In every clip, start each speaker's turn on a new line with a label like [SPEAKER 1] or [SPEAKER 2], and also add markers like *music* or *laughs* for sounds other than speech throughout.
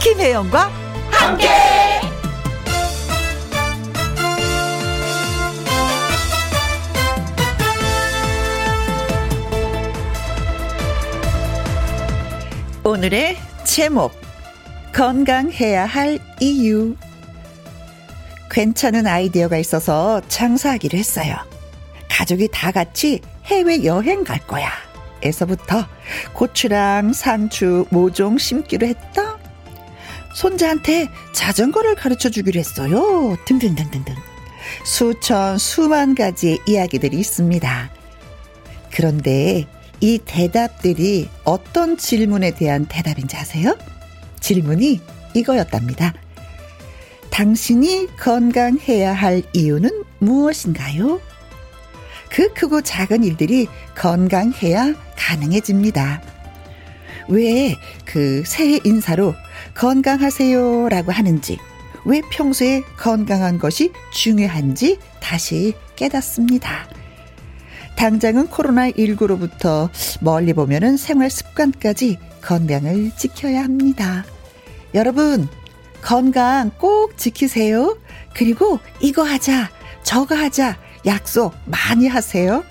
[SPEAKER 1] 김혜영과 함께. 오늘의 제목 건강해야 할 이유 괜찮은 아이디어가 있어서 장사하기로 했어요. 가족이 다 같이 해외 여행 갈 거야. 에서부터 고추랑 상추 모종 심기로 했다. 손자한테 자전거를 가르쳐 주기로 했어요. 등등등등등. 수천, 수만 가지의 이야기들이 있습니다. 그런데 이 대답들이 어떤 질문에 대한 대답인지 아세요? 질문이 이거였답니다. 당신이 건강해야 할 이유는 무엇인가요? 그 크고 작은 일들이 건강해야 가능해집니다. 왜 그 새해 인사로 건강하세요라고 하는지, 왜 평소에 건강한 것이 중요한지 다시 깨닫습니다. 당장은 코로나19로부터 멀리 보면은 생활 습관까지 건강을 지켜야 합니다. 여러분, 건강 꼭 지키세요. 그리고 이거 하자, 저거 하자, 약속 많이 하세요.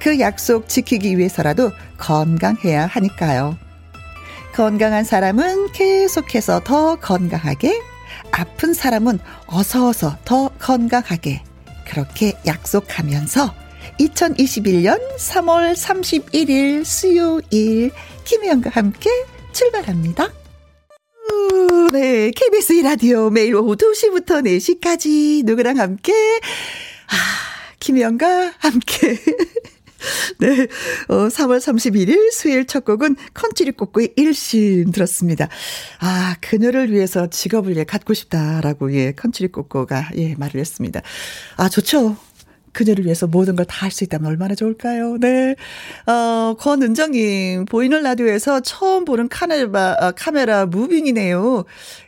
[SPEAKER 1] 그 약속 지키기 위해서라도 건강해야 하니까요. 건강한 사람은 계속해서 더 건강하게, 아픈 사람은 어서어서 더 건강하게, 그렇게 약속하면서 2021년 3월 31일 수요일 김혜영과 함께 출발합니다. 우, 네, KBS 라디오 매일 오후 2시부터 4시까지 누구랑 함께 아, 김혜영과 함께 *laughs* 네, 어, 3월 31일 수요일 첫 곡은 컨츄리 꽃구의 일심 들었습니다. 아, 그녀를 위해서 직업을 예, 갖고 싶다라고 예, 컨츄리 꽃구가 예, 말을 했습니다. 아, 좋죠. 그녀를 위해서 모든 걸 다 할 수 있다면 얼마나 좋을까요? 네. 어, 권은정님, 보이는 라디오에서 처음 보는 카메라, 아, 카메라 무빙이네요.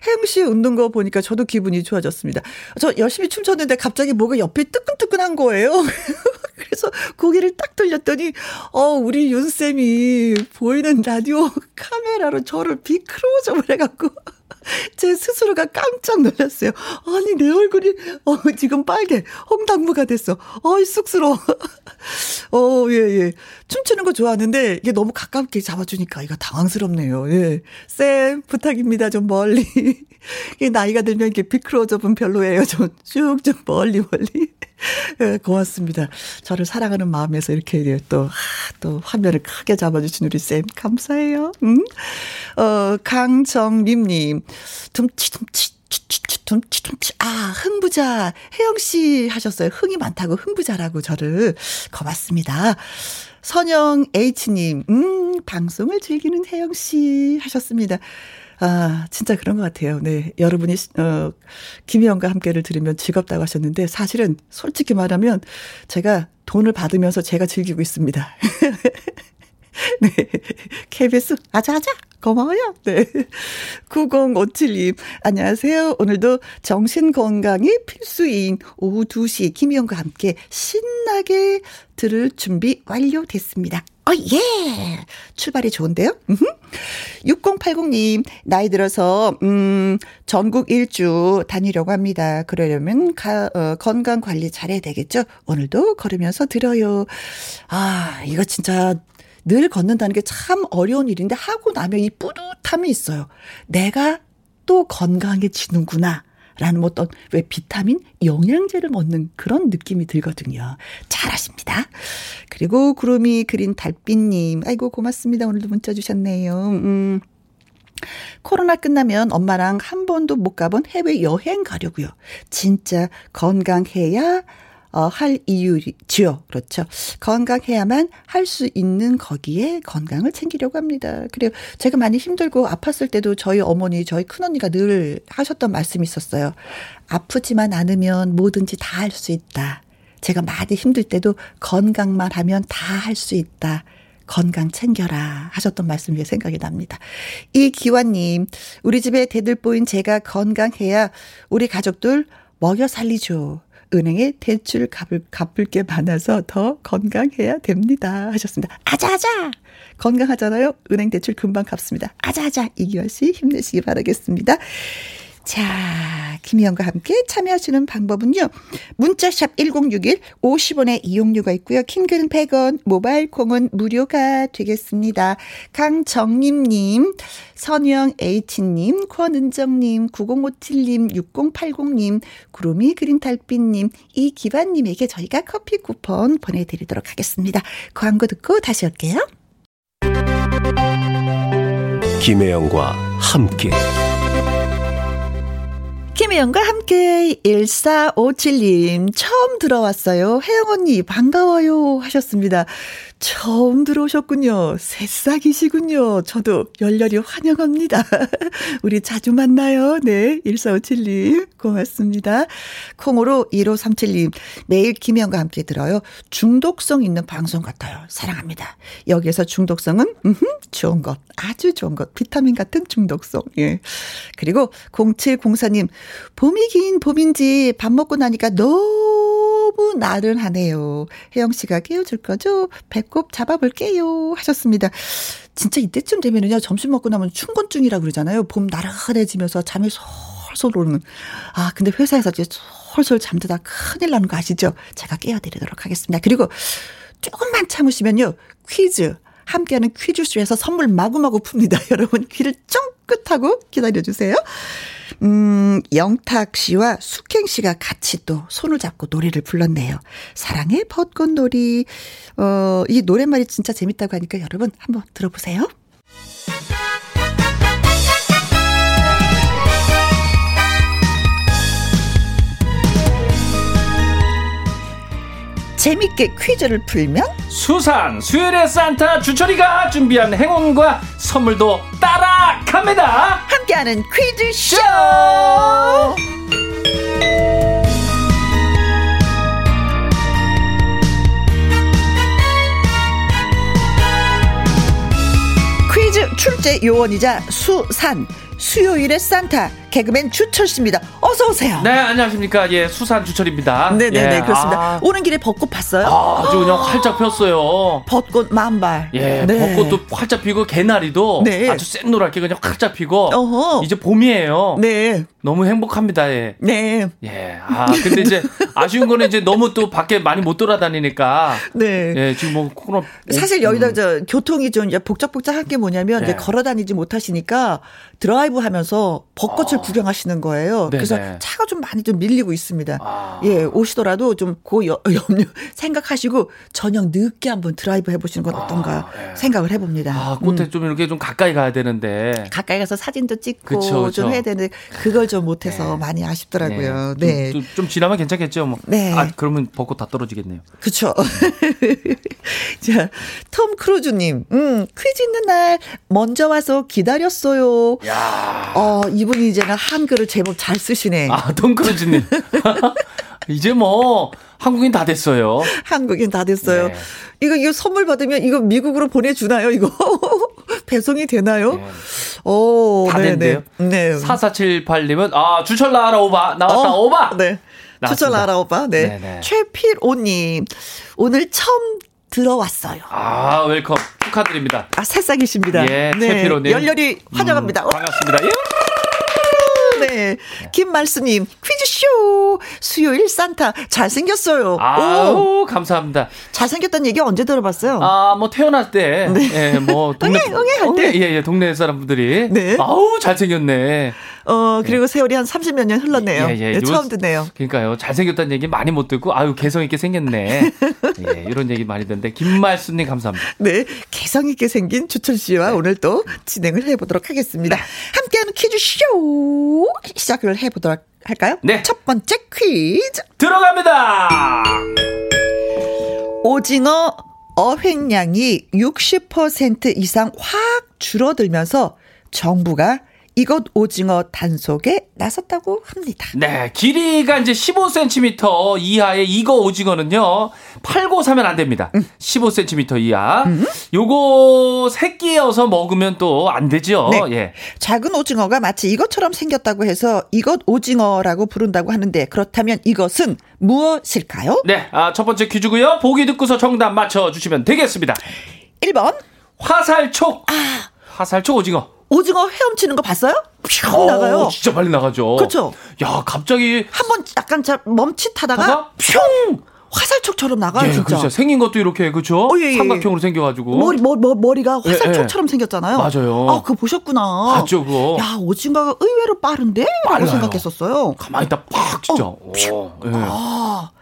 [SPEAKER 1] 혜영 씨 웃는 거 보니까 저도 기분이 좋아졌습니다. 저 열심히 춤췄는데 갑자기 뭐가 옆에 뜨끈뜨끈한 거예요. *laughs* 그래서 고개를 딱 돌렸더니, 어, 우리 윤쌤이 보이는 라디오 카메라로 저를 비크로즈업을 해갖고. *laughs* 제 스스로가 깜짝 놀랐어요. 아니, 내 얼굴이, 어, 지금 빨개. 홍당무가 됐어. 어이, 쑥스러워. *laughs* 어, 예, 예. 춤추는 거 좋아하는데, 이게 너무 가깝게 잡아주니까, 이거 당황스럽네요. 예. 쌤, 부탁입니다. 좀 멀리. *laughs* 이게 나이가 들면 이렇게 비크로저분 별로예요. 좀 쭉, 좀 멀리, 멀리. *laughs* 예, 고맙습니다. 저를 사랑하는 마음에서 이렇게 또, 아, 또 화면을 크게 잡아주신 우리 쌤, 감사해요. 음? 어, 강정림님, 둠치둠치. 둠치둠치 아 흥부자 혜영 씨 하셨어요 흥이 많다고 흥부자라고 저를 고맙습니다 선영 H님 음 방송을 즐기는 혜영 씨 하셨습니다 아, 진짜 그런 것 같아요. 네. 여러분이, 어, 김희영과 함께를 들으면 즐겁다고 하셨는데, 사실은 솔직히 말하면 제가 돈을 받으면서 제가 즐기고 있습니다. *laughs* 네. KBS, 아자아자! 고마워요. 네. 90572. 안녕하세요. 오늘도 정신건강이 필수인 오후 2시 김희영과 함께 신나게 들을 준비 완료됐습니다. 어, 예! 출발이 좋은데요? 6080님, 나이 들어서, 음, 전국 일주 다니려고 합니다. 그러려면 가, 어, 건강 관리 잘해야 되겠죠? 오늘도 걸으면서 들어요. 아, 이거 진짜 늘 걷는다는 게 참 어려운 일인데 하고 나면 이 뿌듯함이 있어요. 내가 또 건강해지는구나. 라는 어떤 왜 비타민 영양제를 먹는 그런 느낌이 들거든요. 잘하십니다. 그리고 구름이 그린 달빛님, 아이고 고맙습니다. 오늘도 문자 주셨네요. 음. 코로나 끝나면 엄마랑 한 번도 못 가본 해외 여행 가려고요. 진짜 건강해야 어, 할 이유지요. 그렇죠. 건강해야만 할 수 있는 거기에 건강을 챙기려고 합니다. 그래요. 제가 많이 힘들고 아팠을 때도 저희 어머니, 저희 큰언니가 늘 하셨던 말씀이 있었어요. 아프지만 않으면 뭐든지 다 할 수 있다. 제가 많이 힘들 때도 건강만 하면 다 할 수 있다. 건강 챙겨라 하셨던 말씀이 생각이 납니다. 이 기환님, 우리 집에 대들보인 제가 건강해야 우리 가족들 먹여 살리죠. 은행에 대출 갚을, 갚을 게 많아서 더 건강해야 됩니다. 하셨습니다. 아자아자! 건강하잖아요. 은행 대출 금방 갚습니다. 아자아자! 이기열 씨 힘내시기 바라겠습니다. 자, 김희영과 함께 참여하시는 방법은요. 문자샵 1061 50원의 이용료가 있고요. 킹글은 100원, 모바일 콩은 무료가 되겠습니다. 강정림님, 선영 H님, 권은정님, 9057님, 6080님, 구름이 그린달빛님, 이기반님에게 저희가 커피 쿠폰 보내드리도록 하겠습니다. 광고 듣고 다시 올게요.
[SPEAKER 2] 김혜영과 함께.
[SPEAKER 1] 김혜영과 함께 1457님 처음 들어왔어요. 혜영 언니 반가워요 하셨습니다. 처음 들어오셨군요. 새싹이시군요. 저도 열렬히 환영합니다. *laughs* 우리 자주 만나요. 네. 1457님 고맙습니다. 콩으로 1537님 매일 김혜영과 함께 들어요. 중독성 있는 방송 같아요. 사랑합니다. 여기에서 중독성은 음흠, 좋은 것 아주 좋은 것 비타민 같은 중독성. 예. 그리고 0704님 봄이 긴 봄인지 밥 먹고 나니까 너무 나른하네요. 혜영 씨가 깨워줄 거죠? 배꼽 잡아볼게요. 하셨습니다. 진짜 이때쯤 되면은요, 점심 먹고 나면 충곤증이라 그러잖아요. 봄 나른해지면서 잠이 솔솔 오는. 아, 근데 회사에서 이제 솔솔 잠드다 큰일 나는 거 아시죠? 제가 깨워드리도록 하겠습니다. 그리고 조금만 참으시면요, 퀴즈. 함께하는 퀴즈쇼에서 선물 마구마구 풉니다. 여러분 귀를 쫑긋하고 기다려주세요. 음, 영탁 씨와 숙행 씨가 같이 또 손을 잡고 노래를 불렀네요. 사랑의 벚꽃놀이. 어, 이 노랫말이 진짜 재밌다고 하니까 여러분 한번 들어보세요. 재밌게 퀴즈를 풀면
[SPEAKER 3] 수산 수요일의 산타 주철이가 준비한 행운과 선물도 따라갑니다.
[SPEAKER 1] 함께하는 퀴즈쇼! 퀴즈 출제 요원이자 수산, 수요일의 산타, 개그맨 주철 씨입니다. 어서오세요.
[SPEAKER 3] 네 안녕하십니까 예 수산 주철입니다.
[SPEAKER 1] 네네네
[SPEAKER 3] 예,
[SPEAKER 1] 그렇습니다.
[SPEAKER 3] 아,
[SPEAKER 1] 오는 길에 벚꽃 봤어요?
[SPEAKER 3] 아, 아주 그냥 활짝 폈어요.
[SPEAKER 1] 벚꽃 만발.
[SPEAKER 3] 예 벚꽃도 활짝 피고 개나리도
[SPEAKER 1] 네.
[SPEAKER 3] 아주 샛노랗게 그냥 활짝 피고
[SPEAKER 1] 어허.
[SPEAKER 3] 이제 뭐. 봄이에요.
[SPEAKER 1] 네.
[SPEAKER 3] 너무 행복합니다. 예.
[SPEAKER 1] 네.
[SPEAKER 3] 예. 아 근데 이제 아쉬운 거는 이제 너무 또 밖에 많이 못 돌아다니니까
[SPEAKER 1] 네.
[SPEAKER 3] 예 지금 뭐 코로나 음.
[SPEAKER 1] 사실 여기다 저 교통이 좀 이제 복잡복잡한 게 뭐냐면
[SPEAKER 3] 네.
[SPEAKER 1] 이제 걸어 다니지 못하시니까 드라이브 하면서 벚꽃을 구경하시는 거예요.
[SPEAKER 3] 아. 네네.
[SPEAKER 1] 그래서 차가 좀 많이 좀 밀리고 있습니다.
[SPEAKER 3] 아.
[SPEAKER 1] 예, 오시더라도 좀그 *laughs* 염려 생각하시고 저녁 늦게 한번 드라이브 해보시는 건 어떤가
[SPEAKER 3] 네.
[SPEAKER 1] 생각을 해봅니다.
[SPEAKER 3] 아, 꽃에 좀 이렇게 좀 가까이 가야 되는데.
[SPEAKER 1] 가까이 가서 사진도 찍고
[SPEAKER 3] 그쵸, 그쵸.
[SPEAKER 1] 좀 해야 되는데 그걸 좀 못해서
[SPEAKER 3] 네.
[SPEAKER 1] 많이 아쉽더라고요.
[SPEAKER 3] 네.
[SPEAKER 1] 네.
[SPEAKER 3] 좀, 좀, 좀 지나면 괜찮겠죠. 뭐.
[SPEAKER 1] 네.
[SPEAKER 3] 아, 그러면 벚꽃 다 떨어지겠네요.
[SPEAKER 1] 그쵸. *laughs* 자, 톰 크루즈님, 음, 퀴즈 있는 날, 먼저 와서 기다렸어요. 어, 이분이 이제는 한글을 제법 잘 쓰시네.
[SPEAKER 3] 아,
[SPEAKER 1] *laughs*
[SPEAKER 3] 톰크루즈님. 이제 뭐, 한국인 다 됐어요.
[SPEAKER 1] 한국인 다 됐어요.
[SPEAKER 3] 네.
[SPEAKER 1] 이거, 이거 선물 받으면 이거 미국으로 보내주나요, 이거? *laughs* 배송이 되나요?
[SPEAKER 3] 네.
[SPEAKER 1] 오,
[SPEAKER 3] 다
[SPEAKER 1] 네네.
[SPEAKER 3] 된대요.
[SPEAKER 1] 네.
[SPEAKER 3] 4478님은, 아, 주철 나와라, 오바. 나왔다,
[SPEAKER 1] 어,
[SPEAKER 3] 오바!
[SPEAKER 1] 네.
[SPEAKER 3] 나왔습니다.
[SPEAKER 1] 추천 알아, 오빠. 네.
[SPEAKER 3] 네네.
[SPEAKER 1] 최필오님, 오늘 처음 들어왔어요.
[SPEAKER 3] 아, 웰컴. 축하드립니다.
[SPEAKER 1] 아, 새싹이십니다. 네.
[SPEAKER 3] 예, 최필호님.
[SPEAKER 1] 열렬히 환영합니다. 어,
[SPEAKER 3] 음, 반갑습니다. 예.
[SPEAKER 1] 네. 김말수님, 퀴즈쇼! 수요일 산타, 잘생겼어요. 오!
[SPEAKER 3] 아우, 감사합니다.
[SPEAKER 1] 잘생겼다는 얘기 언제 들어봤어요?
[SPEAKER 3] 아, 뭐, 태어날 때. 예, 뭐,
[SPEAKER 1] *laughs*
[SPEAKER 3] 동네.
[SPEAKER 1] 응애, 응애 할 때.
[SPEAKER 3] 예, 예, 동네 사람들이.
[SPEAKER 1] 네.
[SPEAKER 3] 아우, 잘생겼네.
[SPEAKER 1] 어, 그리고 세월이 한 30몇 년 흘렀네요.
[SPEAKER 3] 예, 예.
[SPEAKER 1] 네, 처음
[SPEAKER 3] 요새-
[SPEAKER 1] 듣네요.
[SPEAKER 3] 그러니까요. 잘생겼다는 얘기 많이 못 듣고 아유 개성
[SPEAKER 1] *laughs*
[SPEAKER 3] 있게 생겼네. 예, 이런 얘기 많이 듣는데 김말수님 감사합니다.
[SPEAKER 1] 네. 개성있게 생긴 주철 씨와 오늘 또 진행을 해보도록 하겠습니다. 함께하는 퀴즈쇼! 시작을 해보도록 할까요?
[SPEAKER 3] 네.
[SPEAKER 1] 첫 번째 퀴즈.
[SPEAKER 3] 들어갑니다.
[SPEAKER 1] 오징어 어획량이 60% 이상 확 줄어들면서 정부가 이것 오징어 단속에 나섰다고 합니다.
[SPEAKER 3] 네, 길이가 이제 15cm 이하의 이거 오징어는요, 팔고 사면 안 됩니다.
[SPEAKER 1] 음.
[SPEAKER 3] 15cm 이하. 요거 새끼여서 먹으면 또 안 되죠.
[SPEAKER 1] 네.
[SPEAKER 3] 예.
[SPEAKER 1] 작은 오징어가 마치 이것처럼 생겼다고 해서 이것 오징어라고 부른다고 하는데 그렇다면 이것은 무엇일까요?
[SPEAKER 3] 네, 아, 첫 번째 퀴즈고요 보기 듣고서 정답 맞춰주시면 되겠습니다.
[SPEAKER 1] 1번
[SPEAKER 3] 화살촉.
[SPEAKER 1] 아.
[SPEAKER 3] 화살촉 오징어.
[SPEAKER 1] 오징어 헤엄치는 거 봤어요? 퓨 나가요.
[SPEAKER 3] 어우, 진짜 빨리 나가죠.
[SPEAKER 1] 그렇죠.
[SPEAKER 3] 야, 갑자기.
[SPEAKER 1] 한 번 약간 자 멈칫하다가
[SPEAKER 3] 하다가 퓨!
[SPEAKER 1] 화살촉처럼 나가요
[SPEAKER 3] 예,
[SPEAKER 1] 아, 진짜.
[SPEAKER 3] 그렇죠. 생긴 것도 이렇게, 그렇죠?
[SPEAKER 1] 어, 예, 예.
[SPEAKER 3] 삼각형으로 생겨가지고.
[SPEAKER 1] 머리, 머, 머, 머리가
[SPEAKER 3] 예,
[SPEAKER 1] 화살촉처럼 생겼잖아요.
[SPEAKER 3] 맞아요.
[SPEAKER 1] 아, 그거 보셨구나.
[SPEAKER 3] 봤죠, 그거.
[SPEAKER 1] 야, 오징어가 의외로 빠른데? 라고
[SPEAKER 3] 빨라요.
[SPEAKER 1] 생각했었어요.
[SPEAKER 3] 가만히 있다 팍, 진짜.
[SPEAKER 1] 어,
[SPEAKER 3] 오, 예.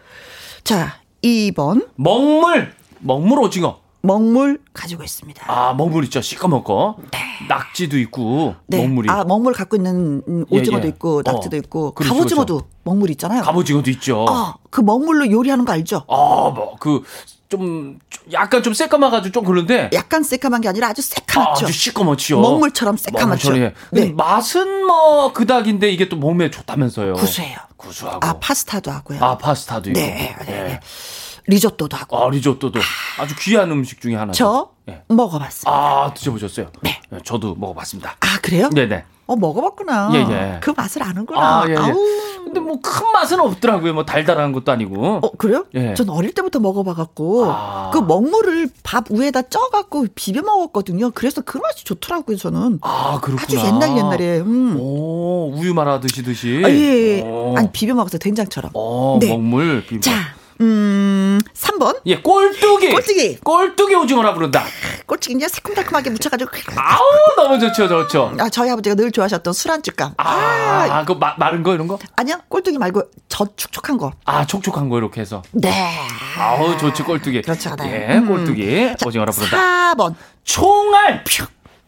[SPEAKER 1] 자, 2번.
[SPEAKER 3] 먹물. 먹물 오징어.
[SPEAKER 1] 먹물 가지고 있습니다.
[SPEAKER 3] 아, 먹물 있죠. 시꺼멓고. 낙지도 있고. 먹물이.
[SPEAKER 1] 네. 아, 먹물 갖고 있는 음,
[SPEAKER 3] 예,
[SPEAKER 1] 오징어도
[SPEAKER 3] 예.
[SPEAKER 1] 있고,
[SPEAKER 3] 어,
[SPEAKER 1] 낙지도 있고,
[SPEAKER 3] 그렇죠,
[SPEAKER 1] 갑오징어도 먹물 있잖아요.
[SPEAKER 3] 갑오징어도 있죠.
[SPEAKER 1] 아, 그 먹물로 요리하는 거 알죠?
[SPEAKER 3] 아, 뭐, 그, 좀, 좀 약간 좀 새까마가지고 좀 그런데.
[SPEAKER 1] 약간 새까만 게 아니라 아주
[SPEAKER 3] 아,
[SPEAKER 1] 새까맣죠?
[SPEAKER 3] 아주 시꺼멓죠.
[SPEAKER 1] 그렇죠. 먹물처럼 새까맣죠.
[SPEAKER 3] 먹물처럼, 예. 근데
[SPEAKER 1] 네.
[SPEAKER 3] 맛은 뭐 그닥인데 이게 또 몸에 좋다면서요.
[SPEAKER 1] 구수해요.
[SPEAKER 3] 구수하고.
[SPEAKER 1] 아, 파스타도 하고요.
[SPEAKER 3] 어. 아, 파스타도 있고.
[SPEAKER 1] 네, 네,
[SPEAKER 3] 예.
[SPEAKER 1] 네. 리조또도 하고.
[SPEAKER 3] 아, 리조또도 아주 귀한 음식 중에 하나죠.
[SPEAKER 1] 저
[SPEAKER 3] 예.
[SPEAKER 1] 먹어봤어요.
[SPEAKER 3] 아, 드셔보셨어요? 네. 저도 먹어봤습니다.
[SPEAKER 1] 아, 그래요?
[SPEAKER 3] 네네.
[SPEAKER 1] 어 먹어봤구나.
[SPEAKER 3] 예, 예.
[SPEAKER 1] 그 맛을 아는구나. 아,
[SPEAKER 3] 아, 예, 예.
[SPEAKER 1] 우
[SPEAKER 3] 근데 뭐 큰 맛은 없더라고요. 뭐 달달한 것도 아니고.
[SPEAKER 1] 어 그래요?
[SPEAKER 3] 예.
[SPEAKER 1] 전 어릴 때부터 먹어봐갖고
[SPEAKER 3] 아.
[SPEAKER 1] 그 먹물을 밥 위에다 쪄갖고 비벼 먹었거든요. 그래서 그 맛이 좋더라고요. 저는
[SPEAKER 3] 아, 그렇구나.
[SPEAKER 1] 아주 옛날 옛날에 음.
[SPEAKER 3] 오, 우유 말아 드시듯이.
[SPEAKER 1] 아, 예, 예.
[SPEAKER 3] 오.
[SPEAKER 1] 아니 비벼 먹었어요 된장처럼.
[SPEAKER 3] 어,
[SPEAKER 1] 네.
[SPEAKER 3] 먹물 비빔밥.
[SPEAKER 1] 자, 음, 3번
[SPEAKER 3] 예, 꼴뚜기.
[SPEAKER 1] 꼴뚜기.
[SPEAKER 3] 꼴뚜기 오징어라 부른다.
[SPEAKER 1] 꼴찌 그냥 새콤달콤하게 묻혀가지고
[SPEAKER 3] 아우, 너무 좋죠, 좋죠.
[SPEAKER 1] 아 저희 아버지가 늘 좋아하셨던 술안주감.
[SPEAKER 3] 아,
[SPEAKER 1] 아,
[SPEAKER 3] 그 마, 마른 거 이런 거?
[SPEAKER 1] 아니야 꼴뚜기 말고 저 축축한 거.
[SPEAKER 3] 아, 촉촉한 거 이렇게 해서.
[SPEAKER 1] 네.
[SPEAKER 3] 아우, 좋지, 꼴뚜기.
[SPEAKER 1] 그렇죠, 네.
[SPEAKER 3] 예, 꼴뚜기 오징어라 부른다.
[SPEAKER 1] 4번
[SPEAKER 3] 총알.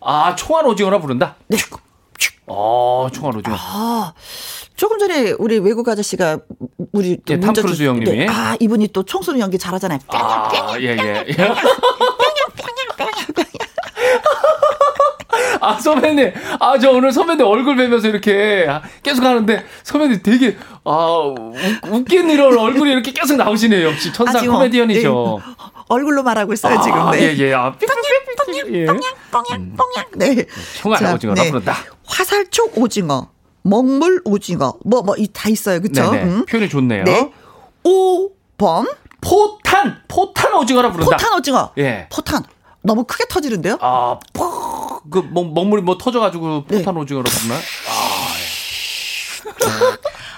[SPEAKER 3] 아, 총알 오징어라 부른다.
[SPEAKER 1] 네.
[SPEAKER 3] 어, 총알 오징어.
[SPEAKER 1] 아, 조금 전에 우리 외국 아저씨가 우리 또
[SPEAKER 3] 예, 탐
[SPEAKER 1] 문자
[SPEAKER 3] 크루즈
[SPEAKER 1] 주-
[SPEAKER 3] 형님이.
[SPEAKER 1] 네. 아 이분이 또 청소년 연기 잘하잖아요.
[SPEAKER 3] 아, 예, 예. 예. *laughs* 아, 선배님. 아, 저 오늘 선배님 얼굴 뵈면서 이렇게 계속 하는데, 선배님 되게, 아, 웃- 웃긴 이런 얼굴이 이렇게 계속 나오시네요. 역시 천상
[SPEAKER 1] 아, 지금,
[SPEAKER 3] 코미디언이죠.
[SPEAKER 1] 네. 어, 얼굴로 말하고 있어요 지금.
[SPEAKER 3] 아,
[SPEAKER 1] 네.
[SPEAKER 3] 예, 예. 아, 삐- 예.
[SPEAKER 1] 뽕냥 뽕냥. 네.
[SPEAKER 3] 총알
[SPEAKER 1] 자,
[SPEAKER 3] 오징어라 부른다.
[SPEAKER 1] 화살촉 오징어, 먹물 오징어, 뭐 뭐 이 다 있어요, 그렇죠?
[SPEAKER 3] 네네. 표현이 좋네요.
[SPEAKER 1] 네. 5번
[SPEAKER 3] 포탄! 포탄 오징어라 부른다.
[SPEAKER 1] 포탄 오징어.
[SPEAKER 3] 예.
[SPEAKER 1] 포탄 너무 크게 터지는데요?
[SPEAKER 3] 아, 퍽! 그, 뭐, 먹물이 뭐 터져가지고
[SPEAKER 1] 네.
[SPEAKER 3] 포탄 오징어라 부르나요?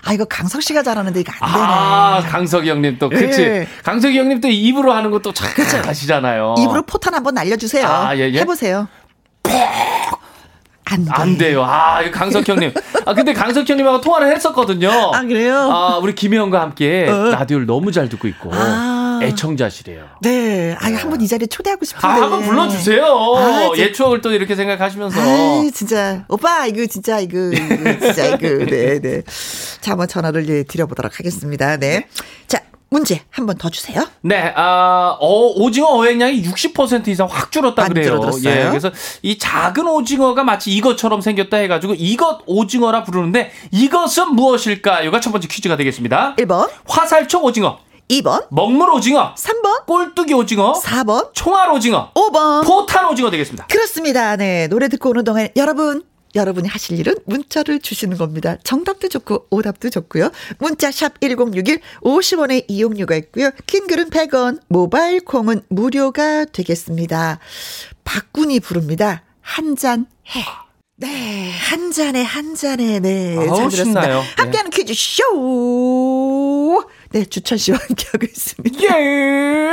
[SPEAKER 1] 아 이거 강석 씨가 잘하는데 이거 안 되네.
[SPEAKER 3] 아, 강석이 형님 또, 그치.
[SPEAKER 1] 예.
[SPEAKER 3] 강석이 형님 또 입으로 하는 것도 잘 하시잖아요.
[SPEAKER 1] 입으로 포탄 한번 날려주세요.
[SPEAKER 3] 아, 예, 예.
[SPEAKER 1] 해보세요. 안 돼.
[SPEAKER 3] 안 돼요. 아, 이 강석 형님. 아, 근데 강석 형님하고 통화를 했었거든요.
[SPEAKER 1] 아, 그래요?
[SPEAKER 3] 아, 우리 김혜영과 함께
[SPEAKER 1] 어.
[SPEAKER 3] 라디오를 너무 잘 듣고 있고,
[SPEAKER 1] 아.
[SPEAKER 3] 애청자시래요.
[SPEAKER 1] 네. 아, 한번 이 자리에 초대하고
[SPEAKER 3] 아,
[SPEAKER 1] 싶은데.
[SPEAKER 3] 한번 불러주세요.
[SPEAKER 1] 아, 진-
[SPEAKER 3] 옛 추억을 또 이렇게 생각하시면서.
[SPEAKER 1] 아, 진짜. 오빠, 이거 진짜, 이거, 이거 진짜,
[SPEAKER 3] *laughs*
[SPEAKER 1] 이거. 네, 네. 자, 한번 전화를 예, 드려보도록 하겠습니다. 네. 자, 문제 한 번 더 주세요.
[SPEAKER 3] 네, 아, 어, 오징어 어획량이 60% 이상 확 줄었다
[SPEAKER 1] 많이
[SPEAKER 3] 그래요.
[SPEAKER 1] 줄어들었어요?
[SPEAKER 3] 예, 그래서 이 작은 오징어가 마치 이것처럼 생겼다 해가지고 이것 오징어라 부르는데 이것은 무엇일까요?가 첫 번째 퀴즈가 되겠습니다.
[SPEAKER 1] 1번,
[SPEAKER 3] 화살촉 오징어,
[SPEAKER 1] 2번,
[SPEAKER 3] 먹물 오징어,
[SPEAKER 1] 3번,
[SPEAKER 3] 꼴뚜기 오징어,
[SPEAKER 1] 4번,
[SPEAKER 3] 총알 오징어,
[SPEAKER 1] 5번.
[SPEAKER 3] 포탄 오징어 되겠습니다.
[SPEAKER 1] 그렇습니다. 네. 노래 듣고 오는 동안 여러분, 여러분이 하실 일은 문자를 주시는 겁니다. 정답도 좋고, 오답도 좋고요. 문자샵 1061, 50원의 이용료가 있고요. 킹 글은 100원, 모바일 콩은 무료가 되겠습니다. 박군이 부릅니다. 한 잔 해. 네. 한 잔에, 한 잔에, 네.
[SPEAKER 3] 아우,
[SPEAKER 1] 잘 들었습니다.
[SPEAKER 3] 신나요.
[SPEAKER 1] 함께하는 퀴즈쇼! 네, 주천 씨와 함께하고 있습니다. *laughs*
[SPEAKER 3] 예.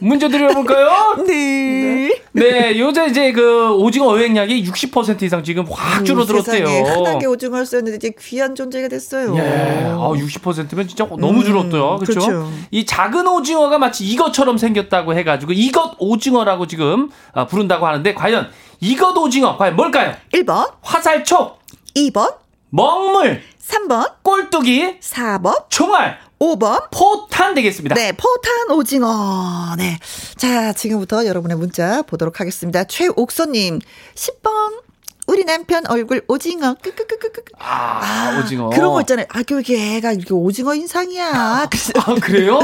[SPEAKER 3] 문제 드려볼까요?
[SPEAKER 1] 네.
[SPEAKER 3] 네, 요새 이제 그 오징어 어획량이 60% 이상 지금 확 줄어들었대요.
[SPEAKER 1] 음, 세상에 흔하게 오징어였었는데 이제 귀한 존재가 됐어요.
[SPEAKER 3] 예. 아, 60%면 진짜 너무
[SPEAKER 1] 음,
[SPEAKER 3] 줄었대요. 그렇죠?
[SPEAKER 1] 그렇죠.
[SPEAKER 3] 이 작은 오징어가 마치 이것처럼 생겼다고 해 가지고 이것 오징어라고 지금 아, 부른다고 하는데 과연 이것 오징어 과연 뭘까요?
[SPEAKER 1] 1번,
[SPEAKER 3] 화살촉,
[SPEAKER 1] 2번,
[SPEAKER 3] 먹물,
[SPEAKER 1] 3번,
[SPEAKER 3] 꼴뚜기,
[SPEAKER 1] 4번,
[SPEAKER 3] 총알,
[SPEAKER 1] 5번.
[SPEAKER 3] 포탄 되겠습니다.
[SPEAKER 1] 네, 포탄 오징어. 네. 자, 지금부터 여러분의 문자 보도록 하겠습니다. 최옥선님, 10번 우리 남편 얼굴 오징어 끄끄끄끄끄.
[SPEAKER 3] 아, 오징어.
[SPEAKER 1] 그런 거 있잖아요. 아, 그 걔가 이렇게 오징어 인상이야. *laughs* 그래서
[SPEAKER 3] 아, 그래요?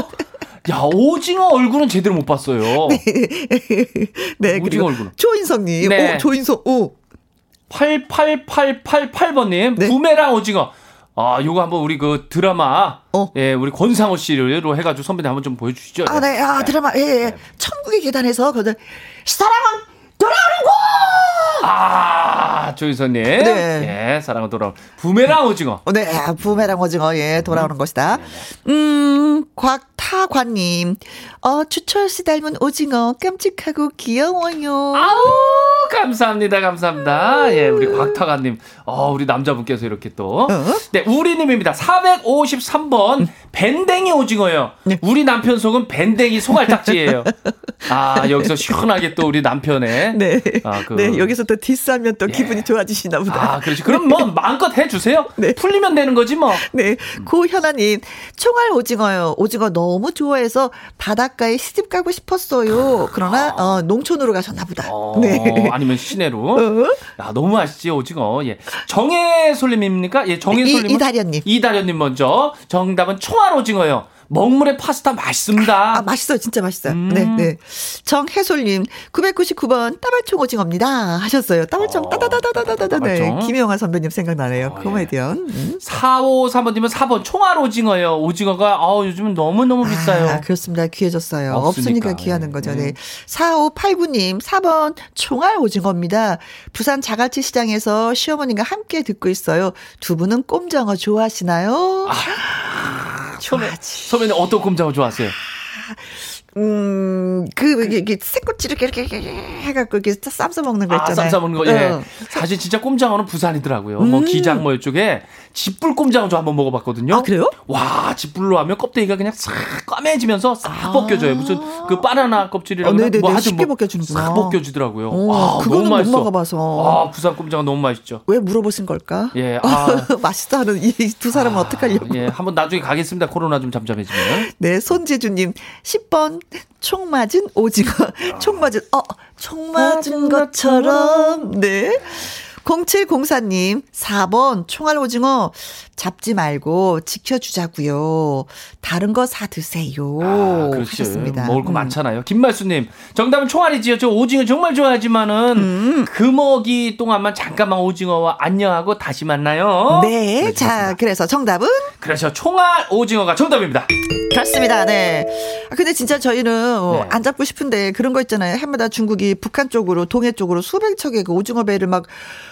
[SPEAKER 3] 야, 오징어 얼굴은 제대로 못 봤어요.
[SPEAKER 1] 네, 그리고
[SPEAKER 3] 오징어 얼굴.
[SPEAKER 1] 조인성님.
[SPEAKER 3] 네.
[SPEAKER 1] 오, 조인성. 오,
[SPEAKER 3] 88888번님,
[SPEAKER 1] 네.
[SPEAKER 3] 부메랑 오징어. 아, 요거 한번 우리 그 드라마,
[SPEAKER 1] 어.
[SPEAKER 3] 예, 우리 권상우 씨로 해가지고 선배님 한번 좀 보여주시죠.
[SPEAKER 1] 아, 네, 아, 드라마, 예, 예. 천국의 계단에서, 그들, 사랑은 돌아오는 곳!
[SPEAKER 3] 아, 조인선님.
[SPEAKER 1] 네.
[SPEAKER 3] 예, 사랑은 돌아온. 부메랑 오징어.
[SPEAKER 1] 어, 네, 아, 부메랑 오징어, 예, 돌아오는 것이다. 음, 곽타관님, 어, 주철 씨 닮은 오징어, 깜찍하고 귀여워요.
[SPEAKER 3] 아우, 감사합니다, 감사합니다. 예, 우리 곽타가님. 어, 우리 남자분께서 이렇게
[SPEAKER 1] 어?
[SPEAKER 3] 또. 네, 우리님입니다. 453번. 밴댕이 오징어요.
[SPEAKER 1] 네.
[SPEAKER 3] 우리 남편 속은 밴댕이 소갈딱지예요. 아, 여기서 시원하게 또 우리 남편의.
[SPEAKER 1] 네.
[SPEAKER 3] 아, 그-
[SPEAKER 1] 네, 여기서 또 디스하면 또 기분이 좋아지시나 보다.
[SPEAKER 3] 아, 그렇지. 그럼 뭐 마음껏 해주세요.
[SPEAKER 1] 네.
[SPEAKER 3] 풀리면 되는 거지 뭐.
[SPEAKER 1] 네, 고현아님, 총알 오징어요. 오징어 너무 좋아해서 바닷가에 시집 가고 싶었어요. 그러나, 어, 농촌으로 가셨나 보다.
[SPEAKER 3] 아. 어,
[SPEAKER 1] 네.
[SPEAKER 3] 아니면 시내로. 야, 너무 맛있지요, 오징어. 예. 정혜솔님입니까? 예, 정혜솔님.
[SPEAKER 1] 이- 이다련님.
[SPEAKER 3] 이다련님 먼저. 정답은 총알 오징어요. 먹물에 파스타 맛있습니다.
[SPEAKER 1] 아, 맛있어요. 진짜 맛있어요. 네,
[SPEAKER 3] 음.
[SPEAKER 1] 네. 정혜솔님, 999번 따발총 오징어입니다. 하셨어요. 따발총,
[SPEAKER 3] 어,
[SPEAKER 1] 따다다다다다다. 네.
[SPEAKER 3] 따발총.
[SPEAKER 1] 김영아 선배님 생각나네요.
[SPEAKER 3] 어, 예.
[SPEAKER 1] 코미디언. 음.
[SPEAKER 3] 4535님은 4번 총알 오징어요. 오징어가, 아우, 요즘은 너무너무 비싸요.
[SPEAKER 1] 아, 그렇습니다. 귀해졌어요.
[SPEAKER 3] 없으니까.
[SPEAKER 1] 없으니까, 귀하는 거죠.
[SPEAKER 3] 네.
[SPEAKER 1] 네. 4589님, 4번 총알 오징어입니다. 부산 자갈치 시장에서 시어머님과 함께 듣고 있어요. 두 분은 꼼장어 좋아하시나요?
[SPEAKER 3] 처음에, 처음에는 어떤 꼼장어 좋아하세요?
[SPEAKER 1] 음, 그, 이게, 이게, 새꼬치 이렇게, 이렇게, 이렇게 해갖고, 이렇게 쌈 싸먹는 거
[SPEAKER 3] 아,
[SPEAKER 1] 있잖아요.
[SPEAKER 3] 쌈 싸먹는 거, 예.
[SPEAKER 1] 어.
[SPEAKER 3] 사실 진짜 꼼장어는 부산이더라고요. 뭐 기장 뭐 이쪽에 집불 꼼장어 좀 한번 먹어봤거든요.
[SPEAKER 1] 음. 아, 그래요?
[SPEAKER 3] 와, 집불로 하면 껍데기가 그냥 싹 까매지면서 싹 벗겨져요. 무슨 그 바나나
[SPEAKER 1] 어, 아.
[SPEAKER 3] 껍질이라고
[SPEAKER 1] 네네네.
[SPEAKER 3] 뭐 하여튼
[SPEAKER 1] 쉽게
[SPEAKER 3] 뭐
[SPEAKER 1] 벗겨지는구나.
[SPEAKER 3] 싹 벗겨지더라고요.
[SPEAKER 1] 오,
[SPEAKER 3] 아,
[SPEAKER 1] 그거는
[SPEAKER 3] 너무
[SPEAKER 1] 못
[SPEAKER 3] 맛있어.
[SPEAKER 1] 먹어봐서.
[SPEAKER 3] 아, 부산 꼼장어 너무 맛있죠.
[SPEAKER 1] 왜 물어보신 걸까? *laughs*
[SPEAKER 3] 예, 아.
[SPEAKER 1] 맛있다는 이 두 사람은 어떡하려고.
[SPEAKER 3] 예, 한번 나중에 가겠습니다. 코로나 좀 잠잠해지면.
[SPEAKER 1] 네, 손재주님. 10번, 총 맞은 오징어. 총 맞은, 어, 총 맞은 것처럼. 네. 0704님, 4번, 총알 오징어, 잡지 말고 지켜주자고요 다른 거 사 드세요.
[SPEAKER 3] 아, 그렇죠.
[SPEAKER 1] 하셨습니다.
[SPEAKER 3] 먹을 거
[SPEAKER 1] 음.
[SPEAKER 3] 많잖아요. 김말수님, 정답은 총알이지요. 저 오징어 정말 좋아하지만은
[SPEAKER 1] 음.
[SPEAKER 3] 금어기 동안만 잠깐만 오징어와 안녕하고 다시 만나요.
[SPEAKER 1] 네, 자, 그래서 정답은?
[SPEAKER 3] 그래서 총알 오징어가 정답입니다.
[SPEAKER 1] 그렇습니다. 네. 아, 근데 진짜 저희는 어,
[SPEAKER 3] 네.
[SPEAKER 1] 안 잡고 싶은데 그런 거 있잖아요. 해마다 중국이 북한 쪽으로 동해 쪽으로 수백 척의 그 오징어 배를 막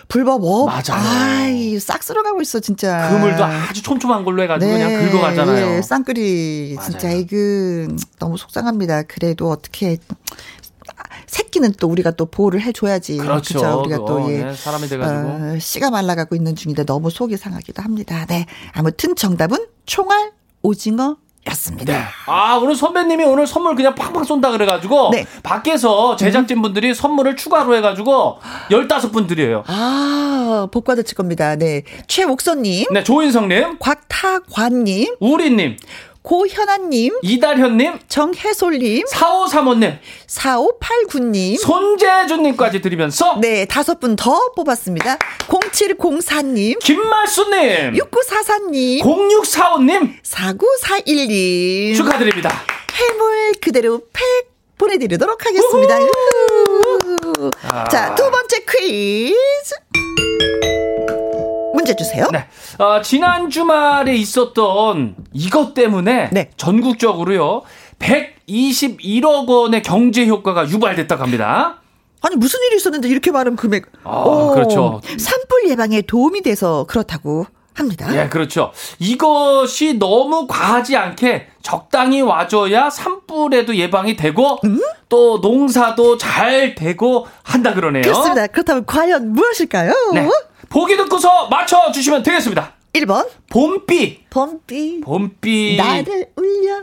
[SPEAKER 1] 불법
[SPEAKER 3] 맞아요.
[SPEAKER 1] 이싹 쓸어가고 있어 진짜. 네.
[SPEAKER 3] 그물도 아주 촘촘한 걸로 해가지고 그냥 긁어가잖아요.
[SPEAKER 1] 예, 쌍끌이 진짜
[SPEAKER 3] 맞아요.
[SPEAKER 1] 이그 너무 속상합니다. 그래도 어떻게 새끼는 또 우리가 또 보호를 해줘야지.
[SPEAKER 3] 그렇죠.
[SPEAKER 1] 예, 그죠? 우리가 또
[SPEAKER 3] 그거,
[SPEAKER 1] 예.
[SPEAKER 3] 네, 사람이 돼가지고.
[SPEAKER 1] 어, 씨가 말라가고 있는 중인데 너무 속이 상하기도 합니다. 네. 아무튼 정답은 총알 오징어였습니다.
[SPEAKER 3] 아 오늘 선배님이 오늘 선물 그냥 팍팍 쏜다 그래가지고
[SPEAKER 1] 네.
[SPEAKER 3] 밖에서 제작진 분들이 선물을 추가로 해가지고 15분 드려요.
[SPEAKER 1] 아, 복과 드칠 겁니다. 네. 최옥선님,
[SPEAKER 3] 네 조인성님,
[SPEAKER 1] 곽타관님,
[SPEAKER 3] 우리님,
[SPEAKER 1] 고현아님,
[SPEAKER 3] 이달현님,
[SPEAKER 1] 정혜솔님,
[SPEAKER 3] 4535님,
[SPEAKER 1] 4589님.
[SPEAKER 3] 손재준님까지 드리면서
[SPEAKER 1] 네, 다섯 분 더 뽑았습니다. 0704님,
[SPEAKER 3] 김말수님,
[SPEAKER 1] 6944님,
[SPEAKER 3] 0645님
[SPEAKER 1] 4941님.
[SPEAKER 3] 축하드립니다.
[SPEAKER 1] 해물 그대로 팩 보내드리도록 하겠습니다. 우후.
[SPEAKER 3] 아,
[SPEAKER 1] 자, 두 번째 퀴즈. 문제 주세요.
[SPEAKER 3] 네, 어, 지난 주말에 있었던 이것 때문에
[SPEAKER 1] 네.
[SPEAKER 3] 전국적으로요 121억 원의 경제 효과가 유발됐다고 합니다.
[SPEAKER 1] 아니, 무슨 일이 있었는데 이렇게 많은 금액.
[SPEAKER 3] 아, 그렇죠.
[SPEAKER 1] 산불 예방에 도움이 돼서 그렇다고 합니다.
[SPEAKER 3] 예, 그렇죠. 이것이 너무 과하지 않게 적당히 와줘야 산불에도 예방이 되고
[SPEAKER 1] 음?
[SPEAKER 3] 또 농사도 잘 되고 한다 그러네요.
[SPEAKER 1] 그렇습니다. 그렇다면 과연 무엇일까요?
[SPEAKER 3] 네. 보기 듣고서 맞춰 주시면 되겠습니다.
[SPEAKER 1] 1번,
[SPEAKER 3] 봄비,
[SPEAKER 1] 범비.
[SPEAKER 3] 봄비. 아,
[SPEAKER 1] 나를 울려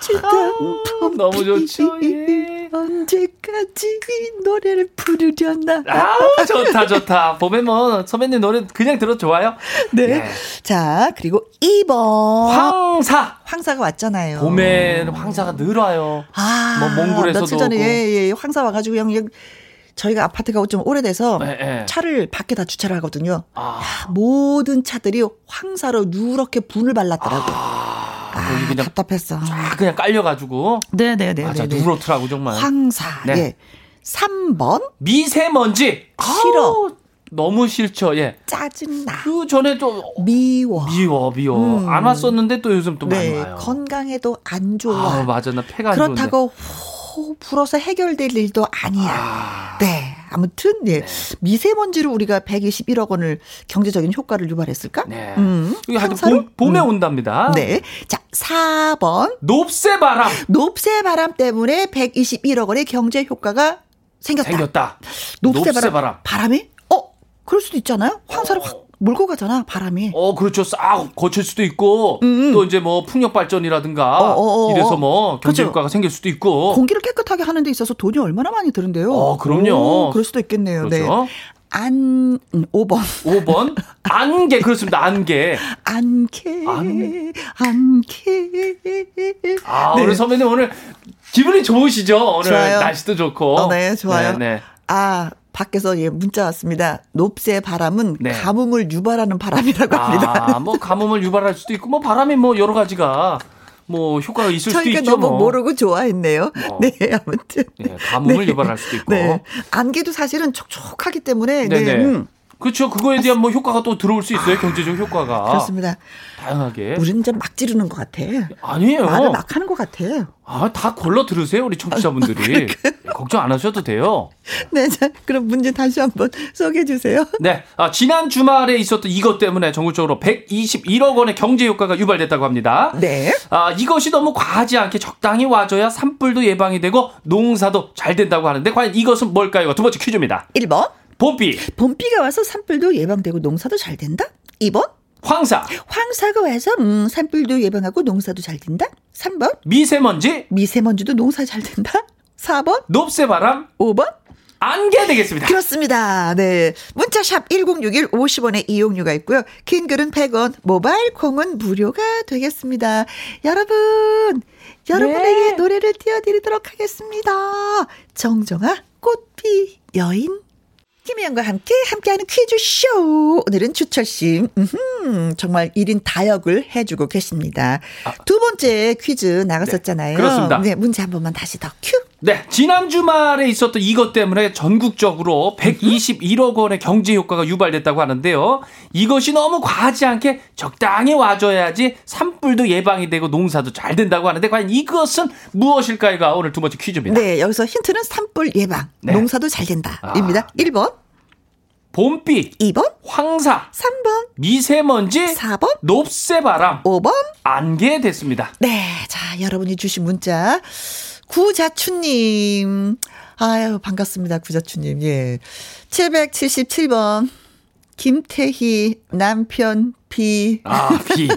[SPEAKER 1] 주던 봄비
[SPEAKER 3] 너무 좋죠, 예.
[SPEAKER 1] 언제까지 이 노래를 부르려나
[SPEAKER 3] 아우 좋다 좋다. 봄에 뭐 선배님 노래 그냥 들어도 좋아요.
[SPEAKER 1] 네.
[SPEAKER 3] 예.
[SPEAKER 1] 자 그리고 2번
[SPEAKER 3] 황사.
[SPEAKER 1] 황사가 왔잖아요
[SPEAKER 3] 봄엔 황사가 늘어요.
[SPEAKER 1] 아,
[SPEAKER 3] 뭐 몽골에서도
[SPEAKER 1] 며칠 전에
[SPEAKER 3] 오고.
[SPEAKER 1] 예, 예, 황사 와가지고 그냥, 그냥 저희가 아파트가 좀 오래돼서
[SPEAKER 3] 네, 네.
[SPEAKER 1] 차를 밖에다 주차를 하거든요.
[SPEAKER 3] 아,
[SPEAKER 1] 모든 차들이 황사로 누렇게 분을 발랐더라고요.
[SPEAKER 3] 아,
[SPEAKER 1] 아,
[SPEAKER 3] 여기 그냥
[SPEAKER 1] 답답했어.
[SPEAKER 3] 쫙 그냥 깔려가지고.
[SPEAKER 1] 네네네.
[SPEAKER 3] 맞아, 누렇더라고, 정말.
[SPEAKER 1] 황사.
[SPEAKER 3] 네.
[SPEAKER 1] 예. 3번
[SPEAKER 3] 미세먼지.
[SPEAKER 1] 싫어.
[SPEAKER 3] 아우, 너무 싫죠, 예.
[SPEAKER 1] 짜증나.
[SPEAKER 3] 그 전에 또
[SPEAKER 1] 미워.
[SPEAKER 3] 미워, 미워.
[SPEAKER 1] 음.
[SPEAKER 3] 안 왔었는데 또 요즘 또 많이
[SPEAKER 1] 네.
[SPEAKER 3] 와요.
[SPEAKER 1] 건강에도 안 좋아.
[SPEAKER 3] 아, 맞아. 나 폐가 안 좋은데.
[SPEAKER 1] 그렇다고 호 불어서 해결될 일도 아니야. 네. 아무튼 예. 미세먼지로 우리가 121억 원을 경제적인 효과를 유발했을까?
[SPEAKER 3] 네.
[SPEAKER 1] 음.
[SPEAKER 3] 이게 하여튼
[SPEAKER 1] 황사로?
[SPEAKER 3] 봄, 봄에
[SPEAKER 1] 음.
[SPEAKER 3] 온답니다.
[SPEAKER 1] 네. 자, 4번.
[SPEAKER 3] 높새 바람
[SPEAKER 1] 높새 바람 때문에 121억 원의 경제 효과가 생겼다.
[SPEAKER 3] 생겼다.
[SPEAKER 1] 높새,
[SPEAKER 3] 높새 바람.
[SPEAKER 1] 바람. 바람이? 어, 그럴 수도 있잖아요. 황사를 확 몰고 가잖아, 바람이.
[SPEAKER 3] 어, 그렇죠. 싹 거칠 수도 있고, 또 이제 뭐 풍력 발전이라든가,
[SPEAKER 1] 음, 어, 어, 어,
[SPEAKER 3] 이래서 뭐
[SPEAKER 1] 그렇죠.
[SPEAKER 3] 경제 효과가 생길 수도 있고.
[SPEAKER 1] 공기를 깨끗하게 하는 데 있어서 돈이 얼마나 많이 드는데요.
[SPEAKER 3] 어, 그럼요.
[SPEAKER 1] 오, 그럴 수도 있겠네요.
[SPEAKER 3] 그렇죠.
[SPEAKER 1] 네. 안, 음, 5번. *laughs*
[SPEAKER 3] 5번. 안개. 그렇습니다. 안개.
[SPEAKER 1] 안개,
[SPEAKER 3] 안-
[SPEAKER 1] 안개.
[SPEAKER 3] 아,
[SPEAKER 1] 네.
[SPEAKER 3] 오늘 선배님 오늘 기분이 좋으시죠? 오늘
[SPEAKER 1] 좋아요.
[SPEAKER 3] 날씨도 좋고.
[SPEAKER 1] 어, 네, 좋아요.
[SPEAKER 3] 네, 네.
[SPEAKER 1] 아, 밖에서 예, 문자 왔습니다. 높새 바람은
[SPEAKER 3] 네.
[SPEAKER 1] 가뭄을 유발하는 바람이라고 합니다.
[SPEAKER 3] 아, 뭐 가뭄을 유발할 수도 있고, 뭐 바람이 뭐 여러 가지가 뭐 효과가 있을 수도
[SPEAKER 1] 저희가
[SPEAKER 3] 있죠.
[SPEAKER 1] 너무
[SPEAKER 3] 뭐.
[SPEAKER 1] 모르고 좋아했네요.
[SPEAKER 3] 어.
[SPEAKER 1] 네, 아무튼.
[SPEAKER 3] 예, 가뭄을 유발할 수도 있고.
[SPEAKER 1] 네. 안개도 사실은 촉촉하기 때문에 네,
[SPEAKER 3] 네네.
[SPEAKER 1] 음,
[SPEAKER 3] 그렇죠. 그거에 대한 뭐 효과가 또 들어올 수 있어요. 경제적 효과가.
[SPEAKER 1] 그렇습니다.
[SPEAKER 3] 다양하게.
[SPEAKER 1] 우리는 이제 막 지르는 것 같아.
[SPEAKER 3] 아니에요.
[SPEAKER 1] 말을 막 하는 것 같아.
[SPEAKER 3] 아, 다 걸러 들으세요, 우리
[SPEAKER 1] 아,
[SPEAKER 3] 청취자분들이. 걱정 안 하셔도 돼요.
[SPEAKER 1] 네, 자, 그럼 문제 다시 한번 *laughs* 소개해 주세요.
[SPEAKER 3] 네. 아, 지난 주말에 있었던 이것 때문에 전국적으로 121억 원의 경제 효과가 유발됐다고 합니다.
[SPEAKER 1] 네.
[SPEAKER 3] 아, 이것이 너무 과하지 않게 적당히 와줘야 산불도 예방이 되고 농사도 잘 된다고 하는데 과연 이것은 뭘까요? 두 번째 퀴즈입니다.
[SPEAKER 1] 1번.
[SPEAKER 3] 봄비,
[SPEAKER 1] 봄비가 와서 산불도 예방되고 농사도 잘 된다. 2번.
[SPEAKER 3] 황사,
[SPEAKER 1] 황사가 와서 음, 산불도 예방하고 농사도 잘 된다. 3번.
[SPEAKER 3] 미세먼지,
[SPEAKER 1] 미세먼지도 농사 잘 된다. 4번.
[SPEAKER 3] 높새바람,
[SPEAKER 1] 5번.
[SPEAKER 3] 안개 되겠습니다.
[SPEAKER 1] 그렇습니다. 네. 문자샵 1061 50원의 이용료가 있고요. 긴 글은 100원, 모바일 콩은 무료가 되겠습니다. 여러분,
[SPEAKER 3] 네.
[SPEAKER 1] 여러분에게 노래를 띄워드리도록 하겠습니다. 정정아, 꽃피 여인. 김혜영과 함께 함께하는 퀴즈쇼. 오늘은 주철씨, 음흠, 정말 1인 다역을 해주고 계십니다. 두 번째 퀴즈 나갔었잖아요.
[SPEAKER 3] 아. 네, 그렇습니다.
[SPEAKER 1] 네, 문제 한 번만 다시 더 큐.
[SPEAKER 3] 네, 지난 주말에 있었던 이것 때문에 전국적으로 121억 원의 경제 효과가 유발됐다고 하는데요. 이것이 너무 과하지 않게 적당히 와줘야지 산불도 예방이 되고 농사도 잘 된다고 하는데 과연 이것은 무엇일까요가 오늘 두 번째 퀴즈입니다.
[SPEAKER 1] 네, 여기서 힌트는 산불 예방,
[SPEAKER 3] 네.
[SPEAKER 1] 농사도 잘
[SPEAKER 3] 아,
[SPEAKER 1] 된다입니다. 1번,
[SPEAKER 3] 봄비,
[SPEAKER 1] 2번,
[SPEAKER 3] 황사,
[SPEAKER 1] 3번,
[SPEAKER 3] 미세먼지,
[SPEAKER 1] 4번,
[SPEAKER 3] 높새바람,
[SPEAKER 1] 5번.
[SPEAKER 3] 안개 됐습니다.
[SPEAKER 1] 네, 자, 여러분이 주신 문자. 구자춘님. 아유, 반갑습니다, 구자춘님. 예. 777번, 김태희, 남편, 비.
[SPEAKER 3] 아, 비.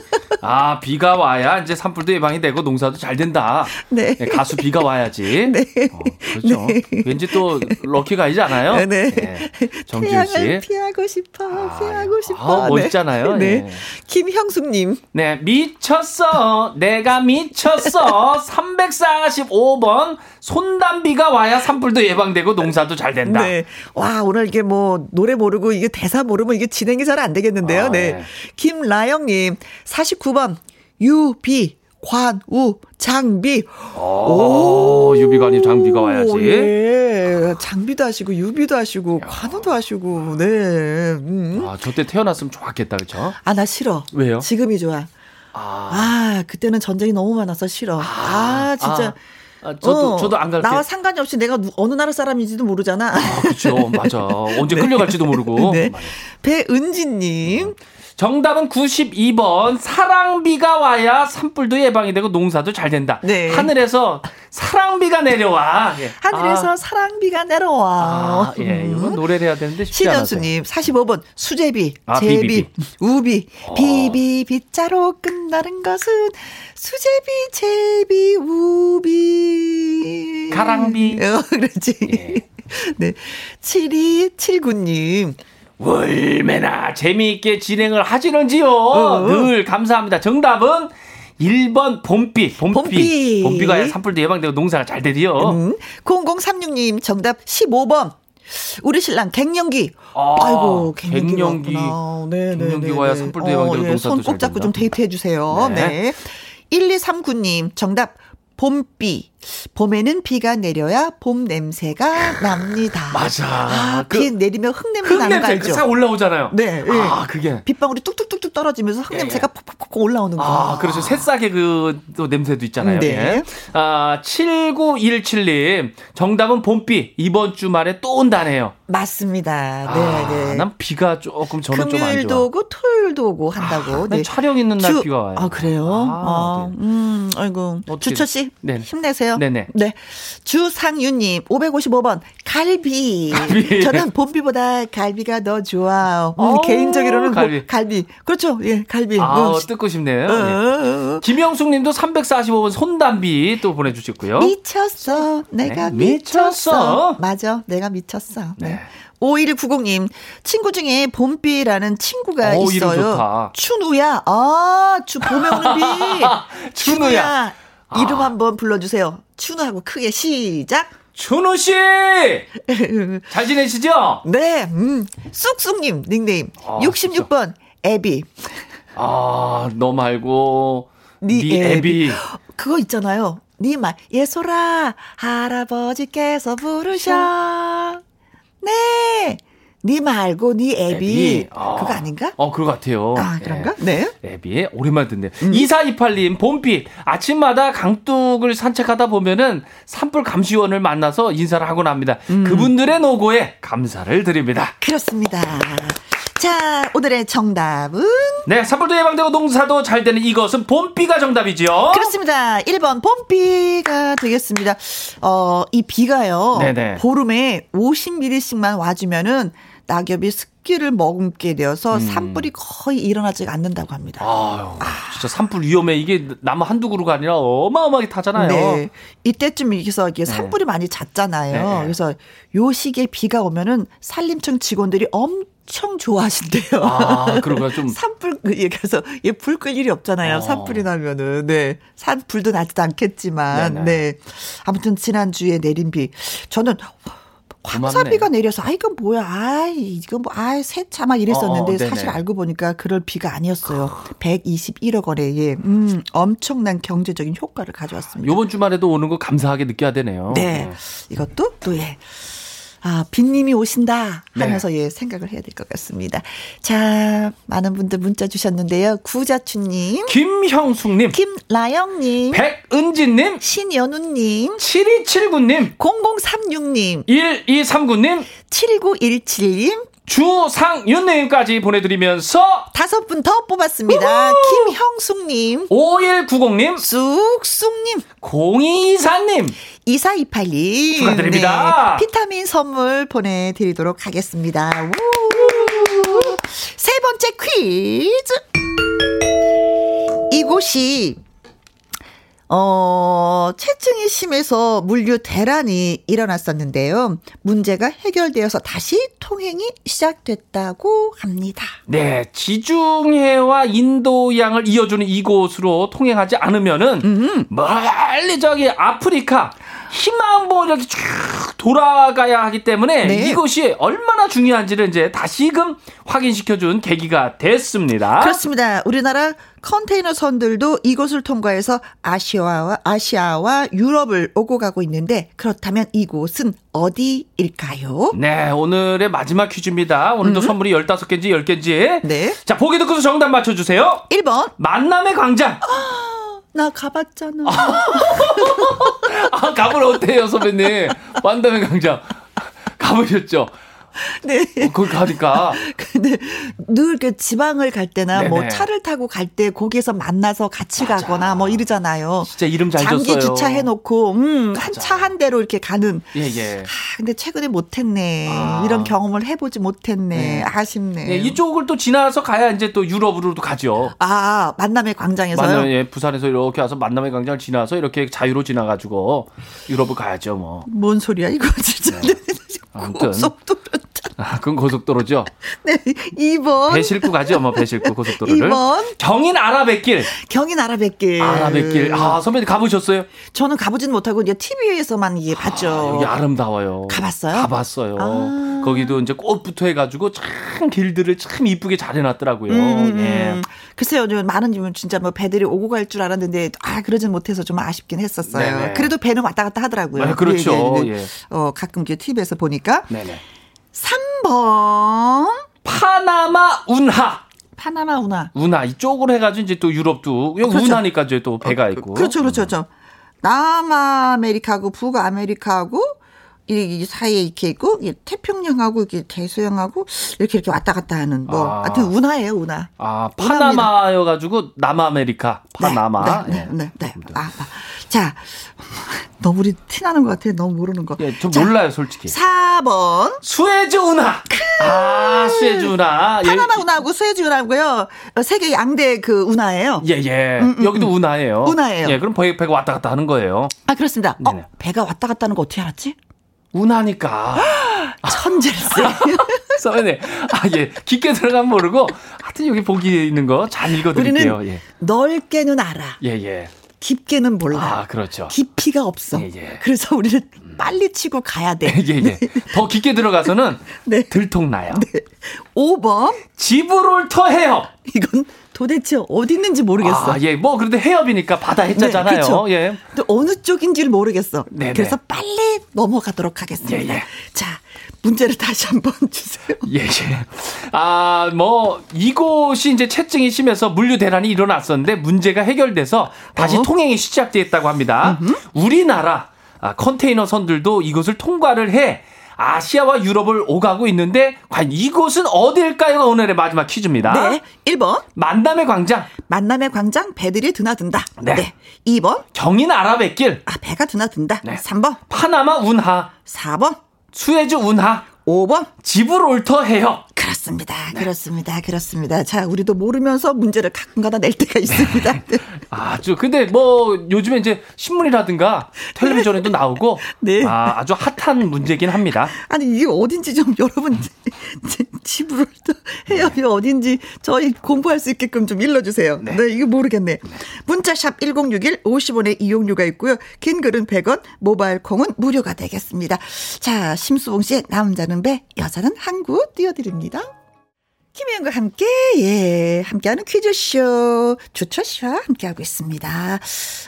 [SPEAKER 3] 아, 비가 와야 이제 산불도 예방이 되고 농사도 잘 된다.
[SPEAKER 1] 네.
[SPEAKER 3] 네, 가수 비가 와야지.
[SPEAKER 1] *laughs*
[SPEAKER 3] 어, 그렇죠. 왠지 또 럭키가 아니지 않아요?
[SPEAKER 1] 네.
[SPEAKER 3] 정지훈
[SPEAKER 1] 태양을
[SPEAKER 3] 씨.
[SPEAKER 1] 피하고 싶어,
[SPEAKER 3] 아,
[SPEAKER 1] 피하고
[SPEAKER 3] 예.
[SPEAKER 1] 싶어.
[SPEAKER 3] 아,
[SPEAKER 1] 네.
[SPEAKER 3] 멋있잖아요.
[SPEAKER 1] 네.
[SPEAKER 3] 예.
[SPEAKER 1] 김형숙님.
[SPEAKER 3] 네, 미쳤어. 내가 미쳤어. *laughs* 345번. 손담비가 와야 산불도 예방되고 농사도 잘 된다.
[SPEAKER 1] 네. 와, 오늘 이게 뭐, 노래 모르고 이게 대사 모르면 이게 진행이 잘 안 되겠는데요.
[SPEAKER 3] 아,
[SPEAKER 1] 네.
[SPEAKER 3] 네.
[SPEAKER 1] 김라영님, 49번, 유, 비, 관, 우, 장비.
[SPEAKER 3] 오, 유비관이 어, 장비가 와야지.
[SPEAKER 1] 예. 장비도 하시고, 유비도 하시고, 관우도 하시고, 네. 음.
[SPEAKER 3] 아, 저 때 태어났으면 좋았겠다. 그렇죠?
[SPEAKER 1] 아, 나 싫어.
[SPEAKER 3] 왜요?
[SPEAKER 1] 지금이 좋아.
[SPEAKER 3] 아.
[SPEAKER 1] 아, 그때는 전쟁이 너무 많아서 싫어. 아, 진짜.
[SPEAKER 3] 아, 아, 저도
[SPEAKER 1] 어,
[SPEAKER 3] 저도 안 갈게요.
[SPEAKER 1] 나와 상관이 없이 내가 누- 어느 나라 사람인지도 모르잖아.
[SPEAKER 3] 아, 그렇죠. 맞아. 언제 끌려갈지도 모르고.
[SPEAKER 1] *laughs* 네. 배은지님.
[SPEAKER 3] 정답은 92번. 사랑비가 와야 산불도 예방이 되고 농사도 잘 된다.
[SPEAKER 1] 네.
[SPEAKER 3] 하늘에서 사랑비가 내려와. 예.
[SPEAKER 1] 하늘에서
[SPEAKER 3] 아,
[SPEAKER 1] 사랑비가
[SPEAKER 3] 아,
[SPEAKER 1] 내려와. 음.
[SPEAKER 3] 예. 이건 노래를 해야 되는데 쉽지 않아요.
[SPEAKER 1] 신현수님 45번 수제비,
[SPEAKER 3] 아,
[SPEAKER 1] 제비,
[SPEAKER 3] 비비비. 어.
[SPEAKER 1] 우비, 비비 비자로 끝나는 것은 수제비, 제비, 우비,
[SPEAKER 3] 가랑비.
[SPEAKER 1] 어, 그렇지.
[SPEAKER 3] 예.
[SPEAKER 1] *laughs* 네, 7279님
[SPEAKER 3] 얼마나 재미있게 진행을 하시는지요.
[SPEAKER 1] 어.
[SPEAKER 3] 늘 감사합니다. 정답은 1번 봄비. 봄비.
[SPEAKER 1] 봄비.
[SPEAKER 3] 어? 봄비. 가 산불도 예방되고 농사가 잘 되지요.
[SPEAKER 1] 음. 0036님 정답 15번 우리 신랑 갱년기.
[SPEAKER 3] 아,
[SPEAKER 1] 아, 이고 갱년기.
[SPEAKER 3] 갱년기.
[SPEAKER 1] 왔구나. 네, 네,
[SPEAKER 3] 갱년기
[SPEAKER 1] 네,
[SPEAKER 3] 와야
[SPEAKER 1] 네.
[SPEAKER 3] 산불 대방정
[SPEAKER 1] 예,
[SPEAKER 3] 동사도
[SPEAKER 1] 손꼭
[SPEAKER 3] 잘
[SPEAKER 1] 잡고
[SPEAKER 3] 된다.
[SPEAKER 1] 좀 데이트해 주세요.
[SPEAKER 3] 네.
[SPEAKER 1] 네. 1239님 정답 봄비. 봄에는 비가 내려야 봄 냄새가 납니다.
[SPEAKER 3] *laughs* 맞아.
[SPEAKER 1] 아,
[SPEAKER 3] 그-
[SPEAKER 1] 비 내리면 흙냄새 나는 거
[SPEAKER 3] 흙냄새 그
[SPEAKER 1] 알죠?
[SPEAKER 3] 싹 올라오잖아요.
[SPEAKER 1] 네, 예.
[SPEAKER 3] 아 그게.
[SPEAKER 1] 빗방울이 뚝뚝뚝뚝 떨어지면서 흙냄새가 푹푹푹 올라오는 거.
[SPEAKER 3] 예, 아, 그렇죠. 새싹의 그, 또 냄새도 있잖아요.
[SPEAKER 1] 네.
[SPEAKER 3] 예. 아, 7917님. 정답은 봄비. 이번 주말에 또 온다네요.
[SPEAKER 1] 맞습니다. 네,
[SPEAKER 3] 아,
[SPEAKER 1] 네.
[SPEAKER 3] 난 비가 조금 저는 좀 안
[SPEAKER 1] 금요일도
[SPEAKER 3] 좋아. 아,
[SPEAKER 1] 오고 토요일도 오고 한다고. 네.
[SPEAKER 3] 난 촬영 있는 날 비가 와요.
[SPEAKER 1] 아 그래요?
[SPEAKER 3] 아,
[SPEAKER 1] 아,
[SPEAKER 3] 네.
[SPEAKER 1] 음, 아이고.
[SPEAKER 3] 어떻게-
[SPEAKER 1] 주철 씨,
[SPEAKER 3] 네네.
[SPEAKER 1] 힘내세요.
[SPEAKER 3] 네네.
[SPEAKER 1] 네. 주상윤님 555번 갈비. *laughs*
[SPEAKER 3] 갈비.
[SPEAKER 1] 저는 봄비보다 갈비가 더 좋아. 음,
[SPEAKER 3] 어우,
[SPEAKER 1] 개인적으로는 갈비.
[SPEAKER 3] 갈비.
[SPEAKER 1] 갈비. 그렇죠. 예, 갈비.
[SPEAKER 3] 아,
[SPEAKER 1] 음,
[SPEAKER 3] 뜯고 싶네요.
[SPEAKER 1] 어,
[SPEAKER 3] 예.
[SPEAKER 1] 어, 어.
[SPEAKER 3] 김영숙 님도 345번 손담비 또 보내주셨고요.
[SPEAKER 1] 미쳤어. 내가
[SPEAKER 3] 네, 미쳤어.
[SPEAKER 1] 미쳤어. 맞아. 내가 미쳤어. 네.
[SPEAKER 3] 네.
[SPEAKER 1] 5190님, 친구 중에 봄비라는 친구가
[SPEAKER 3] 어, 이름 좋다.
[SPEAKER 1] 있어요. 춘우야. 아, 추, 봄에 오는 비.
[SPEAKER 3] *laughs* 춘우야.
[SPEAKER 1] 이름
[SPEAKER 3] 아.
[SPEAKER 1] 한번 불러주세요. 춘우하고 크게 시작. *laughs*
[SPEAKER 3] 준호 씨! 잘 지내시죠?
[SPEAKER 1] 네, 음. 쑥쑥님, 닉네임.
[SPEAKER 3] 아,
[SPEAKER 1] 66번, 애비.
[SPEAKER 3] 아, 너 말고.
[SPEAKER 1] 네
[SPEAKER 3] 네 애비.
[SPEAKER 1] 애비. 그거 있잖아요. 네 말, 예솔아, 할아버지께서 부르셔. 네. 네 말고 네 애비.
[SPEAKER 3] 아.
[SPEAKER 1] 그거 아닌가?
[SPEAKER 3] 어, 그거 같아요.
[SPEAKER 1] 아, 그런가? 네.
[SPEAKER 3] 애비 오랜만에 듣네요.
[SPEAKER 1] 음.
[SPEAKER 3] 2428님 봄비 아침마다 강둑을 산책하다 보면은 산불 감시원을 만나서 인사를 하고 납니다.
[SPEAKER 1] 음.
[SPEAKER 3] 그분들의 노고에 감사를 드립니다.
[SPEAKER 1] 그렇습니다. 자, 오늘의 정답은?
[SPEAKER 3] 네, 산불도 예방되고 농사도 잘 되는 이것은 봄비가 정답이지요.
[SPEAKER 1] 그렇습니다. 1번 봄비가 되겠습니다. 어, 이 비가요.
[SPEAKER 3] 네네.
[SPEAKER 1] 보름에 50mm씩만 와주면은 낙엽이 습기를 머금게 되어서 산불이 거의 일어나지 않는다고 합니다.
[SPEAKER 3] 음. 아유, 진짜 산불 위험해. 이게 나무 한두 그루가 아니라 어마어마하게 타잖아요.
[SPEAKER 1] 네. 이때쯤 여기서 이게 산불이 많이 잦잖아요.
[SPEAKER 3] 네, 네.
[SPEAKER 1] 그래서 요 시기에 비가 오면은 산림청 직원들이 엄청 좋아하신대요.
[SPEAKER 3] 아,
[SPEAKER 1] *laughs*
[SPEAKER 3] 그러고 좀
[SPEAKER 1] 산불 그래서 얘 불 끌 일이 없잖아요.
[SPEAKER 3] 어.
[SPEAKER 1] 산불이 나면은 네. 산불도 나지도 않겠지만
[SPEAKER 3] 네네.
[SPEAKER 1] 네. 아무튼 지난주에 내린 비 저는 황사비가 내려서 아 이건 뭐야 아 이거 뭐아 세차 막 이랬었는데
[SPEAKER 3] 어, 네네.
[SPEAKER 1] 사실 알고 보니까 그럴 비가 아니었어요. 121억 원에 예. 음, 엄청난 경제적인 효과를 가져왔습니다.
[SPEAKER 3] 요번 주말에도 오는 거 감사하게 느껴야 어, 되네요.
[SPEAKER 1] 네. 이것도 또 예. 아, 빈님이 오신다 하면서 예, 생각을 해야 될 것 같습니다. 자, 많은 분들 문자 주셨는데요. 구자춘님,
[SPEAKER 3] 김형숙님,
[SPEAKER 1] 김라영님,
[SPEAKER 3] 백은진님,
[SPEAKER 1] 신연우님,
[SPEAKER 3] 7279님,
[SPEAKER 1] 0036님,
[SPEAKER 3] 1239님,
[SPEAKER 1] 7917님,
[SPEAKER 3] 주상윤님까지 보내드리면서
[SPEAKER 1] 다섯 분 더 뽑았습니다. 김형숙님,
[SPEAKER 3] 5190님,
[SPEAKER 1] 쑥쑥님,
[SPEAKER 3] 0224님.
[SPEAKER 1] 2428님.
[SPEAKER 3] 축하드립니다.
[SPEAKER 1] 네, 비타민 선물 보내드리도록 하겠습니다. 우. 세 번째 퀴즈. 이곳이, 어, 체증이 심해서 물류 대란이 일어났었는데요. 문제가 해결되어서 다시 통행이 시작됐다고 합니다.
[SPEAKER 3] 네, 지중해와 인도양을 이어주는 이곳으로 통행하지 않으면은 멀리 저기 아프리카 희망보 이렇게 쭉 돌아가야 하기 때문에
[SPEAKER 1] 네.
[SPEAKER 3] 이곳이 얼마나 중요한지를 이제 다시금 확인시켜준 계기가 됐습니다.
[SPEAKER 1] 그렇습니다. 우리나라 컨테이너 선들도 이곳을 통과해서 아시아와, 아시아와 유럽을 오고 가고 있는데 그렇다면 이곳은 어디일까요?
[SPEAKER 3] 네, 오늘의 마지막 퀴즈입니다. 오늘도 선물이 15개인지 10개인지.
[SPEAKER 1] 네.
[SPEAKER 3] 자, 보기 듣고서 정답 맞춰주세요.
[SPEAKER 1] 1번.
[SPEAKER 3] 만남의 광장.
[SPEAKER 1] 나 가봤잖아. *laughs*
[SPEAKER 3] 아, 가볼 어때요, 선배님? 만남의 광장. 가보셨죠?
[SPEAKER 1] 네.
[SPEAKER 3] 어, 거기 가니까.
[SPEAKER 1] 근데 네. 늘 그 지방을 갈 때나 뭐
[SPEAKER 3] 네네.
[SPEAKER 1] 차를 타고 갈 때 거기에서 만나서 같이 가거나 뭐 이러잖아요.
[SPEAKER 3] 진짜 이름 잘
[SPEAKER 1] 장기
[SPEAKER 3] 줬어요.
[SPEAKER 1] 주차해 놓고 음, 한 차 한 대로 이렇게 가는
[SPEAKER 3] 예, 예.
[SPEAKER 1] 아, 근데 최근에 못했네.
[SPEAKER 3] 아.
[SPEAKER 1] 이런 경험을 해보지 못했네.
[SPEAKER 3] 네.
[SPEAKER 1] 아쉽네.
[SPEAKER 3] 예, 이쪽을 또 지나서 가야 이제 또 유럽으로도 가죠.
[SPEAKER 1] 아, 만남의 광장에서요?
[SPEAKER 3] 만남, 예, 부산에서 이렇게 와서 만남의 광장을 지나서 이렇게 자유로 지나가지고 유럽을 가야죠, 뭐.
[SPEAKER 1] *laughs* 뭔 소리야, 이거 진짜.
[SPEAKER 3] 네.
[SPEAKER 1] *laughs*
[SPEAKER 3] 아무튼.
[SPEAKER 1] 속도면
[SPEAKER 3] 아, 그건 고속도로죠.
[SPEAKER 1] 네, 2번.
[SPEAKER 3] 배 싣고 가지 엄마 배 싣고 고속도로를.
[SPEAKER 1] 2번.
[SPEAKER 3] 경인 아라뱃길.
[SPEAKER 1] 경인 아라뱃길.
[SPEAKER 3] 아라뱃길. 아 선배님 가보셨어요?
[SPEAKER 1] 저는 가보진 못하고 이제 TV에서만 이게 봤죠.
[SPEAKER 3] 아, 여기 아름다워요.
[SPEAKER 1] 가봤어요?
[SPEAKER 3] 가봤어요.
[SPEAKER 1] 아.
[SPEAKER 3] 거기도 이제 꽃부터 해가지고 참 길들을 참 이쁘게 잘 해놨더라고요.
[SPEAKER 1] 음,
[SPEAKER 3] 예.
[SPEAKER 1] 음. 글쎄요, 저 많은 분 진짜 뭐 배들이 오고 갈 줄 알았는데 아 그러진 못해서 좀 아쉽긴 했었어요.
[SPEAKER 3] 네네.
[SPEAKER 1] 그래도 배는 왔다 갔다 하더라고요.
[SPEAKER 3] 아, 그렇죠.
[SPEAKER 1] 예, 예, 예.
[SPEAKER 3] 예.
[SPEAKER 1] 어 가끔 이게 TV에서 보니까
[SPEAKER 3] 네네.
[SPEAKER 1] 3번
[SPEAKER 3] 파나마 운하.
[SPEAKER 1] 파나마 운하.
[SPEAKER 3] 운하 이쪽으로 해가지고 이제 또 유럽도 여기
[SPEAKER 1] 그렇죠.
[SPEAKER 3] 운하니까 이제 또 배가 있고.
[SPEAKER 1] 그렇죠, 그렇죠, 그렇죠. 남아메리카하고 북아메리카하고 이, 이 사이에 이렇게 있고 이 태평양하고 이렇게 대서양하고 이렇게 이렇게 왔다 갔다 하는 뭐
[SPEAKER 3] 아.
[SPEAKER 1] 하여튼 운하예요, 운하.
[SPEAKER 3] 아 파나마여가지고 남아메리카 파나마.
[SPEAKER 1] 네, 네,
[SPEAKER 3] 예.
[SPEAKER 1] 네, 네. 아, 아. 자, *laughs* 너무 우리 티나는 것 같아. 너무 모르는 거.
[SPEAKER 3] 예, 저
[SPEAKER 1] 자,
[SPEAKER 3] 몰라요 솔직히.
[SPEAKER 1] 4번.
[SPEAKER 3] 수에즈 운하. 아 수에즈 운하.
[SPEAKER 1] 파나마 운하고 스웨즈 운하고요. 어, 세계 양대 그 운하예요.
[SPEAKER 3] 예예. 여기도 운하예요.
[SPEAKER 1] 음, 운하예요.
[SPEAKER 3] 예 그럼 배, 배가 왔다 갔다 하는 거예요.
[SPEAKER 1] 아, 그렇습니다.
[SPEAKER 3] 네네.
[SPEAKER 1] 어, 배가 왔다 갔다 하는 거 어떻게 알았지?
[SPEAKER 3] 운하니까. 아,
[SPEAKER 1] 천재였어요.
[SPEAKER 3] 써네. 아 예. 깊게 들어가면 모르고 하여튼 여기 보기 있는 거 잘 읽어드릴게요.
[SPEAKER 1] 우리는
[SPEAKER 3] 예.
[SPEAKER 1] 넓게는 알아.
[SPEAKER 3] 예 예.
[SPEAKER 1] 깊게는 몰라.
[SPEAKER 3] 아 그렇죠.
[SPEAKER 1] 깊이가 없어.
[SPEAKER 3] 예, 예.
[SPEAKER 1] 그래서 우리는 빨리 치고 가야 돼.
[SPEAKER 3] *laughs* 예예. 더 깊게 들어가서는
[SPEAKER 1] 네.
[SPEAKER 3] 들통나요.
[SPEAKER 1] 5번.
[SPEAKER 3] 지브롤터 해협.
[SPEAKER 1] 이건 도대체 어디 있는지 모르겠어.
[SPEAKER 3] 아, 예. 뭐 그런데 해협이니까 바다
[SPEAKER 1] 네,
[SPEAKER 3] 해자잖아요.
[SPEAKER 1] 그렇죠.
[SPEAKER 3] 예.
[SPEAKER 1] 근데 어느 쪽인지를 모르겠어.
[SPEAKER 3] 네네.
[SPEAKER 1] 그래서 빨리 넘어가도록 하겠습니다.
[SPEAKER 3] 예, 예.
[SPEAKER 1] 자, 문제를 다시 한번 *laughs* 주세요.
[SPEAKER 3] 예, 예. 아, 뭐 이곳이 이제 채증이 심해서 물류 대란이 일어났었는데 문제가 해결돼서 다시
[SPEAKER 1] 어?
[SPEAKER 3] 통행이 시작됐다고 합니다. 우리나라 아, 컨테이너 선들도 이곳을 통과를 해 아시아와 유럽을 오가고 있는데 과연 이곳은 어딜까요가 오늘의 마지막 퀴즈입니다.
[SPEAKER 1] 네. 1번.
[SPEAKER 3] 만담의 광장,
[SPEAKER 1] 만남의 광장 배들이 드나든다.
[SPEAKER 3] 네.
[SPEAKER 1] 2번.
[SPEAKER 3] 경인 아라뱃길,
[SPEAKER 1] 아, 배가 드나든다.
[SPEAKER 3] 네.
[SPEAKER 1] 3번.
[SPEAKER 3] 파나마 운하,
[SPEAKER 1] 4번.
[SPEAKER 3] 수에즈 운하,
[SPEAKER 1] 5번.
[SPEAKER 3] 지브롤터 해협.
[SPEAKER 1] 그렇습니다.
[SPEAKER 3] 네.
[SPEAKER 1] 그렇습니다. 그렇습니다. 자, 우리도 모르면서 문제를 가끔가다 낼 때가 있습니다. *laughs* 네.
[SPEAKER 3] 아주 근데 뭐 요즘에 이제 신문이라든가 텔레비전에도 나오고
[SPEAKER 1] *laughs* 네.
[SPEAKER 3] 아, 아주 핫한 문제긴 합니다.
[SPEAKER 1] 아니, 이게 어딘지 좀 *laughs* 여러분 집으로 해협이 어딘지 저희 공부할 수 있게끔 좀 일러주세요. 네, 이거 모르겠네. 문자샵 1061 50원의 이용료가 있고요. 긴 글은 100원, 모바일 콩은 무료가 되겠습니다. 자, 심수봉 씨의 남자는 배, 여자는 항구 띄워드립니다. 김혜영과 함께, 예, 함께하는 퀴즈쇼, 주초쇼와 함께하고 있습니다.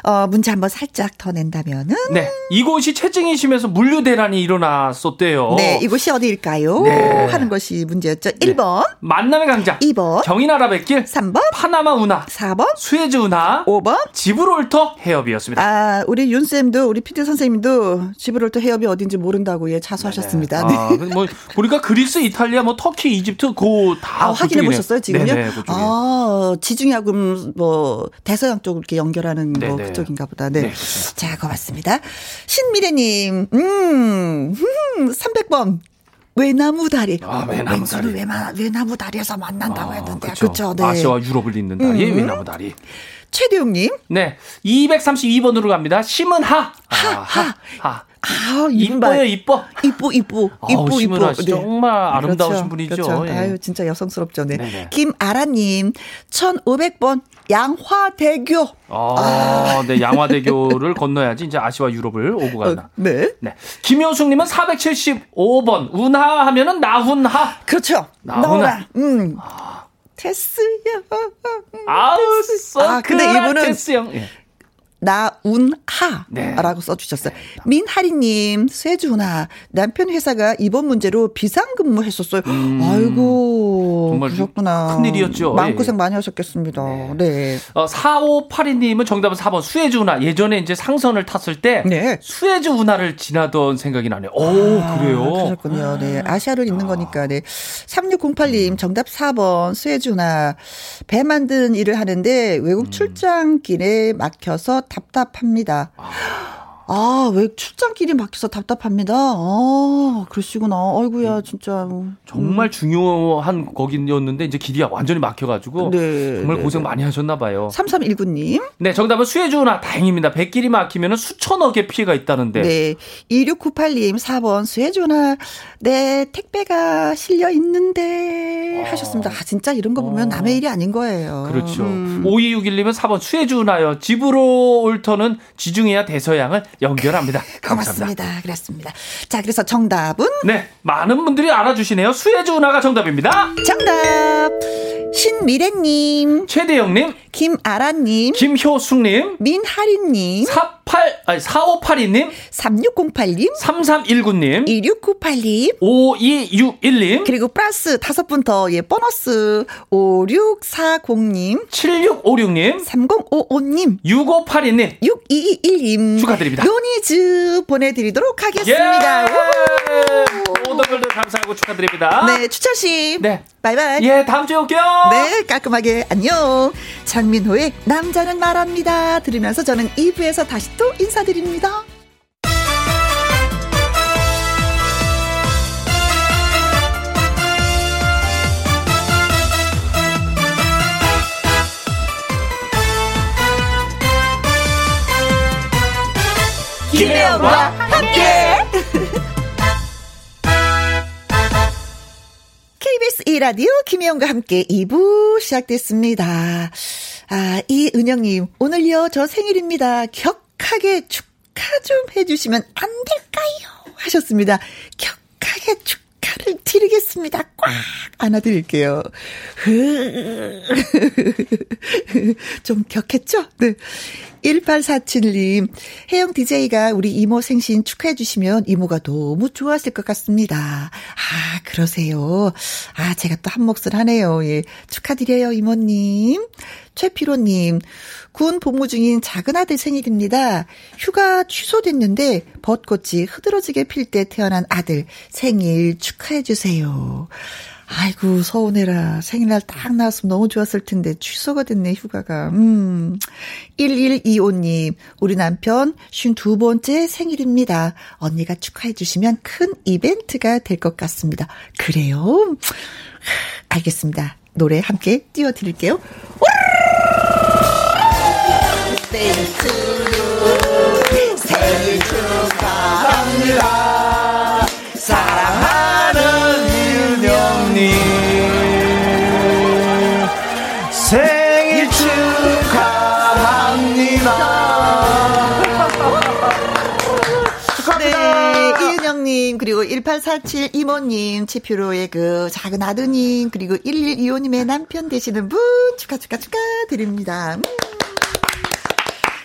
[SPEAKER 1] 어, 문제 한번 살짝 더 낸다면은.
[SPEAKER 3] 네. 이곳이 체증이 심해서 물류 대란이 일어났었대요.
[SPEAKER 1] 네, 이곳이 어디일까요?
[SPEAKER 3] 네.
[SPEAKER 1] 하는 것이 문제였죠. 1번,
[SPEAKER 3] 만남의 강자.
[SPEAKER 1] 2번,
[SPEAKER 3] 경인아라뱃길
[SPEAKER 1] 3번,
[SPEAKER 3] 파나마 운하
[SPEAKER 1] 4번,
[SPEAKER 3] 수에즈 운하
[SPEAKER 1] 5번.
[SPEAKER 3] 지브롤터 해협이었습니다.
[SPEAKER 1] 아, 우리 윤쌤도, 우리 피디 선생님도 집으로 또 해협이 어딘지 모른다고 예, 자수하셨습니다. 네.
[SPEAKER 3] 아, 근데 뭐 보니까 그리스, 이탈리아, 뭐 터키, 이집트 고다
[SPEAKER 1] 아, 확인해 보셨어요, 지금요?
[SPEAKER 3] 네, 그쪽에.
[SPEAKER 1] 아, 지중해하고 뭐 대서양 쪽을 이렇게 연결하는 뭐
[SPEAKER 3] 네네.
[SPEAKER 1] 그쪽인가 보다. 네.
[SPEAKER 3] 네, 그렇죠.
[SPEAKER 1] 자, 고맙습니다. 신미래 님. 음. *laughs* 300번. 외나무 다리.
[SPEAKER 3] 아, 외나무
[SPEAKER 1] 왼수는
[SPEAKER 3] 다리.
[SPEAKER 1] 외마, 외나무 다리에서 만난다고 아, 했던데.
[SPEAKER 3] 그렇죠.
[SPEAKER 1] 그렇죠. 네. 음.
[SPEAKER 3] 아시아와 유럽을 잇는 다리, 외나무 다리.
[SPEAKER 1] 최대용 님.
[SPEAKER 3] 네, 232번으로 갑니다. 심은 하. 하, 하. 하.
[SPEAKER 1] 아,
[SPEAKER 3] 이뻐요,
[SPEAKER 1] 이쁜발.
[SPEAKER 3] 이뻐.
[SPEAKER 1] 이뻐 이뻐
[SPEAKER 3] 아우,
[SPEAKER 1] 이뻐
[SPEAKER 3] 심은하
[SPEAKER 1] 이뻐 네.
[SPEAKER 3] 씨 정말 아름다우신 분이죠.
[SPEAKER 1] 그렇죠.
[SPEAKER 3] 예.
[SPEAKER 1] 아유 진짜 여성스럽죠. 네.
[SPEAKER 3] 네네.
[SPEAKER 1] 김아라님 1,500번 양화대교.
[SPEAKER 3] 아, 네, 양화대교를 *laughs* 건너야지 이제 아시와 유럽을 오고
[SPEAKER 1] 어,
[SPEAKER 3] 갔나.
[SPEAKER 1] 네.
[SPEAKER 3] 네. 김효숙님은 475번. 운하 하면은 나훈하.
[SPEAKER 1] 그렇죠.
[SPEAKER 3] 나오나? 아.
[SPEAKER 1] 나오나. 음. 테스야.
[SPEAKER 3] 아우,
[SPEAKER 1] 아, 근데 이분은-
[SPEAKER 3] 소크라테스형. 예.
[SPEAKER 1] 나운하라고
[SPEAKER 3] 네.
[SPEAKER 1] 써주셨어요. 민하리님, 쇠주나 남편 회사가 이번 문제로 비상근무 했었어요. 아이고,
[SPEAKER 3] 음. 정말
[SPEAKER 1] 그렇구나.
[SPEAKER 3] 큰일이었죠.
[SPEAKER 1] 마음
[SPEAKER 3] 예.
[SPEAKER 1] 고생 많이 하셨겠습니다. 네.
[SPEAKER 3] 어, 4582님은 정답은 4번. 수에즈 운하. 예전에 이제 상선을 탔을 때.
[SPEAKER 1] 네.
[SPEAKER 3] 수에즈 운하를 지나던 생각이 나네요. 오,
[SPEAKER 1] 아,
[SPEAKER 3] 그래요?
[SPEAKER 1] 그러셨군요. 네. 아시아를 잇는 거니까, 네.
[SPEAKER 3] 음.
[SPEAKER 1] 3608님, 정답 4번, 수혜주나. 배
[SPEAKER 3] 음.
[SPEAKER 1] 만드는 일을 하는데 외국 출장길에 막혀서 답답합니다. 아, 왜 출장끼리 막혀서 답답합니다. 아, 그러시구나. 아이고야, 진짜.
[SPEAKER 3] 음.
[SPEAKER 1] 음.
[SPEAKER 3] 정말 중요한 거긴이었는데 이제 길이 완전히 막혀가지고
[SPEAKER 1] 네,
[SPEAKER 3] 정말
[SPEAKER 1] 네,
[SPEAKER 3] 고생 많이 하셨나 봐요.
[SPEAKER 1] 3319님.
[SPEAKER 3] 네, 정답은 수혜주나 다행입니다. 백길이 막히면 수천억의 피해가 있다는데.
[SPEAKER 1] 네. 2698님 4번 수혜주나 네, 택배가 실려 있는데
[SPEAKER 3] 아.
[SPEAKER 1] 하셨습니다. 아, 진짜 이런 거 보면
[SPEAKER 3] 아.
[SPEAKER 1] 남의 일이 아닌 거예요.
[SPEAKER 3] 그렇죠.
[SPEAKER 1] 음.
[SPEAKER 3] 5261님은 4번 수혜주나요. 집으로 올 터는 지중해와 대서양을 연결합니다. 감사합니다.
[SPEAKER 1] *laughs* 고맙습니다. 그렇습니다. 자, 그래서 정답은
[SPEAKER 3] 네, 많은 분들이 알아주시네요. 수혜주나가 정답입니다.
[SPEAKER 1] 정답. 신미래님,
[SPEAKER 3] 최대영님,
[SPEAKER 1] 김아라님,
[SPEAKER 3] 김효숙님,
[SPEAKER 1] 민하리님,
[SPEAKER 3] 48, 아니, 4582님,
[SPEAKER 1] 3608님,
[SPEAKER 3] 3319님,
[SPEAKER 1] 2698님,
[SPEAKER 3] 5261님,
[SPEAKER 1] 그리고 플러스 다섯 분 더, 예, 보너스 5640님,
[SPEAKER 3] 7656님,
[SPEAKER 1] 3055님,
[SPEAKER 3] 6582님.
[SPEAKER 1] 6221님.
[SPEAKER 3] 축하드립니다.
[SPEAKER 1] 요니즈 보내드리도록
[SPEAKER 3] 예!
[SPEAKER 1] 하겠습니다.
[SPEAKER 3] 모든 분들 감사하고 축하드립니다.
[SPEAKER 1] 네, 추철씨.
[SPEAKER 3] 네.
[SPEAKER 1] 바이바이.
[SPEAKER 3] 예, 다음 주에 올게요.
[SPEAKER 1] 네, 깔끔하게 안녕. 장민호의 남자는 말합니다. 들으면서 저는 2부에서 다시 또 인사드립니다.
[SPEAKER 3] 김혜영과
[SPEAKER 1] 함께. KBS 1라디오 김혜영과 함께 2부 시작됐습니다. 아, 이은영님, 오늘요, 저 생일입니다. 격하게 축하 좀 해주시면 안 될까요? 하셨습니다. 격하게 축하를 드리겠습니다. 꽉 안아드릴게요. *laughs* 좀 격했죠? 네. 1847님, 혜영 DJ가 우리 이모 생신 축하해주시면 이모가 너무 좋아하실 것 같습니다. 아, 그러세요. 아, 제가 또 한 몫을 하네요. 예. 축하드려요, 이모님. 최피로님, 군 복무 중인 작은 아들 생일입니다. 휴가 취소됐는데 벚꽃이 흐드러지게 필 때 태어난 아들 생일 축하해주세요. 아이고 서운해라 생일날 딱 나왔으면 너무 좋았을 텐데 취소가 됐네 휴가가 음 1125님 우리 남편 52번째 생일입니다 언니가 축하해 주시면 큰 이벤트가 될 것 같습니다 그래요 알겠습니다 노래 함께 띄워드릴게요
[SPEAKER 3] 사랑하는 윤영님 생일 축하합니다.
[SPEAKER 1] 네, 이은영님, 그리고 1847 이모님, 치피로의 그 작은 아드님, 그리고 1125님의 남편 되시는 분, 축하, 축하, 축하드립니다. 음.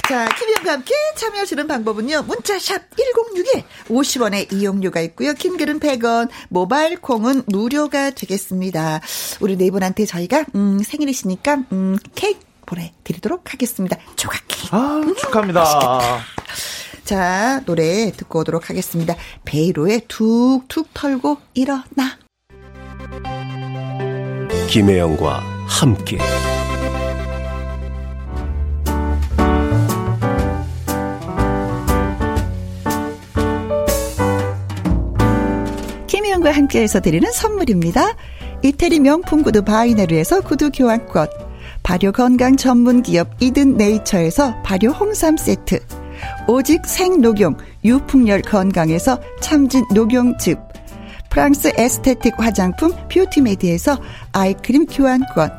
[SPEAKER 1] 자, 김희영과 함께 참여하시는 방법은요, 문자샵 1061, 50원의 이용료가 있고요, 킹글은 100원, 모바일 콩은 무료가 되겠습니다. 우리 네 분한테 저희가, 음, 생일이시니까, 음, 케이크 보내드리도록 하겠습니다. 조각 케이크.
[SPEAKER 3] 아, 축하합니다.
[SPEAKER 1] 자, 노래 듣고 오도록 하겠습니다. 베이로의 툭툭 털고 일어나.
[SPEAKER 2] 김혜영과 함께
[SPEAKER 1] 김희영과 함께해서 드리는 선물입니다. 이태리 명품 구두 바이네르에서 구두 교환권. 발효 건강 전문 기업 이든 네이처에서 발효 홍삼 세트. 오직 생녹용 유풍열 건강에서 참진 녹용즙. 프랑스 에스테틱 화장품 뷰티메디에서 아이크림 교환권.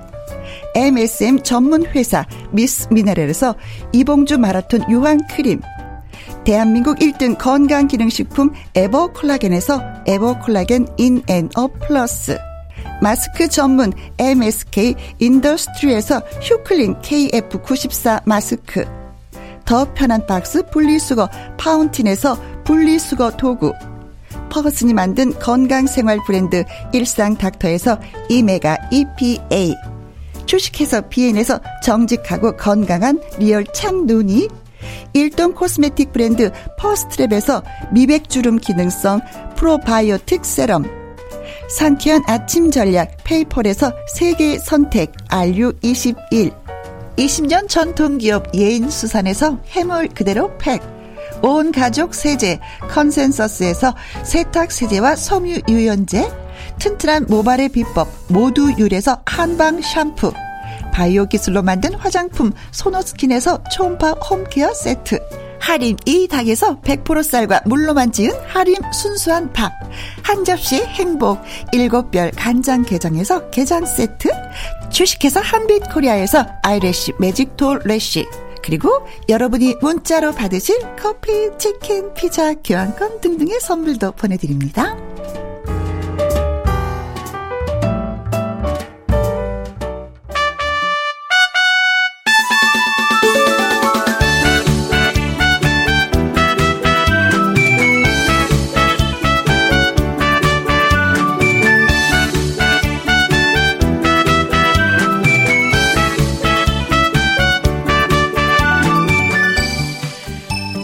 [SPEAKER 1] MSM 전문 회사 미스 미네랄에서 이봉주 마라톤 유황 크림. 대한민국 1등 건강기능식품 에버콜라겐에서 에버콜라겐 인앤어 플러스 마스크 전문 MSK 인더스트리에서 휴클린 KF94 마스크 더 편한 박스 분리수거 파운틴에서 분리수거 도구 퍼거슨이 만든 건강생활 브랜드 일상닥터에서 이메가 EPA 주식회사 비엔에서 정직하고 건강한 리얼 참 눈이 일동 코스메틱 브랜드 퍼스트랩에서 미백주름 기능성 프로바이오틱 세럼 상쾌한 아침 전략 페이펄에서 세계 선택 RU21 20년 전통기업 예인수산에서 해물 그대로 팩 온 가족 세제 컨센서스에서 세탁 세제와 섬유 유연제 튼튼한 모발의 비법 모두 유래서 한방 샴푸 바이오 기술로 만든 화장품 소노스킨에서 초음파 홈케어 세트 하림 이 닭에서 100% 쌀과 물로만 지은 하림 순수한 밥. 한 접시 행복 일곱 별 간장 게장에서 게장 세트. 주식회사 한빛 코리아에서 아이래쉬 매직 톨 래쉬. 그리고 여러분이 문자로 받으실 커피, 치킨, 피자, 교환권 등등의 선물도 보내드립니다.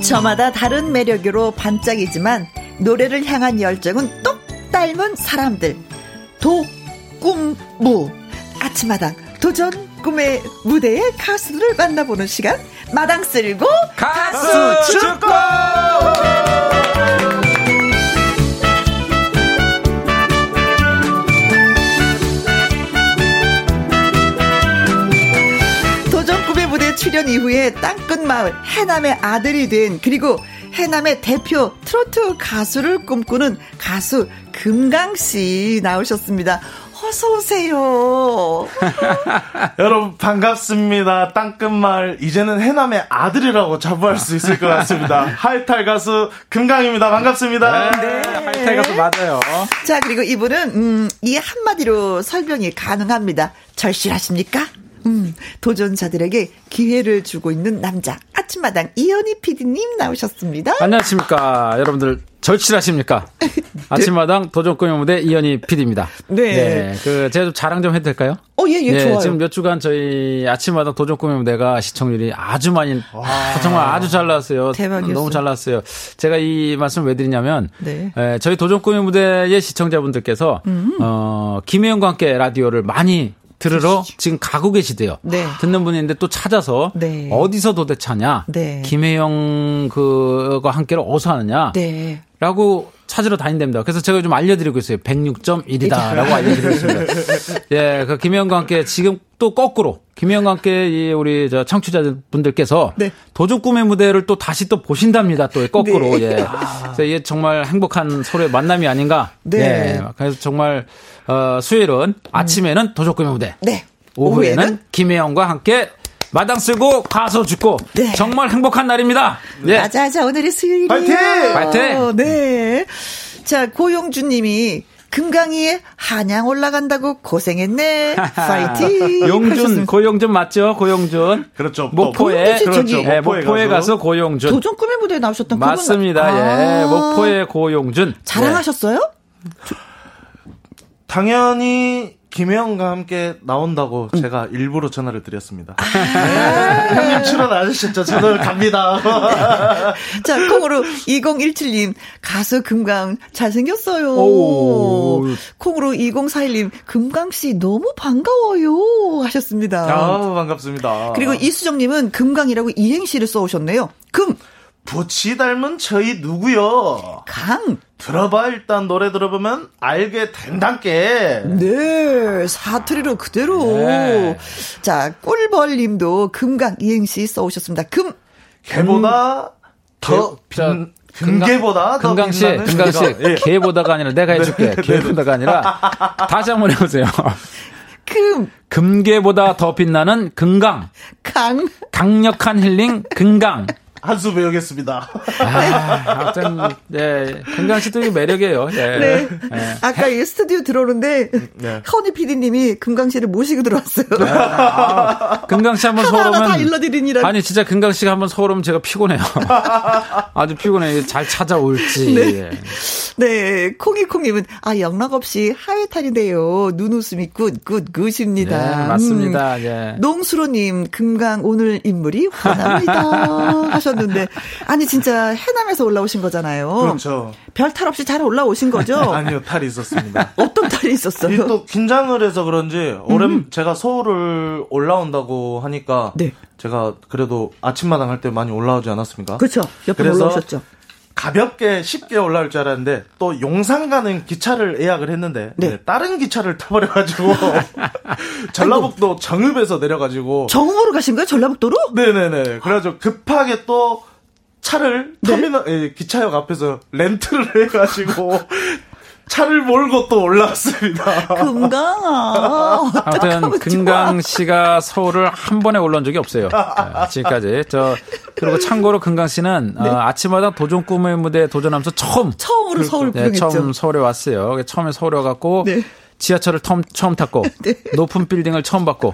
[SPEAKER 1] 저마다 다른 매력으로 반짝이지만 노래를 향한 열정은 똑 닮은 사람들. 도, 꿈, 무. 아침마당 도전 꿈의 무대에 가수들을 만나보는 시간. 마당 쓸고
[SPEAKER 3] 가수 축구!
[SPEAKER 1] 도전 꿈의 무대 출연 이후에 땅끝 마을 해남의 아들이 된 그리고 해남의 대표 트로트 가수를 꿈꾸는 가수 금강 씨 나오셨습니다. 어서 오세요.
[SPEAKER 4] 여러분 반갑습니다. 땅끝마을 이제는 해남의 아들이라고 자부할 수 있을 것
[SPEAKER 5] *laughs*
[SPEAKER 4] 같습니다. 하이탈 가수 금강입니다. 반갑습니다.
[SPEAKER 5] 네. 하이탈 가수 맞아요.
[SPEAKER 1] 자 그리고 이분은 음, 이 한마디로 설명이 가능합니다. 절실하십니까? 음, 도전자들에게 기회를 주고 있는 남자 아침마당 이현희 PD님 나오셨습니다.
[SPEAKER 5] 아, 안녕하십니까. 여러분들 절실하십니까? 아침마당 도전꾸며 무대 이현희 PD입니다.
[SPEAKER 1] 네.
[SPEAKER 5] 그 제가 좀 자랑 좀 해도 될까요?
[SPEAKER 1] 어, 예, 예, 좋아요.
[SPEAKER 5] 네, 지금 몇 주간 저희 아침마당 도전 꾸며 무대가 시청률이 아주 많이 아, 정말 아주 잘 나왔어요.
[SPEAKER 1] 대박이었어요.
[SPEAKER 5] 너무 잘 나왔어요. 제가 이 말씀을 왜 드리냐면
[SPEAKER 1] 네.
[SPEAKER 5] 에, 저희 도전 꾸며 무대의 시청자분들께서
[SPEAKER 1] 음.
[SPEAKER 5] 어, 김혜영과 함께 라디오를 많이 들으러 지금 가고 계시대요.
[SPEAKER 1] 네.
[SPEAKER 5] 듣는 분인데 또 찾아서
[SPEAKER 1] 네.
[SPEAKER 5] 어디서 도대체 하냐?
[SPEAKER 1] 네.
[SPEAKER 5] 김혜영 그거 함께를 어디서 하느냐?
[SPEAKER 1] 네.
[SPEAKER 5] 라고 찾으러 다닌답니다. 그래서 제가 좀 알려드리고 있어요. 106.1이다라고 알려드리고 있습니다. 예, 그 김혜영과 함께 지금 또 거꾸로 김혜영과 함께 이 우리 저 청취자분들께서
[SPEAKER 1] 네.
[SPEAKER 5] 도전 꿈의 무대를 또 다시 또 보신답니다. 또
[SPEAKER 1] 네.
[SPEAKER 5] 거꾸로 예. 그래서 이게 정말 행복한 서로의 만남이 아닌가.
[SPEAKER 1] 네.
[SPEAKER 5] 예, 그래서 정말 어, 수요일은 아침에는 도전 꿈의 무대.
[SPEAKER 1] 네.
[SPEAKER 5] 오후에는, 김혜영과 함께 마당 쓸고 가서 죽고
[SPEAKER 1] 네.
[SPEAKER 5] 정말 행복한 날입니다. 예.
[SPEAKER 1] 맞아, 맞아. 오늘이 수요일이에요.
[SPEAKER 4] 파이팅!
[SPEAKER 5] 파이팅!
[SPEAKER 1] 네. 자, 고용준 님이 금강이에 한양 올라간다고
[SPEAKER 5] *laughs*
[SPEAKER 1] 고생했네.
[SPEAKER 4] 아.
[SPEAKER 1] 파이팅!
[SPEAKER 5] 용준
[SPEAKER 1] 하셨습니다.
[SPEAKER 5] 고용준 맞죠? 고용준.
[SPEAKER 4] 그렇죠.
[SPEAKER 5] 목포에
[SPEAKER 1] 고용준 씨 저기.
[SPEAKER 5] 예, 목포에 가서 고용준.
[SPEAKER 1] 도전 꿈의 무대에 나오셨던 그분.
[SPEAKER 5] 맞습니다.
[SPEAKER 1] 아.
[SPEAKER 5] 예. 목포의 고용준. 네.
[SPEAKER 1] 자랑하셨어요?
[SPEAKER 4] 당연히 김혜영과 함께 나온다고
[SPEAKER 5] 음.
[SPEAKER 4] 제가 일부러 전화를 드렸습니다. 네, 형님 출연 안 하셨죠? 저도 갑니다.
[SPEAKER 1] 자, 콩으로 2017님, 가수 금강 잘생겼어요.
[SPEAKER 5] 오.
[SPEAKER 1] 콩으로 2041님, 금강씨 너무 반가워요. 하셨습니다.
[SPEAKER 4] 아, 반갑습니다.
[SPEAKER 1] 그리고 이수정님은 금강이라고 이행시를 써오셨네요. 금,
[SPEAKER 4] 부치 닮은 저희 누구요?
[SPEAKER 1] 강.
[SPEAKER 4] 들어봐 일단 노래 들어보면 알게 된단께.
[SPEAKER 5] 음.
[SPEAKER 1] 네, 사투리로 그대로.
[SPEAKER 5] 네.
[SPEAKER 1] 자, 꿀벌님도 금강 이행시 써오셨습니다. 금,
[SPEAKER 4] 개보다 더
[SPEAKER 5] 개- 저,
[SPEAKER 4] 빈, 금개보다 더
[SPEAKER 5] 금강 씨,
[SPEAKER 4] 빛나는
[SPEAKER 5] 금강 씨,
[SPEAKER 4] 금강. 예. 네,
[SPEAKER 5] 개보다가 아니라 내가 해줄게. 개보다가 아니라 다시 한번 해보세요.
[SPEAKER 1] 금,
[SPEAKER 5] 금개보다 더 빛나는 금강,
[SPEAKER 1] 강.
[SPEAKER 5] 강력한 힐링 금강.
[SPEAKER 4] 한수 배우겠습니다.
[SPEAKER 5] 아, 아무튼 예, 금강 씨도 이 매력이에요. 예.
[SPEAKER 1] 네.
[SPEAKER 5] 예.
[SPEAKER 1] 아까 이 스튜디오 들어오는데,
[SPEAKER 4] 네.
[SPEAKER 1] 허니 PD님이 금강 씨를 모시고 들어왔어요.
[SPEAKER 5] 금강 씨 한번
[SPEAKER 1] 하나하나
[SPEAKER 5] 서오면
[SPEAKER 1] 다 일러드리니라.
[SPEAKER 5] 뭐 아니 진짜 금강 씨가 한번 서오면 제가 피곤해요. *laughs* 아주 피곤해. 잘 찾아올지. 예.
[SPEAKER 1] 네, 콩이콩님은, 아, 영락 없이 하회탈이네요. 눈웃음이 굿, 굿, 굿입니다. 음.
[SPEAKER 5] 네, 맞습니다. 예. *laughs*
[SPEAKER 1] 농수로님, 금강 오늘 인물이 환합니다. 하셨는데 아니 진짜 해남에서 올라오신 거잖아요.
[SPEAKER 5] 어.
[SPEAKER 4] 그렇죠.
[SPEAKER 1] 별 탈 없이 잘 올라오신 거죠?
[SPEAKER 4] *laughs* 네, 아니요, 탈이
[SPEAKER 1] *laughs*
[SPEAKER 4] 있었습니다.
[SPEAKER 1] 어떤 탈이 있었어요?
[SPEAKER 4] 이게 또 긴장을 해서 그런지 오랜 제가 서울을 올라온다고 하니까
[SPEAKER 1] 음. 네.
[SPEAKER 4] 제가 그래도 아침마당 할 때 많이 올라오지 않았습니까?
[SPEAKER 1] 그렇죠. 옆에
[SPEAKER 4] 그래서
[SPEAKER 1] 올라오셨죠.
[SPEAKER 4] 가볍게 쉽게 올라올 줄 알았는데 또 용산 가는 기차를 예약을 했는데
[SPEAKER 1] 네.
[SPEAKER 4] 네, 다른 기차를
[SPEAKER 1] *laughs*
[SPEAKER 4] 타버려가지고 *laughs* 전라북도 정읍에서 내려가지고
[SPEAKER 1] 정읍으로 가신 거예요? 전라북도로?
[SPEAKER 4] 네네네 그래가지고 급하게 또 차를
[SPEAKER 5] 네.
[SPEAKER 4] 터미널 예, 기차역 앞에서 렌트를 *laughs* 해가지고 차를 몰고 또
[SPEAKER 5] *laughs*
[SPEAKER 4] 올라왔습니다.
[SPEAKER 1] 금강아.
[SPEAKER 5] 아무튼
[SPEAKER 1] 어떡하면 좋아.
[SPEAKER 5] 금강 씨가 서울을 한 번에 올라온
[SPEAKER 1] *laughs*
[SPEAKER 5] 적이 없어요. 예, 지금까지 저 그리고 참고로 금강 씨는 어, 아침마다 도전 꿈의 무대에 도전하면서 처음
[SPEAKER 1] 네. 처음으로
[SPEAKER 4] 그렇죠.
[SPEAKER 1] 서울
[SPEAKER 5] 네,
[SPEAKER 1] 구경했죠.
[SPEAKER 5] 처음 서울에 왔어요. 처음에 서울에 와갖고
[SPEAKER 1] 네.
[SPEAKER 5] 지하철을 텀,
[SPEAKER 1] *laughs*
[SPEAKER 5] 처음 탔고 높은 빌딩을 처음 봤고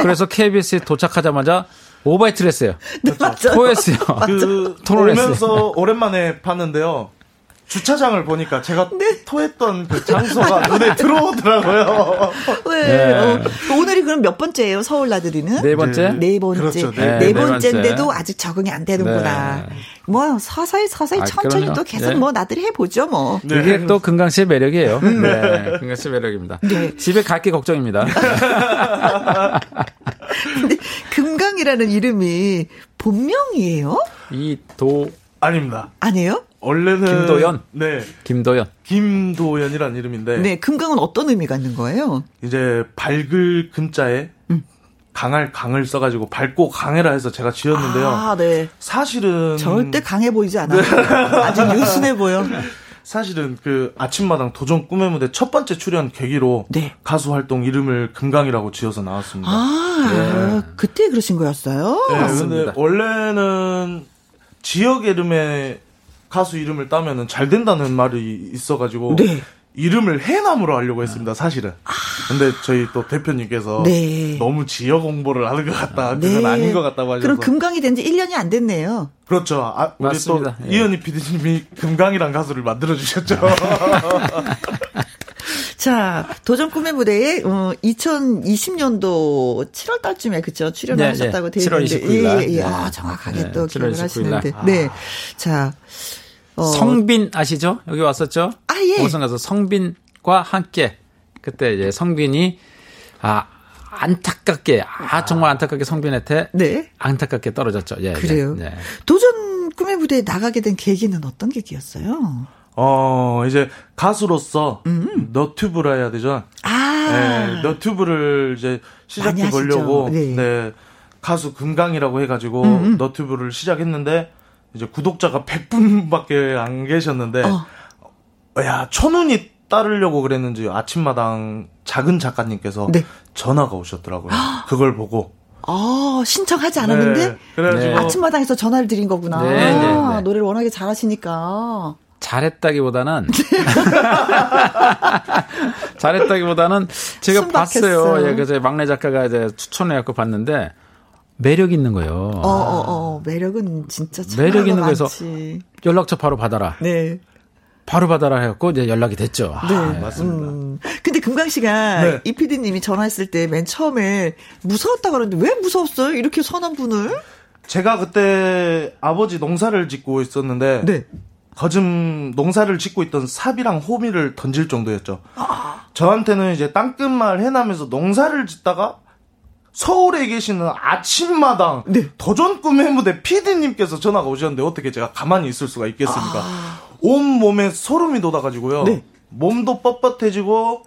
[SPEAKER 5] 그래서 KBS에 도착하자마자 오바이트를 했어요.
[SPEAKER 1] 네,
[SPEAKER 4] 그렇죠.
[SPEAKER 1] *laughs* 맞죠.
[SPEAKER 5] 토했어요.
[SPEAKER 4] 그
[SPEAKER 5] 토론했어요.
[SPEAKER 4] 오면서 오랜만에 봤는데요. 주차장을 보니까 제가
[SPEAKER 5] 네.
[SPEAKER 4] 토했던 그 장소가 눈에
[SPEAKER 5] *laughs*
[SPEAKER 4] 들어오더라고요.
[SPEAKER 1] 네.
[SPEAKER 5] 네.
[SPEAKER 1] 어, 오늘이 그럼 몇 번째예요? 서울 나들이는?
[SPEAKER 5] 네 번째
[SPEAKER 1] 네 번째.
[SPEAKER 4] 그렇죠,
[SPEAKER 1] 네,
[SPEAKER 4] 네.
[SPEAKER 5] 네, 네
[SPEAKER 1] 번째인데도
[SPEAKER 5] 번째.
[SPEAKER 1] 아직 적응이 안 되는구나.
[SPEAKER 5] 네.
[SPEAKER 1] 뭐, 서서히 서서히
[SPEAKER 5] 아,
[SPEAKER 1] 천천히
[SPEAKER 5] 그럼요.
[SPEAKER 1] 또 계속
[SPEAKER 5] 네.
[SPEAKER 1] 뭐 나들이 해보죠, 뭐. *laughs*
[SPEAKER 5] 이게 또 금강 씨의 매력이에요.
[SPEAKER 1] 음.
[SPEAKER 5] 네, 금강 씨의 매력입니다. 집에 갈 게 걱정입니다.
[SPEAKER 1] 근데 금강이라는 이름이 본명이에요?
[SPEAKER 5] 이도
[SPEAKER 4] 아닙니다.
[SPEAKER 1] 아니에요?
[SPEAKER 4] 원래는
[SPEAKER 5] 김도연?
[SPEAKER 4] 네.
[SPEAKER 5] 김도연.
[SPEAKER 4] 김도연이란 이름인데
[SPEAKER 1] 네, 금강은 어떤 의미가 있는 거예요?
[SPEAKER 4] 이제 밝을 금자에
[SPEAKER 5] 음.
[SPEAKER 4] 강할 강을 써가지고 밝고 강해라 해서 제가 지었는데요. 음. 네.
[SPEAKER 1] 아, 네.
[SPEAKER 4] 사실은
[SPEAKER 1] 절대 강해 보이지 않아요. 아주 유순해 보여.
[SPEAKER 4] 사실은 그 아침마당 도전 꿈의 무대 첫 번째 출연 계기로
[SPEAKER 1] 네.
[SPEAKER 4] 가수 활동 이름을 금강이라고 지어서 나왔습니다.
[SPEAKER 1] 아, 그때 그러신 거였어요?
[SPEAKER 4] 네,
[SPEAKER 5] 맞습니다.
[SPEAKER 4] 근데 원래는 지역 이름에 가수 이름을 따면은 잘 된다는 말이 있어가지고
[SPEAKER 1] 네.
[SPEAKER 4] 이름을 해남으로 하려고 했습니다. 사실은.
[SPEAKER 5] 아.
[SPEAKER 4] 근데 저희 또 대표님께서
[SPEAKER 1] 네.
[SPEAKER 4] 너무 지역 홍보를 하는 것 같다.
[SPEAKER 5] 네.
[SPEAKER 4] 그건 아닌 것 같다고 하셔서.
[SPEAKER 1] 그럼 금강이 된 지 1년이 안 됐네요.
[SPEAKER 4] 그렇죠. 아, 우리
[SPEAKER 5] 맞습니다.
[SPEAKER 4] 또
[SPEAKER 5] 예.
[SPEAKER 4] 이현희 PD님이 금강이란 가수를 만들어
[SPEAKER 5] *laughs*
[SPEAKER 4] 주셨죠.
[SPEAKER 1] 자, 도전 꿈의 무대에 어, 2020년도 7월 달쯤에 그쵸 출연을
[SPEAKER 5] 네,
[SPEAKER 1] 하셨다고
[SPEAKER 5] 네.
[SPEAKER 1] 되어
[SPEAKER 5] 7월
[SPEAKER 1] 있는데
[SPEAKER 5] 29일 날.
[SPEAKER 1] 예, 예, 예.
[SPEAKER 5] 네.
[SPEAKER 1] 아, 정확하게
[SPEAKER 5] 네,
[SPEAKER 1] 또
[SPEAKER 5] 7월
[SPEAKER 1] 기억을
[SPEAKER 5] 29일 날. 아.
[SPEAKER 1] 하시는데. 네. 자. 어,
[SPEAKER 5] 성빈 아시죠? 여기 왔었죠?
[SPEAKER 1] 아, 예.
[SPEAKER 5] 오선 가서 성빈과 함께 그때 이제 성빈이 아 안타깝게 아 정말 안타깝게 성빈한테
[SPEAKER 1] 네.
[SPEAKER 5] 안타깝게 떨어졌죠. 예. 예,
[SPEAKER 1] 그래요.
[SPEAKER 5] 예.
[SPEAKER 1] 도전 꿈의 무대에 나가게 된 계기는 어떤 계기였어요?
[SPEAKER 4] 어, 이제 가수로서 너튜브라 해야 되죠.
[SPEAKER 1] 음. 아.
[SPEAKER 4] 네, 너튜브를 이제
[SPEAKER 1] 많이
[SPEAKER 4] 시작해
[SPEAKER 1] 하시죠.
[SPEAKER 4] 보려고
[SPEAKER 1] 네. 음,
[SPEAKER 4] 네. 가수 금강이라고 해가지고 너튜브를 시작했는데 이제 구독자가 100분밖에 안 계셨는데
[SPEAKER 1] 어.
[SPEAKER 4] 야 초눈이 따르려고 그랬는지 아침마당 작은 작가님께서
[SPEAKER 1] 네.
[SPEAKER 4] 전화가 오셨더라고요.
[SPEAKER 1] *gasps*
[SPEAKER 4] 그걸 보고
[SPEAKER 1] 아, 신청하지 않았는데
[SPEAKER 4] 네, 그래가지고
[SPEAKER 5] 네.
[SPEAKER 1] 아침마당에서 전화를 드린 거구나. 아,
[SPEAKER 5] 네, 네, 네.
[SPEAKER 1] 노래를 워낙에 잘하시니까.
[SPEAKER 5] 잘했다기보다는 *laughs* 잘했다기보다는 제가
[SPEAKER 1] 순박했어요.
[SPEAKER 5] 봤어요. 예, 그제 막내 작가가 이제 추천해 갖고 봤는데 매력 있는 거예요.
[SPEAKER 1] 어, 어, 어. 매력은 진짜 참
[SPEAKER 5] 아. 매력 있는 거에서.
[SPEAKER 1] 많지.
[SPEAKER 5] 연락처 바로 받아라.
[SPEAKER 1] 네.
[SPEAKER 5] 바로 받아라 해갖고 이제 연락이 됐죠.
[SPEAKER 1] 네.
[SPEAKER 5] 아,
[SPEAKER 4] 맞습니다.
[SPEAKER 1] 음. 근데 금강 씨가
[SPEAKER 4] 네.
[SPEAKER 1] 이 PD님이 전화했을 때 맨 처음에 무서웠다 그러는데 왜 무서웠어요? 이렇게 선한 분을?
[SPEAKER 4] 제가 그때 아버지 농사를 짓고 있었는데
[SPEAKER 1] 네.
[SPEAKER 4] 거즘 농사를 짓고 있던 삽이랑 호미를 던질 정도였죠. 저한테는 이제 땅끝마을 해남에서 농사를 짓다가 서울에 계시는 아침마당 도전 꿈의 무대 피디님께서 전화가 오셨는데 어떻게 제가 가만히 있을 수가 있겠습니까? 온 몸에 소름이 돋아가지고요. 몸도 뻣뻣해지고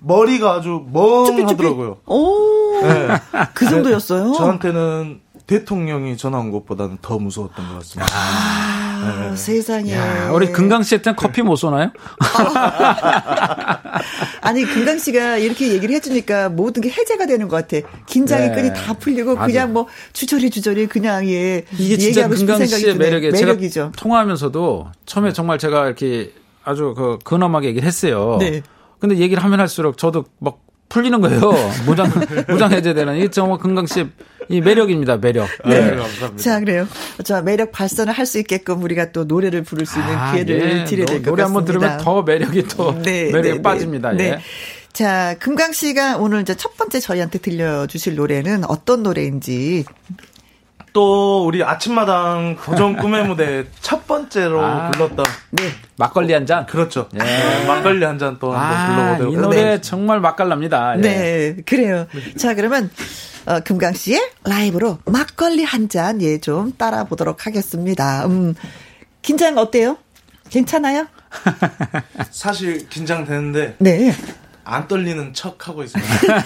[SPEAKER 4] 머리가 아주 멍하더라고요.
[SPEAKER 1] 오.
[SPEAKER 4] 네.
[SPEAKER 1] 그 정도였어요?
[SPEAKER 4] 저한테는 대통령이 전화 온 것보다는 더 무서웠던 것 같습니다.
[SPEAKER 1] 아, 세상에.
[SPEAKER 5] 네. 야, 우리 금강 씨한테는 커피 못 쏘나요?
[SPEAKER 1] 아니 금강 씨가 이렇게 얘기를 해주니까 모든 게 해제가 되는 것 같아. 긴장의
[SPEAKER 5] 네.
[SPEAKER 1] 끈이 다 풀리고
[SPEAKER 5] 맞아요.
[SPEAKER 1] 그냥 뭐 주저리 주저리 그냥 예
[SPEAKER 5] 이게 진짜
[SPEAKER 1] 얘기하고 싶은
[SPEAKER 5] 금강
[SPEAKER 1] 생각이
[SPEAKER 5] 씨의
[SPEAKER 1] 드네.
[SPEAKER 5] 매력에
[SPEAKER 1] 매력이죠.
[SPEAKER 5] 제가 통화하면서도 처음에 정말 제가 이렇게 아주 그 근엄하게 얘기를 했어요.
[SPEAKER 1] 네.
[SPEAKER 5] 근데 얘기를 하면 할수록 저도 막 풀리는
[SPEAKER 1] *laughs*
[SPEAKER 5] 거예요. 무장 무장 해제되는 이게 정말 금강 씨의 이 매력입니다. 매력.
[SPEAKER 4] 네, 감사합니다.
[SPEAKER 1] 자 그래요. 자 매력 발산을 할 수 있게끔 우리가 또 노래를 부를 수 있는
[SPEAKER 5] 아,
[SPEAKER 1] 기회를
[SPEAKER 5] 예.
[SPEAKER 1] 드려야 될 것 같습니다.
[SPEAKER 5] 노래 한번 들으면 더 매력이 또 매력이 빠집니다.
[SPEAKER 1] 네.
[SPEAKER 5] 예.
[SPEAKER 1] 자, 금강 씨가 오늘 이제 첫 번째 저희한테 들려주실 노래는 어떤 노래인지
[SPEAKER 6] 또 우리 아침마당
[SPEAKER 5] *laughs*
[SPEAKER 6] 도전 꿈의 무대 첫 번째로
[SPEAKER 5] 아.
[SPEAKER 6] 불렀던
[SPEAKER 5] 막걸리 한 잔.
[SPEAKER 6] 그렇죠. 네, 막걸리 한 잔 또 한번
[SPEAKER 5] 아, 이
[SPEAKER 6] 불러보도록
[SPEAKER 5] 노래
[SPEAKER 6] 하겠습니다.
[SPEAKER 5] 정말 맛깔납니다. 예.
[SPEAKER 1] 네, 그래요. 자, 그러면 어, 금강 씨의 라이브로 막걸리 한 잔, 예, 좀 따라 보도록 하겠습니다. 음, 긴장 어때요? 괜찮아요?
[SPEAKER 6] 사실 긴장되는데
[SPEAKER 1] 네.
[SPEAKER 6] 안 떨리는 척 하고 있습니다.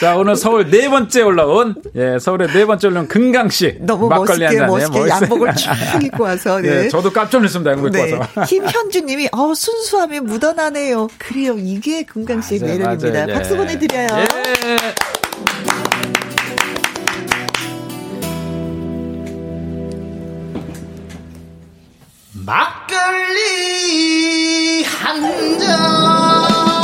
[SPEAKER 5] 자, 오늘 서울 네 번째 올라온, 예, 서울의 네 번째 올라온 금강씨.
[SPEAKER 1] 너무 멋있게, 멋있게
[SPEAKER 5] *laughs*
[SPEAKER 1] 양복을 쫙 입고 와서,
[SPEAKER 5] 예,
[SPEAKER 1] 네.
[SPEAKER 5] 저도 깜짝 놀랐습니다, 양복 입고
[SPEAKER 1] 네.
[SPEAKER 5] 와서.
[SPEAKER 1] *laughs* 김현주 님이, 어, 순수함이 묻어나네요. 그래요. 이게 금강 씨의
[SPEAKER 5] 맞아요,
[SPEAKER 1] 매력입니다.
[SPEAKER 5] 맞아요.
[SPEAKER 1] 박수
[SPEAKER 5] 예.
[SPEAKER 1] 보내드려요.
[SPEAKER 5] 예.
[SPEAKER 6] 막걸리 한 잔.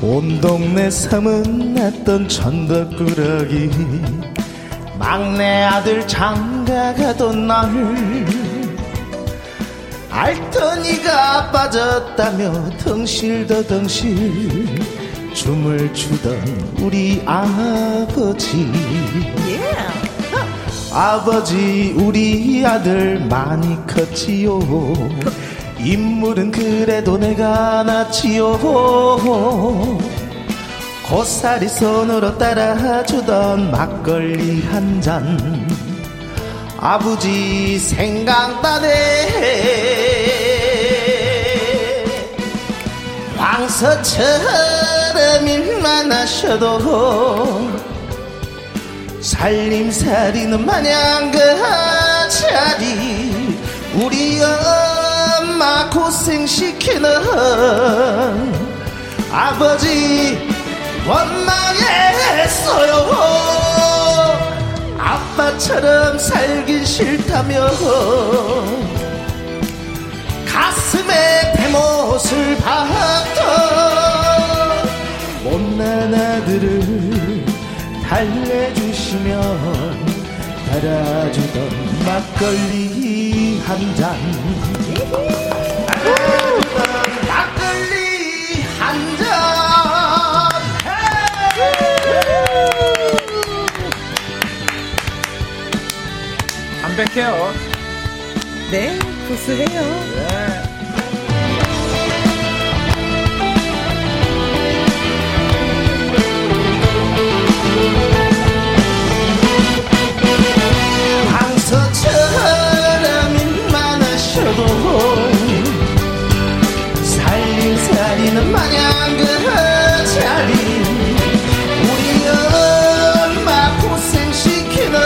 [SPEAKER 6] 온 동네 삼은 났던 천덕꾸러기 막내 아들 장가가던 날 알턴이가 빠졌다며 덩실더덩실 춤을 추던 우리 아버지
[SPEAKER 5] 예.
[SPEAKER 1] 예.
[SPEAKER 6] 아버지 우리 아들 많이 컸지요 인물은 그래도 내가 낳지요 고사리 손으로 따라주던 막걸리 한잔 아버지 생각나네 왕서처럼 일만 하셔도 살림살이는 마냥 그 자리 우리 엄마 고생시키는 아버지 원망했어요 아빠처럼 살긴 싫다며 가슴에 대못을 박던 못난 아들을 달래주시면 달아주던 막걸리 한잔 달아주던 막걸리 한잔
[SPEAKER 5] 담백해요.
[SPEAKER 1] 네, 복수해요.
[SPEAKER 6] 황소처럼 입만 하셔도 살림살이는 마냥 그 자리 우리 엄마 고생시키는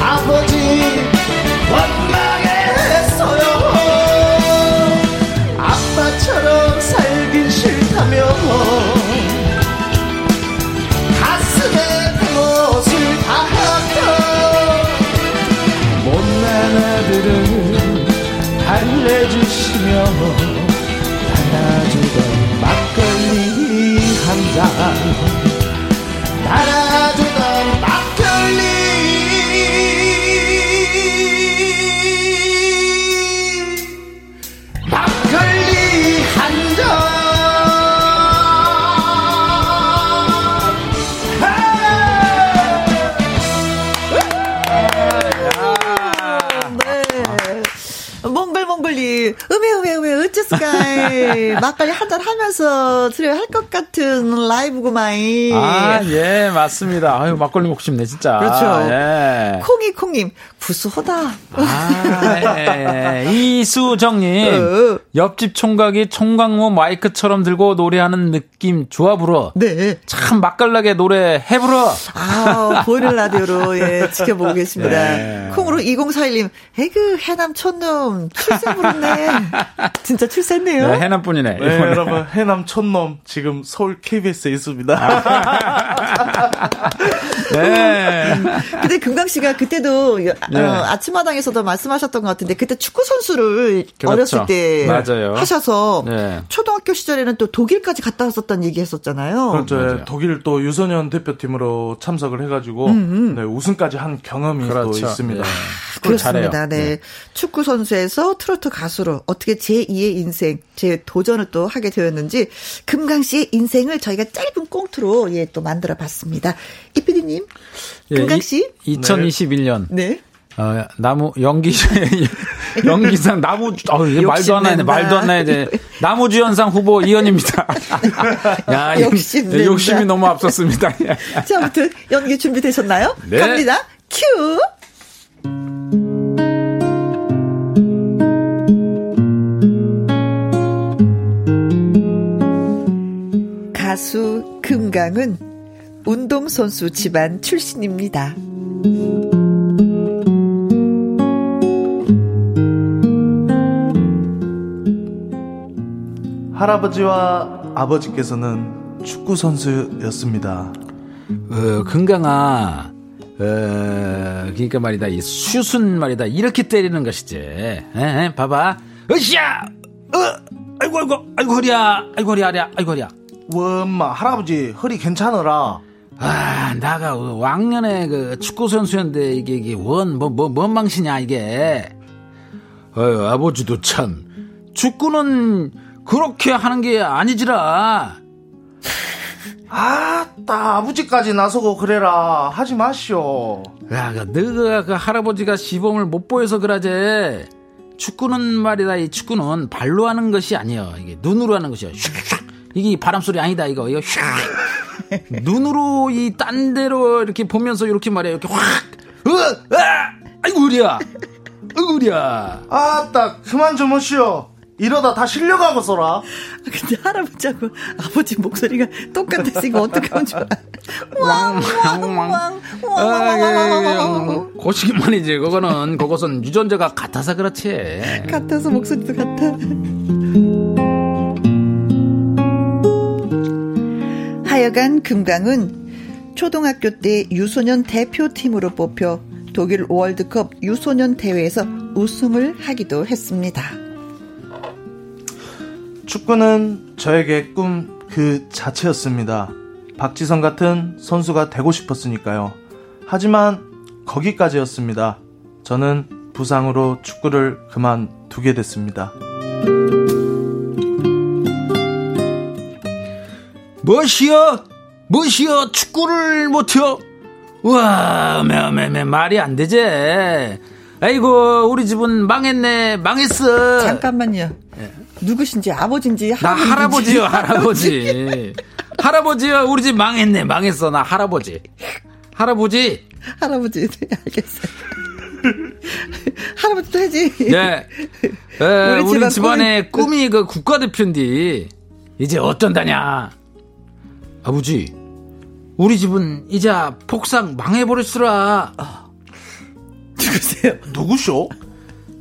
[SPEAKER 6] 아버지 원망했어요 아빠처럼 살긴 싫다며 가슴에 그곳을 박았던 못난 아들을 달래주시며 달아주던 막걸리 한잔 달아주던 막걸리 막걸리 한잔
[SPEAKER 1] 네. 몽글몽글이 음해음해음해 어째스까이 막걸리 한잔 하면서 드려야 할 것 같은 라이브구마이.
[SPEAKER 5] 아, 예, 맞습니다. 아유, 막걸리 먹고 싶네, 진짜.
[SPEAKER 1] 그렇죠.
[SPEAKER 5] 예.
[SPEAKER 1] 콩이콩님 구수하다.
[SPEAKER 5] 아, 예.
[SPEAKER 1] 어.
[SPEAKER 5] 이수정님. 옆집 총각이 총각모 마이크처럼 들고 노래하는 느낌 조합으로.
[SPEAKER 1] 네.
[SPEAKER 5] 참 맛깔나게 노래 해부러.
[SPEAKER 1] 아, 보이는 라디오로, 예, 지켜보고 계십니다.
[SPEAKER 5] 예.
[SPEAKER 1] 콩으로 2041님, 에그, 해남 촌놈, 출세 부르네. 진짜 출세네요.
[SPEAKER 5] 네,
[SPEAKER 1] 어?
[SPEAKER 5] 해남뿐이네.
[SPEAKER 4] 네, 여러분 해남 촌놈 지금 서울 KBS에
[SPEAKER 5] 아,
[SPEAKER 4] 있습니다.
[SPEAKER 1] 아. 근데 금강 씨가 그때도
[SPEAKER 5] 네.
[SPEAKER 1] 어, 아침마당에서도 말씀하셨던 것 같은데 그때 축구 선수를
[SPEAKER 5] 그렇죠.
[SPEAKER 1] 어렸을 때
[SPEAKER 5] 맞아요.
[SPEAKER 1] 하셔서
[SPEAKER 5] 네.
[SPEAKER 1] 초등학교 시절에는 또 독일까지 갔다 왔었다는 얘기했었잖아요.
[SPEAKER 4] 그렇죠. 독일 또 유소년 대표팀으로 참석을 해가지고 네, 우승까지 한 경험이 또
[SPEAKER 5] 음, 그렇죠.
[SPEAKER 4] 있습니다.
[SPEAKER 5] 네.
[SPEAKER 1] 렇
[SPEAKER 5] 축구를
[SPEAKER 1] 습니
[SPEAKER 5] 잘해요.
[SPEAKER 1] 다 네. 축구 선수에서 트로트 가수로 어떻게 제2의 인생, 제 도전을 또 하게 되었는지 금강 씨의 인생을 저희가 짧은 꽁트로 예, 또 만들어 봤습니다. 이피디님,
[SPEAKER 5] 예,
[SPEAKER 1] 금강 씨?
[SPEAKER 5] 이, 2021년
[SPEAKER 1] 네.
[SPEAKER 5] 어, 나무 연기 *laughs* 연기상 나무 어, 이게 말도 안 나네
[SPEAKER 1] 욕심낸다.
[SPEAKER 5] 말도 안 나야 돼 나무 주연상 후보 이현입니다. *laughs* 야 이-
[SPEAKER 1] 욕심낸다.
[SPEAKER 5] 욕심이 너무 앞섰습니다. *laughs* 예.
[SPEAKER 1] 자, 아무튼 연기 준비되셨나요?
[SPEAKER 5] 네.
[SPEAKER 1] 갑니다. 큐! 가수 금강은 운동선수 집안 출신입니다.
[SPEAKER 4] 할아버지와 아버지께서는 축구 선수였습니다.
[SPEAKER 5] 어, 건강아 어, 그러니까 말이다 이 슛은 말이다 이렇게 때리는 것이지. 에, 에, 봐봐. 으쌰. 어, 아이고 아이고 아이고 허리야. 아이고 허리야 허리야. 아이고 허리야.
[SPEAKER 4] 엄마 할아버지 허리 괜찮으라.
[SPEAKER 5] 아, 나가 어, 왕년에 그 축구 선수였는데 이게 이게 원뭐뭐 뭔 망신이야 이게. 어휴, 아버지도 참 축구는 그렇게 하는 게 아니지라.
[SPEAKER 4] 아따 아버지까지 나서고 그래라 하지 마시오.
[SPEAKER 5] 야, 그 너가 그 할아버지가 시범을 못 보여서 그러지. 축구는 말이다 이 축구는 발로 하는 것이 아니야. 이게 눈으로 하는 것이야. 슉슉. 이게 바람 소리 아니다 이거. 이거 슉. 눈으로 이 딴 데로 이렇게 보면서 이렇게 말이야. 이렇게 확. 으, 아! 아이고 우리야. 아이고 우리야.
[SPEAKER 4] 아따 그만 좀 오시오. 이러다 다 실려가고 써라.
[SPEAKER 1] 아, 근데 할아버지하고 아버지 목소리가 똑같아서 이거 어떻게 하면 좋아? 왕, 왕, 왕,
[SPEAKER 5] 아, 예,
[SPEAKER 1] 왕.
[SPEAKER 5] 고시기만이지 그거는 그것은 유전자가 같아서 그렇지.
[SPEAKER 1] 같아서 목소리도 같아. 하여간 금강은 초등학교 때 유소년 대표팀으로 뽑혀 독일 월드컵 유소년 대회에서 우승을 하기도 했습니다.
[SPEAKER 4] 축구는 저에게 꿈 그 자체였습니다. 박지성 같은 선수가 되고 싶었으니까요. 하지만 거기까지였습니다. 저는 부상으로 축구를 그만두게 됐습니다.
[SPEAKER 5] 뭐시여? 뭐시여? 축구를 못해요? 우와, 매매매 말이 안 되지. 아이고, 우리 집은 망했네, 망했어.
[SPEAKER 1] 잠깐만요. 누구신지 아버지인지
[SPEAKER 5] 나
[SPEAKER 1] 할아버지인지.
[SPEAKER 5] 할아버지요, 할아버지. 할아버지요, 우리 집 망했네, 망했어, 나 할아버지. 할아버지,
[SPEAKER 1] 할아버지 네, 알겠어요. *laughs* 할아버지도 해지.
[SPEAKER 5] *laughs* 예. 에,
[SPEAKER 1] 우리
[SPEAKER 5] 우리,
[SPEAKER 1] 집안
[SPEAKER 5] 집안의 꿈이 그 국가대표인데, 이제 어쩐다냐. 아버지, 우리 집은 이제 폭삭 망해버렸으라.
[SPEAKER 1] 누구세요?
[SPEAKER 4] 누구쇼?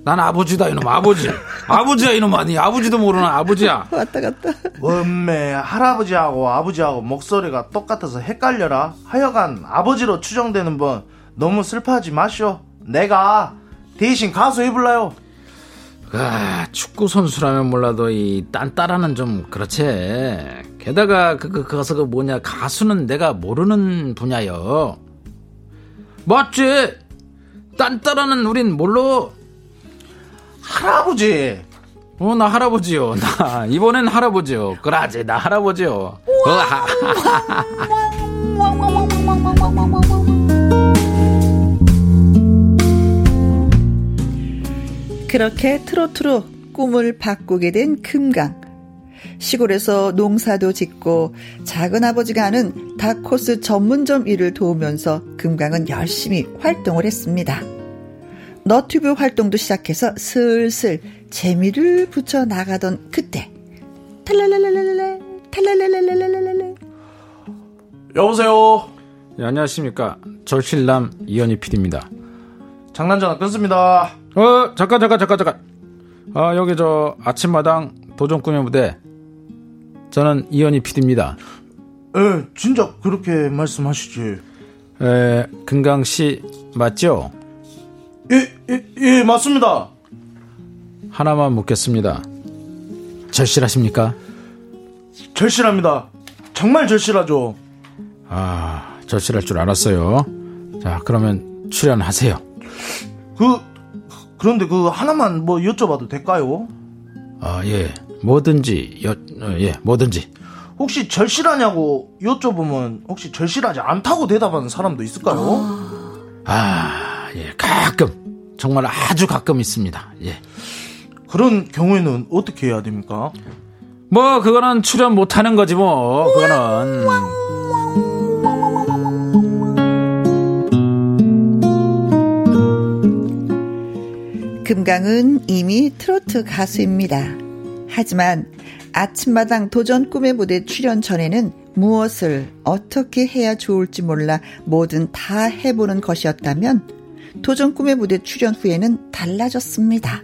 [SPEAKER 5] 난 아버지다 이놈 아버지 아버지야 이놈 아니 아버지도 모르는 아버지야
[SPEAKER 1] 왔다 갔다.
[SPEAKER 4] 원래 할아버지하고 아버지하고 목소리가 똑같아서 헷갈려라. 하여간 아버지로 추정되는 분 너무 슬퍼하지 마시오. 내가 대신 가수 해볼라요.
[SPEAKER 5] 아, 축구 선수라면 몰라도 이 딴따라는 좀 그렇지 게다가 그, 그, 그것은 그 뭐냐 가수는 내가 모르는 분야여 맞지 딴따라는 우린 몰라
[SPEAKER 4] 할아버지.
[SPEAKER 5] 어 나 할아버지요 *laughs* 나 이번엔 할아버지요 그라지 나 할아버지요 어, 하-
[SPEAKER 1] 그렇게 트로트로 꿈을 바꾸게 된 금강. 시골에서 농사도 짓고 작은 아버지가 아는 다코스 전문점 일을 도우면서 금강은 열심히 활동을 했습니다. 너튜브 활동도 시작해서 슬슬 재미를 붙여 나가던 그때 탈랄랄랄랄랄 탈랄랄랄랄랄랄
[SPEAKER 4] 여보세요.
[SPEAKER 5] 예, 안녕하십니까 절실남 이현희 PD입니다
[SPEAKER 4] 장난 전화 끊습니다.
[SPEAKER 5] 어 잠깐 잠깐 잠깐 잠깐 아 여기 저 아침마당 도전 꿈의 무대. 저는 이현희 PD입니다.
[SPEAKER 4] 예, 진짜 그렇게 말씀하시지.
[SPEAKER 5] 에, 금강 씨 맞죠?
[SPEAKER 4] 예, 예, 예, 맞습니다.
[SPEAKER 5] 하나만 묻겠습니다. 절실하십니까?
[SPEAKER 4] 절실합니다. 정말 절실하죠.
[SPEAKER 5] 아, 절실할 줄 알았어요. 자, 그러면 출연하세요.
[SPEAKER 4] 그, 그런데 그 하나만 뭐 여쭤봐도 될까요?
[SPEAKER 5] 아, 예. 뭐든지, 여, 어, 예, 뭐든지.
[SPEAKER 4] 혹시 절실하냐고 여쭤보면 혹시 절실하지 않다고 대답하는 사람도 있을까요?
[SPEAKER 5] 아, 예, 가끔. 정말 아주 가끔 있습니다. 예.
[SPEAKER 4] 그런 경우에는 어떻게 해야 됩니까?
[SPEAKER 5] 뭐, 그거는 출연 못하는 거지, 뭐. 그거는.
[SPEAKER 1] 금강은 이미 트로트 가수입니다. 하지만 아침마당 도전 꿈의 무대 출연 전에는 무엇을 어떻게 해야 좋을지 몰라 뭐든 다 해보는 것이었다면 도전 꿈의 무대 출연 후에는 달라졌습니다.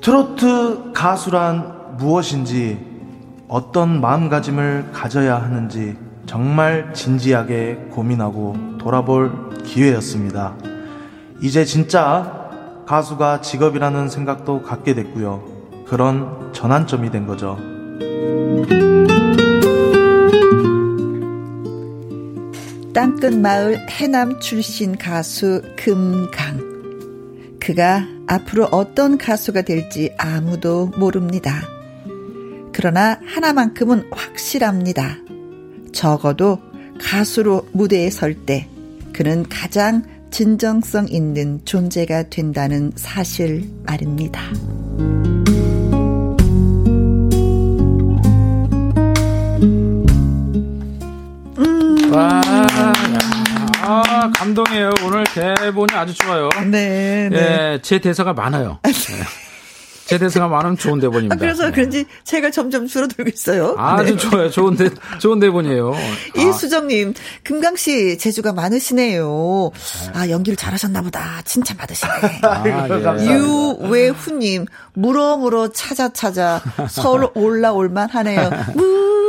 [SPEAKER 4] 트로트 가수란 무엇인지 어떤 마음가짐을 가져야 하는지 정말 진지하게 고민하고 돌아볼 기회였습니다. 이제 진짜 가수가 직업이라는 생각도 갖게 됐고요. 그런 전환점이 된 거죠.
[SPEAKER 1] 땅끝 마을 해남 출신 가수 금강. 그가 앞으로 어떤 가수가 될지 아무도 모릅니다. 그러나 하나만큼은 확실합니다. 적어도 가수로 무대에 설 때 그는 가장 진정성 있는 존재가 된다는 사실 말입니다.
[SPEAKER 5] 와, 아, 감동이에요. 오늘 대본이 아주 좋아요.
[SPEAKER 1] 네,
[SPEAKER 5] 예, 제 대사가 많아요. 예. 제 대사가 많으면 좋은 대본입니다. 예.
[SPEAKER 1] 아, 그래서 그런지 제가 점점 줄어들고 있어요.
[SPEAKER 5] 네. 아주 네. 좋아요. 좋은 대, 좋은 대본이에요. 아,
[SPEAKER 1] 이수정님, 금강 씨 재주가 많으시네요. 아 연기를 잘하셨나 보다. 칭찬 *laughs* 받으시네.
[SPEAKER 5] 아, 예.
[SPEAKER 1] 유외후님, 무럭무럭 찾아 찾아 서울 올라올만 하네요. *laughs* 무럭무럭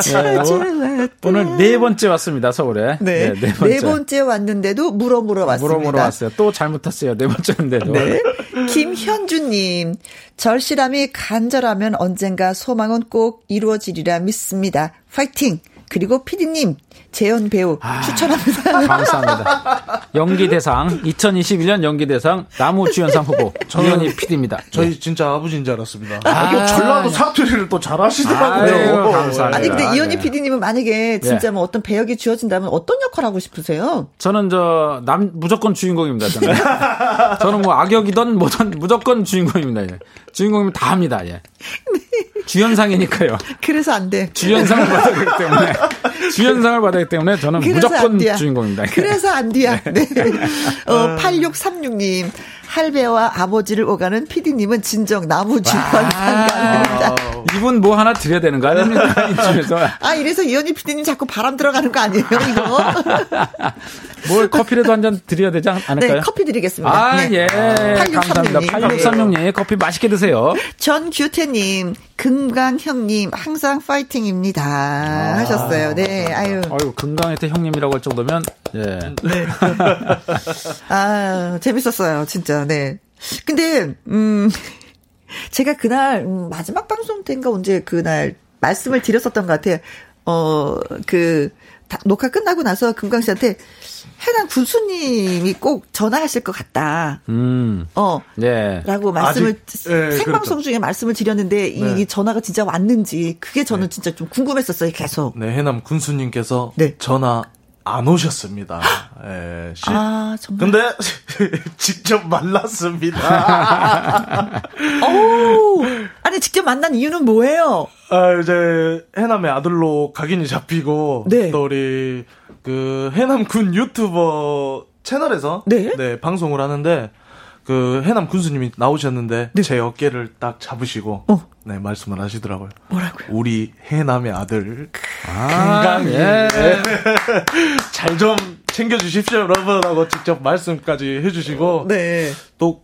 [SPEAKER 1] 찾아왔다.
[SPEAKER 5] 오늘 네 번째 왔습니다, 서울에.
[SPEAKER 1] 네, 네, 번째. 왔는데도 물어물어 왔습니다.
[SPEAKER 5] 물어보러 왔어요. 또 잘못 탔어요. 네 번째인데도.
[SPEAKER 1] 네. 김현주님, 절실함이 간절하면 언젠가 소망은 꼭 이루어지리라 믿습니다. 화이팅! 그리고 피디님, 재현 배우 추천합니다.
[SPEAKER 5] 감사합니다. 연기 대상 2021년 연기 대상 나무 주연상 후보 이현희 PD입니다.
[SPEAKER 4] 저희 진짜 예. 아버지인 예. 줄 알았습니다.
[SPEAKER 5] 아.
[SPEAKER 4] 전라도 사투리를 또 잘하시더라고요. 예.
[SPEAKER 5] 아유, 감사합니다.
[SPEAKER 1] 아니, 근데
[SPEAKER 5] 네.
[SPEAKER 1] 이현희 PD님은 만약에 진짜
[SPEAKER 5] 네.
[SPEAKER 1] 뭐 어떤 배역이 주어진다면 어떤 역할 하고 싶으세요?
[SPEAKER 5] 저는 저 남 무조건 주인공입니다.
[SPEAKER 1] *laughs*
[SPEAKER 5] 저는 저는 뭐 악역이든 뭐든 무조건 주인공입니다. 예. 주인공이면 다 합니다. 예. 주연상이니까요.
[SPEAKER 1] 그래서 안 돼.
[SPEAKER 5] 주연상을 받았기 때문에 주연상을 받았기 때문에 저는
[SPEAKER 1] 그래서 안
[SPEAKER 5] 무조건
[SPEAKER 1] 돼야.
[SPEAKER 5] 주인공입니다. 예.
[SPEAKER 1] 그래서 안 돼야. 네.
[SPEAKER 5] *laughs*
[SPEAKER 1] 어, 8636님. 할배와 아버지를 오가는 피디님은 진정 나무 주관상가입니다.
[SPEAKER 5] 이분 뭐 하나 드려야 되는
[SPEAKER 1] *laughs*
[SPEAKER 5] 거 아닙니까? 이쯤에서
[SPEAKER 1] 아, 이래서 이현희 피디님 자꾸 바람 들어가는 거 아니에요,
[SPEAKER 5] *laughs*
[SPEAKER 1] 이거?
[SPEAKER 5] 뭘 커피라도 한 잔 드려야 되지 않- 않을까요?
[SPEAKER 1] 네, 커피 드리겠습니다.
[SPEAKER 5] 아,
[SPEAKER 1] 네.
[SPEAKER 5] 예. 감사합니다.
[SPEAKER 1] 8636님.
[SPEAKER 5] 8636님, 예, 커피 맛있게 드세요.
[SPEAKER 1] 전규태님, 금강형님, 항상 파이팅입니다.
[SPEAKER 5] 아.
[SPEAKER 1] 하셨어요. 네, 아유.
[SPEAKER 5] 아유, 금강혜태 형님이라고 할 정도면, 예.
[SPEAKER 1] 아, 재밌었어요, 진짜, 네. 근데, 음, 제가 그날, 음, 마지막 방송 때인가 언제 그날 말씀을 드렸었던 것 같아요. 어, 그, 다- 녹화 끝나고 나서 금강 씨한테 해당 군수님이 꼭 전화하실 것 같다.
[SPEAKER 5] 음,
[SPEAKER 1] 어.
[SPEAKER 5] 예.
[SPEAKER 1] 라고 말씀을
[SPEAKER 4] 아직, 예,
[SPEAKER 1] 생방송 중에 말씀을 드렸는데 이,
[SPEAKER 4] 네.
[SPEAKER 1] 이 전화가 진짜 왔는지 그게 저는 진짜 좀 궁금했었어요 계속
[SPEAKER 4] 네, 해남 군수님께서
[SPEAKER 1] 네.
[SPEAKER 4] 전화 안 오셨습니다. 예, 시-
[SPEAKER 1] 아 정말
[SPEAKER 4] 근데 *laughs* 직접 만났습니다.
[SPEAKER 1] 오 아니 직접 만난 이유는 뭐예요
[SPEAKER 4] 아, 이제 해남의 아들로 각인이 잡히고
[SPEAKER 1] 네.
[SPEAKER 4] 또 우리 그 해남군 유튜버 채널에서
[SPEAKER 1] 네.
[SPEAKER 4] 방송을 하는데 그 해남 군수님이 나오셨는데
[SPEAKER 1] 네.
[SPEAKER 4] 제 어깨를 딱 잡으시고
[SPEAKER 1] 어.
[SPEAKER 4] 네 말씀을 하시더라고요.
[SPEAKER 1] 뭐라고요?
[SPEAKER 4] 우리 해남의 아들 네.
[SPEAKER 5] 아, 예.
[SPEAKER 4] *laughs* 잘 좀 챙겨주십시오, 여러분. 하고 직접 말씀까지 해주시고.
[SPEAKER 1] 네.
[SPEAKER 4] 또,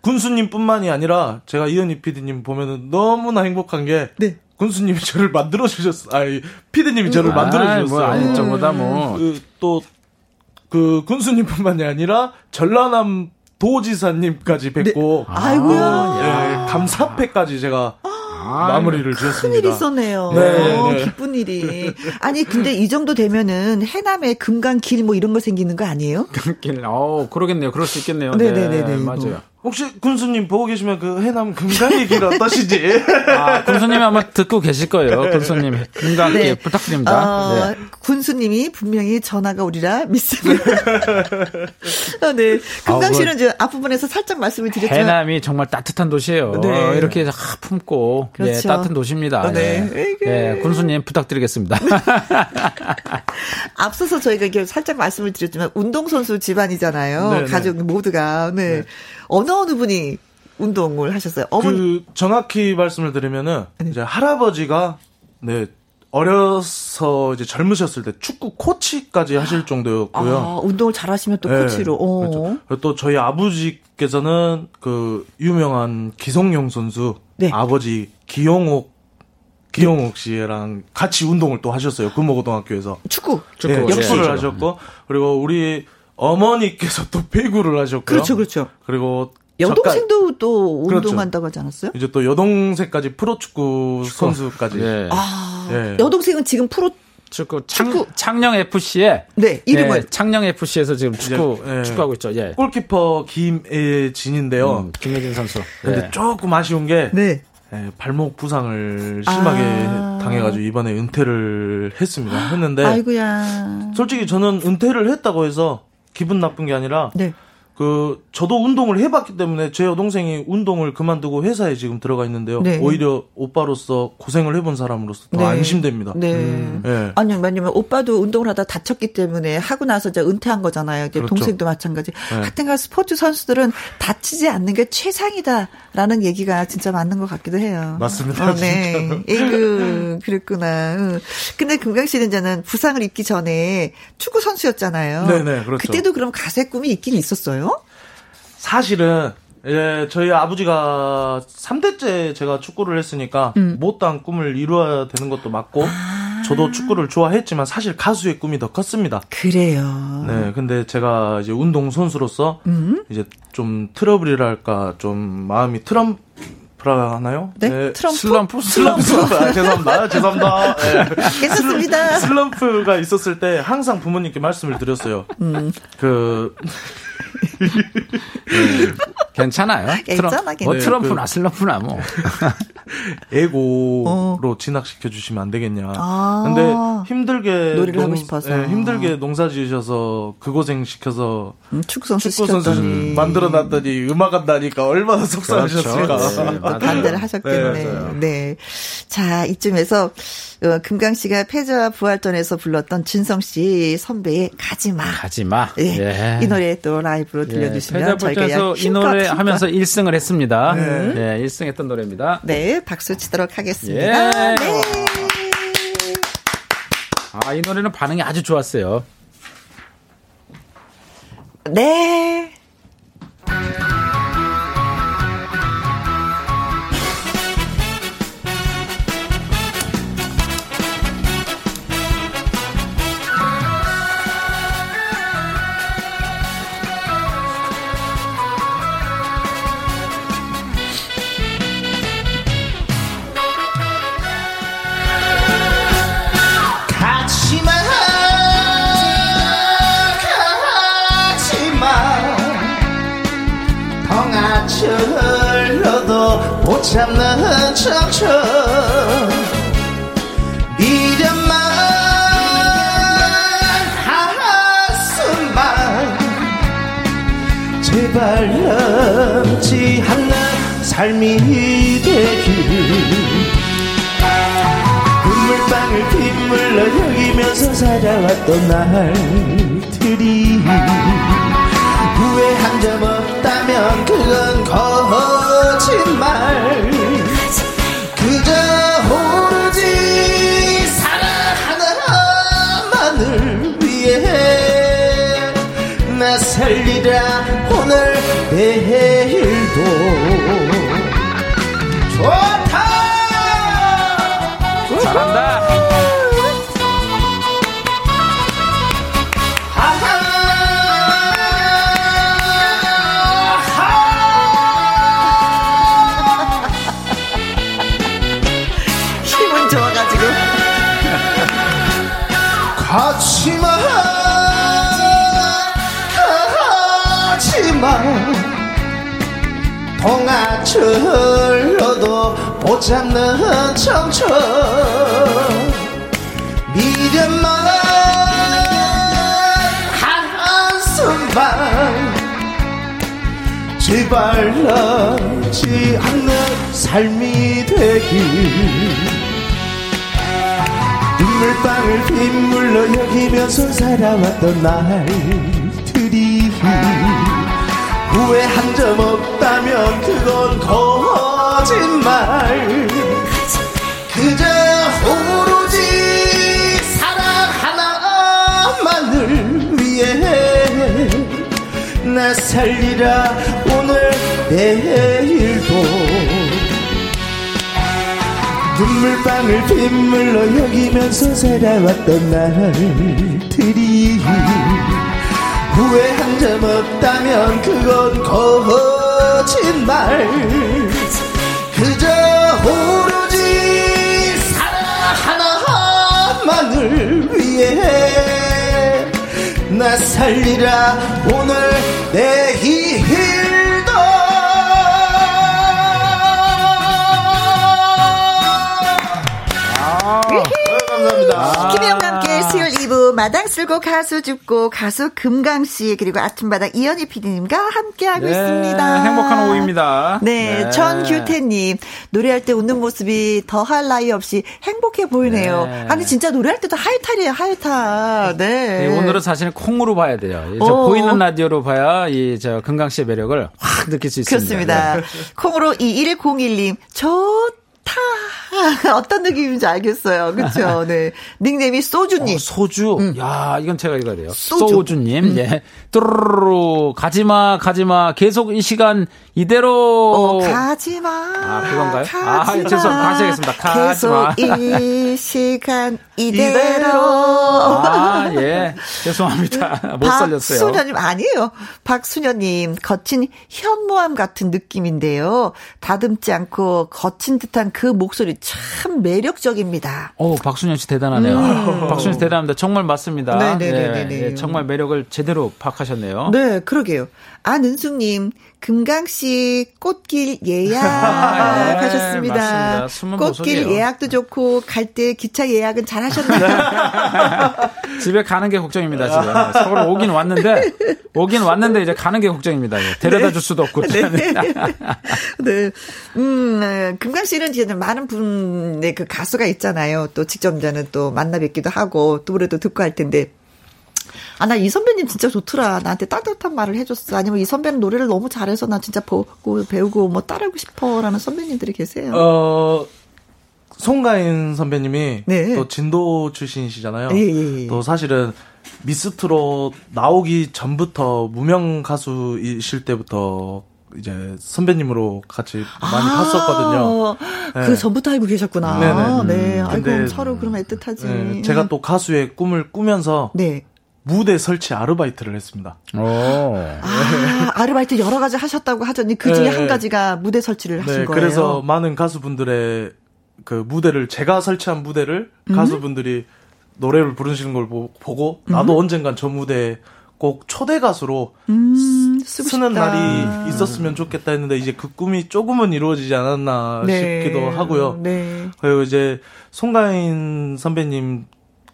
[SPEAKER 4] 군수님 뿐만이 아니라, 제가 이현희 PD님 보면은 너무나 행복한 게.
[SPEAKER 1] 네.
[SPEAKER 4] 군수님이 저를 만들어주셨어. 아니, PD님이 저를
[SPEAKER 1] 음.
[SPEAKER 5] 아이, 뭐,
[SPEAKER 4] 만들어주셨어요.
[SPEAKER 5] 아니, 저보다 뭐.
[SPEAKER 4] 그, 또, 그, 군수님뿐만이 아니라, 전라남 도지사님까지 뵙고.
[SPEAKER 1] 네. 아이고야. 아,
[SPEAKER 4] 예, 감사패까지 제가 마무리를 지었습니다.
[SPEAKER 1] 큰일 있었네요.
[SPEAKER 4] 네,
[SPEAKER 1] 어,
[SPEAKER 4] 네.
[SPEAKER 1] 기쁜 일이. 아니, 근데 이 정도 되면은 해남에 금강길 뭐 이런 거 생기는 거 아니에요?
[SPEAKER 5] 길, 어 그러겠네요. 그럴 수 있겠네요.
[SPEAKER 1] 네, 네, 네, 네.
[SPEAKER 5] 맞아요.
[SPEAKER 4] 혹시 군수님 보고 계시면 그 해남 금강의
[SPEAKER 1] *laughs*
[SPEAKER 4] 길 어떠시지?
[SPEAKER 5] 아, 군수님이 아마 듣고 계실 거예요. 군수님. 건강하게 부탁드립니다.
[SPEAKER 1] 네. 어,
[SPEAKER 5] 네.
[SPEAKER 1] 군수님이 분명히 전화가 오리라
[SPEAKER 4] *laughs*
[SPEAKER 1] 믿습니다. 어, 네.
[SPEAKER 4] 그
[SPEAKER 1] 금강씨는 이제 앞부분에서 살짝 말씀을 드렸지만.
[SPEAKER 5] 해남이 정말 따뜻한 도시예요.
[SPEAKER 1] 그렇죠.
[SPEAKER 5] 어,
[SPEAKER 1] 네.
[SPEAKER 5] 이렇게 하, 품고 예,
[SPEAKER 1] 그렇죠.
[SPEAKER 5] 따뜻한 도시입니다.
[SPEAKER 1] 네.
[SPEAKER 5] 예. 예, 군수님 부탁드리겠습니다.
[SPEAKER 1] 앞서서 저희가 이렇게 살짝 말씀을 드렸지만 운동선수 집안이잖아요.
[SPEAKER 4] 네, 네.
[SPEAKER 1] 가족 모두가. 네. 어느 어느 분이 운동을 하셨어요? 어머니. 네.
[SPEAKER 4] 그 정확히 말씀을 드리면은 이제 할아버지가 네 어려서 이제 젊으셨을 때 축구 코치까지 하실 정도였고요.
[SPEAKER 1] 아, 운동을 잘하시면 또
[SPEAKER 4] 네,
[SPEAKER 1] 코치로. 어.
[SPEAKER 4] 그렇죠. 그리고 또 저희 아버지께서는 그 유명한 기성용 선수
[SPEAKER 1] 네.
[SPEAKER 4] 아버지 기영옥 기영옥 씨랑 같이 운동을 또 하셨어요. 금호고등학교에서.
[SPEAKER 1] 축구.
[SPEAKER 5] 축구,
[SPEAKER 4] 예, 축구를
[SPEAKER 5] 예.
[SPEAKER 4] 하셨고 그리고 우리 어머니께서 또 *laughs* 배구를 하셨고요.
[SPEAKER 1] 그렇죠, 그렇죠.
[SPEAKER 4] 그리고
[SPEAKER 5] *laughs*
[SPEAKER 4] 잠깐
[SPEAKER 1] 여동생도 또
[SPEAKER 4] 그러니까 그렇죠.
[SPEAKER 1] 운동한다고 하지 않았어요?
[SPEAKER 4] 이제 또 여동생까지 프로축구 선수까지.
[SPEAKER 5] 예.
[SPEAKER 1] 아,
[SPEAKER 4] 예.
[SPEAKER 1] 여동생은 지금 프로,
[SPEAKER 5] 축구 창,
[SPEAKER 1] 축구.
[SPEAKER 5] 창녕 FC에
[SPEAKER 1] 네, 이름을.
[SPEAKER 5] 창녕 FC에서 지금 축구
[SPEAKER 4] 이제, 예.
[SPEAKER 5] 축구하고 있죠. 예.
[SPEAKER 4] 골키퍼 김혜진인데요.
[SPEAKER 5] 음, 김혜진 선수.
[SPEAKER 4] 근데
[SPEAKER 5] 예.
[SPEAKER 4] 조금 아쉬운 게
[SPEAKER 1] 네.
[SPEAKER 4] 예, 발목 부상을 심하게
[SPEAKER 1] 아.
[SPEAKER 4] 당해가지고 이번에 은퇴를 했습니다. 했는데
[SPEAKER 1] 아이고야.
[SPEAKER 4] 솔직히 저는 은퇴를 했다고 해서 기분 나쁜 게 아니라
[SPEAKER 1] 네.
[SPEAKER 4] 그 저도 운동을 해봤기 때문에 제 여동생이 운동을 그만두고 회사에 지금 들어가 있는데요.
[SPEAKER 1] 네.
[SPEAKER 4] 오히려 오빠로서 고생을 해본 사람으로서 더
[SPEAKER 1] 네.
[SPEAKER 4] 어, 안심됩니다.
[SPEAKER 1] 네.
[SPEAKER 4] 예.
[SPEAKER 1] 아니, 왜냐면 오빠도 운동을 하다 다쳤기 때문에 하고 나서 이제 은퇴한 거잖아요. 이제
[SPEAKER 4] 그렇죠.
[SPEAKER 1] 동생도 마찬가지. 하여튼간 스포츠 선수들은 다치지 않는 게 최상이다라는 얘기가 진짜 맞는 것 같기도 해요.
[SPEAKER 4] 맞습니다,
[SPEAKER 1] 어, 네. 에이그, 그랬구나. 응. 근데 금강 씨는 이제는 부상을 입기 전에 축구 선수였잖아요.
[SPEAKER 4] 네네, 그렇죠.
[SPEAKER 1] 때도 그럼 가수의 꿈이 있긴 있었어요?
[SPEAKER 4] 사실은 예, 저희 아버지가 3대째 제가 축구를 했으니까
[SPEAKER 1] 음.
[SPEAKER 4] 못다한 꿈을 이루어야 되는 것도 맞고
[SPEAKER 1] 아.
[SPEAKER 4] 저도 축구를 좋아했지만 사실 가수의 꿈이 더 컸습니다.
[SPEAKER 1] 그래요.
[SPEAKER 4] 네, 근데 제가 이제 운동 선수로서
[SPEAKER 1] 음.
[SPEAKER 4] 이제 좀 트러블이랄까 좀 마음이 트럼프라 하나요?
[SPEAKER 1] 네? 트럼프?
[SPEAKER 4] 슬럼프 슬럼프. 아, 죄송합니다.
[SPEAKER 1] *laughs*
[SPEAKER 4] 죄송합니다. 예.
[SPEAKER 1] 아,
[SPEAKER 4] *laughs*
[SPEAKER 1] 괜찮습니다.
[SPEAKER 4] 슬럼프가 있었을 때 항상 부모님께 말씀을 드렸어요.
[SPEAKER 1] 음.
[SPEAKER 4] 그
[SPEAKER 5] 괜찮아요.
[SPEAKER 1] 괜찮아, 괜찮아.
[SPEAKER 5] 뭐
[SPEAKER 1] 네, 그-
[SPEAKER 5] 트럼프나 슬럼프나 뭐.
[SPEAKER 4] 에고로 진학시켜 주시면 안 되겠냐.
[SPEAKER 1] 어. 아.
[SPEAKER 4] 근데 힘들게
[SPEAKER 1] 놀이를 하고 싶어서.
[SPEAKER 4] 예, 힘들게 농사 지으셔서 그 고생 시켜서
[SPEAKER 1] 음, 축구 선수
[SPEAKER 4] 축구 선수
[SPEAKER 1] 시켰더니
[SPEAKER 4] 만들어 놨더니 음악한다니까 얼마나 *laughs* 속상하셨을까.
[SPEAKER 5] 그렇죠. 네,
[SPEAKER 1] 또
[SPEAKER 5] 맞아요.
[SPEAKER 1] 뭐 반대를 하셨겠네.
[SPEAKER 4] 네,
[SPEAKER 1] 네, 자, 이쯤에서 어, 금강 씨가 패자와 부활전에서 불렀던 진성 씨 선배의 가지 마.
[SPEAKER 5] 가지마.
[SPEAKER 1] 예. 이 노래 또 라이브로 들려주시면 저희가
[SPEAKER 5] 예, 패자부터에서 이
[SPEAKER 1] 힘껏,
[SPEAKER 5] 노래
[SPEAKER 1] 힘껏.
[SPEAKER 5] 하면서 1승을 했습니다. 예, 1승 했던 노래입니다.
[SPEAKER 1] 네, 박수 치도록 하겠습니다.
[SPEAKER 5] 예.
[SPEAKER 1] 네.
[SPEAKER 5] 아, 이 노래는 반응이 아주 좋았어요.
[SPEAKER 1] 네.
[SPEAKER 6] 가지마 가지마 덩아치 흘러도 못 참는 청춘 미련만 한숨만 제발 넘지 않는 삶이 되길 눈물방울 빗물로 여기면서 살아왔던 날들이 후회한 점 없다면 그건 거짓말 그저 오로지 사랑하는 살리라 오늘 내일도 좋다
[SPEAKER 7] 잘한다.
[SPEAKER 1] 힘은 좋아가지고.
[SPEAKER 6] 가지마 가지마 동아철로도 못 잡는 청춘 미련만 한숨만 제발 넘지 않는 삶이 되길 눈물방울 빗물로 여기면서 살아왔던 날들이 후회 한 점 없다면 그건 거짓말 그저 오로지 사랑 하나만을 위해 나 살리라 오늘 내일도 눈물방울 빗물로 여기면서 살아왔던 날들이 후회 한 점 없다면 그건 거짓말 그저 오로지 사랑 하나만을 위해 나 살리라 오늘 내일도
[SPEAKER 1] 김혜영과 함께 수요일 2부 마당 쓸고 가수 줍고 가수 금강씨 그리고 아침마당 이현희 PD님과 함께하고 있습니다.
[SPEAKER 5] 예, 행복한 오후입니다.
[SPEAKER 1] 네, 전규태님 노래할 때 웃는 모습이 더할 나위 없이 행복해 보이네요.
[SPEAKER 5] 네.
[SPEAKER 1] 아니 진짜 노래할 때도 하이탈이에요, 하이탈. 네.
[SPEAKER 5] 네, 오늘은 사실은 콩으로 봐야 돼요. 이 저
[SPEAKER 1] 어.
[SPEAKER 5] 보이는 라디오로 봐야 이 저 금강 씨의 매력을 확 느낄 수 있습니다. 예. 네.
[SPEAKER 1] 그렇습니다. 콩으로 2101님, 좋다. *laughs* 어떤 느낌인지 알겠어요. 그쵸? 네. 닉네임이 소주님.
[SPEAKER 5] 어, 소주. 야, 이건 제가 읽어야 돼요.
[SPEAKER 1] 예. 음. 소주. 음.
[SPEAKER 5] 소주. 님 예. 뚜루루 가지마 가지마 계속 이 시간
[SPEAKER 1] 어,
[SPEAKER 5] 이대로
[SPEAKER 1] 가지마.
[SPEAKER 5] 아, 그건가요? 아, 죄송합니다. 다시 하겠습니다. 가지마.
[SPEAKER 1] 계속 이
[SPEAKER 5] *laughs*
[SPEAKER 1] 시간 이대로.
[SPEAKER 5] 아,
[SPEAKER 1] *laughs*
[SPEAKER 5] 예. 죄송합니다. 못 살렸어요.
[SPEAKER 1] 음, 박수녀님 아니에요. 박수녀님 거친 현모함 같은 느낌인데요. 다듬지 않고 거친 듯한 그 목소리 참 매력적입니다.
[SPEAKER 5] 오, 어, 박순현 씨 대단하네요. 박순현 씨 대단합니다. 정말 맞습니다.
[SPEAKER 1] 음. 네네네네네.
[SPEAKER 5] 예, 예, 정말 매력을 제대로 파악하셨네요.
[SPEAKER 1] 네, 그러게요. 안은숙님, 금강씨 꽃길 예약
[SPEAKER 5] *laughs* 아, 예,
[SPEAKER 1] 하셨습니다.
[SPEAKER 5] 맞습니다. 숨은
[SPEAKER 1] 꽃길
[SPEAKER 5] 보석이에요.
[SPEAKER 1] 예약도 좋고 갈 때 기차 예약은 잘
[SPEAKER 5] *laughs*
[SPEAKER 1] 하셨네요.
[SPEAKER 5] 집에 가는 게 걱정입니다, 지금. 서울 오긴 왔는데, 오긴 왔는데 이제 가는 게 걱정입니다. 예, 데려다 줄 수도 없고.
[SPEAKER 4] 네.
[SPEAKER 1] *laughs* 네, 음, 네. 금강씨는 이제 많은 분의 그 가수가 있잖아요. 또 직접 저는 또 만나 뵙기도 하고 또 노래도 듣고 할 텐데. 아, 나 이 선배님 진짜 좋더라. 나한테 따뜻한 말을 해줬어. 아니면 이 선배는 노래를 너무 잘해서 나 진짜 보고 배우고 뭐 따르고 싶어. 라는 선배님들이
[SPEAKER 5] 네.
[SPEAKER 1] 계세요.
[SPEAKER 4] 어, 송가인 선배님이
[SPEAKER 1] 네.
[SPEAKER 4] 또 진도 출신이시잖아요.
[SPEAKER 1] 예, 예, 예.
[SPEAKER 4] 또 사실은 미스트로 나오기 전부터 무명 가수이실 때부터 이제 선배님으로 같이 많이
[SPEAKER 1] 아,
[SPEAKER 4] 봤었거든요.
[SPEAKER 1] 그
[SPEAKER 4] 네.
[SPEAKER 1] 전부터 알고 계셨구나.
[SPEAKER 4] 네네.
[SPEAKER 1] 네.
[SPEAKER 4] 음,
[SPEAKER 1] 아이고,
[SPEAKER 4] 근데-
[SPEAKER 1] 서로 그럼 애틋하지.
[SPEAKER 4] 네, 제가 또 가수의 꿈을 꾸면서
[SPEAKER 1] 네.
[SPEAKER 4] 무대 설치 아르바이트를 했습니다.
[SPEAKER 5] 오.
[SPEAKER 1] 아, 아르바이트 여러 가지 하셨다고 하더니 그 중에
[SPEAKER 4] 네,
[SPEAKER 1] 한
[SPEAKER 4] 네.
[SPEAKER 1] 가지가 무대 설치를 하신
[SPEAKER 4] 네,
[SPEAKER 1] 거예요.
[SPEAKER 4] 그래서 많은 가수분들의 그 무대를 제가 설치한 무대를
[SPEAKER 1] 음?
[SPEAKER 4] 가수분들이 노래를 부르시는 걸 보, 고 나도 언젠간 저 무대에 꼭 초대 가수로
[SPEAKER 1] 음, 쓰고
[SPEAKER 4] 쓰는
[SPEAKER 1] 싶다.
[SPEAKER 4] 날이 있었으면 좋겠다 했는데 이제 그 꿈이 조금은 이루어지지 않았나
[SPEAKER 1] 네.
[SPEAKER 4] 싶기도 하고요.
[SPEAKER 1] 네.
[SPEAKER 4] 그리고 이제 송가인 선배님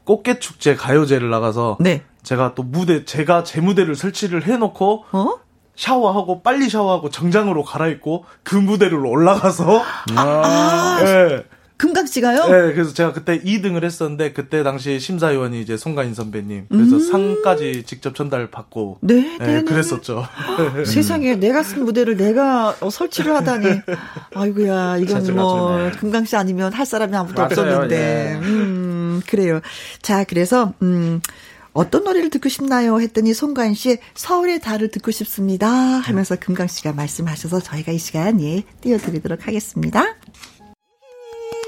[SPEAKER 4] 꽃게 축제 가요제를 나가서
[SPEAKER 1] 네.
[SPEAKER 4] 제가 또 무대 제가 제 무대를 설치를 해놓고
[SPEAKER 1] 어?
[SPEAKER 4] 샤워하고 빨리 샤워하고 정장으로 갈아입고 그 무대를 올라가서
[SPEAKER 1] *laughs* 아,
[SPEAKER 4] 예.
[SPEAKER 1] 금강 씨가요?
[SPEAKER 4] 예, 그래서 제가 그때 2등을 했었는데 그때 당시 심사위원이 이제 송가인 선배님 그래서 상까지 직접 전달받고
[SPEAKER 1] 음. 네,
[SPEAKER 4] 예,
[SPEAKER 1] 네, 네,
[SPEAKER 4] 그랬었죠.
[SPEAKER 1] *laughs* 세상에 내가 쓴 무대를 내가 어, 설치를 하다니. 아이고야, 이건 뭐
[SPEAKER 4] 자중하죠, 네. 예.
[SPEAKER 1] 금강 씨 아니면 할 사람이 아무도
[SPEAKER 5] 맞아요,
[SPEAKER 1] 없었는데.
[SPEAKER 5] 예.
[SPEAKER 1] 음, 그래요. 자, 그래서 음 어떤 노래를 듣고 싶나요? 했더니 송가인 씨의 서울의 달을 듣고 싶습니다. 하면서 금강 씨가 말씀하셔서 저희가 이 시간 예, 띄워드리도록 하겠습니다.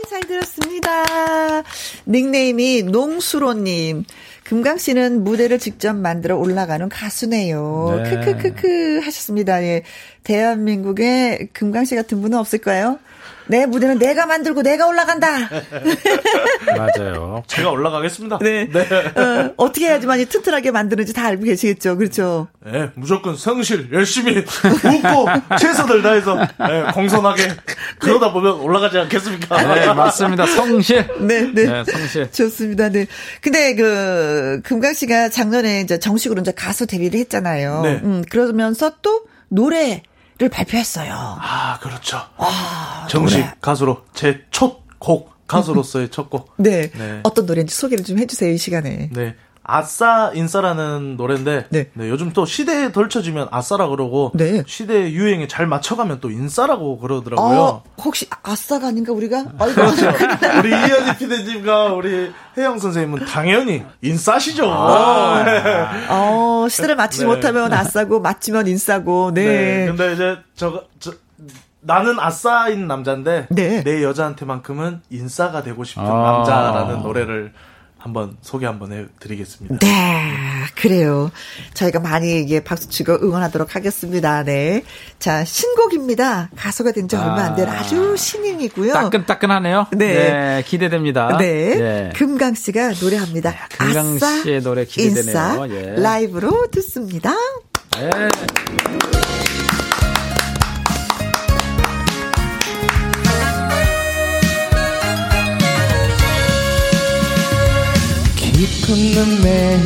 [SPEAKER 1] 잘 들었습니다. 닉네임이 농수로님. 금강 씨는 무대를 직접 만들어 올라가는 가수네요.
[SPEAKER 8] 네.
[SPEAKER 1] 크크크크 하셨습니다. 예. 대한민국에 금강 씨 같은 분은 없을까요? 내 무대는 내가 만들고 내가 올라간다.
[SPEAKER 5] 맞아요.
[SPEAKER 4] 제가
[SPEAKER 1] *laughs*
[SPEAKER 4] 올라가겠습니다.
[SPEAKER 1] 네. 어, 어떻게 해야지만 이 튼튼하게 만드는지 다 알고 계시겠죠. 그렇죠.
[SPEAKER 4] 예, 무조건 성실, 열심히, 웃고, 최선을 다해서, 예,
[SPEAKER 1] *laughs*
[SPEAKER 4] 공손하게.
[SPEAKER 1] 네.
[SPEAKER 4] 그러다 보면 올라가지
[SPEAKER 1] 아,
[SPEAKER 4] 않겠습니까?
[SPEAKER 5] *laughs* 네, 맞습니다. 성실.
[SPEAKER 1] 네, 네.
[SPEAKER 5] 네, 성실.
[SPEAKER 1] 좋습니다. 네. 근데 그 금강 씨가 작년에 이제 정식으로 이제 가수 데뷔를 했잖아요.
[SPEAKER 4] 네.
[SPEAKER 1] 음, 그러면서 또 노래를 발표했어요.
[SPEAKER 4] 아, 그렇죠. 정식 가수로, 제 첫 곡, 가수로서의 첫 곡.
[SPEAKER 1] 네.
[SPEAKER 4] 네.
[SPEAKER 1] 어떤 노래인지 소개를 좀 해주세요, 이 시간에.
[SPEAKER 4] 네. 아싸 인싸라는 노래인데
[SPEAKER 1] 네.
[SPEAKER 4] 네. 요즘 또 시대에 덜쳐지면 아싸라 그러고
[SPEAKER 1] 네.
[SPEAKER 4] 시대 유행에 잘 맞춰가면 또 인싸라고 그러더라고요. 그렇죠.
[SPEAKER 1] 어, 혹시 아싸가 아닌가, 우리가? 아이고,
[SPEAKER 4] *laughs* 우리 이현희 피디님과 우리 혜영 선생님은 당연히 인싸시죠.
[SPEAKER 1] *laughs* 아, 어, 시대를 맞추지
[SPEAKER 4] 네.
[SPEAKER 1] 못하면 아싸고, 맞추면 인싸고, 네.
[SPEAKER 4] 네. 근데 이제 저, 저 나는 아싸인 남자인데
[SPEAKER 1] 네.
[SPEAKER 4] 내 여자한테만큼은 인싸가 되고 싶은
[SPEAKER 5] 아.
[SPEAKER 4] 남자라는 노래를 한번 소개 한번 해드리겠습니다.
[SPEAKER 1] 네, 그래요. 저희가 많이 이게 박수 치고 응원하도록 하겠습니다. 네. 자, 신곡입니다. 가수가 된 지 얼마 안 된 아주 신인이고요.
[SPEAKER 5] 따끈따끈하네요.
[SPEAKER 1] 네.
[SPEAKER 5] 기대됩니다.
[SPEAKER 1] 네.
[SPEAKER 5] 예. 네,
[SPEAKER 1] 금강 씨가 노래합니다.
[SPEAKER 5] 금강
[SPEAKER 1] 아싸,
[SPEAKER 5] 씨의 노래 기대되네요.
[SPEAKER 1] 인싸,
[SPEAKER 5] 예.
[SPEAKER 1] 라이브로 듣습니다.
[SPEAKER 5] 예.
[SPEAKER 6] 깊은 눈매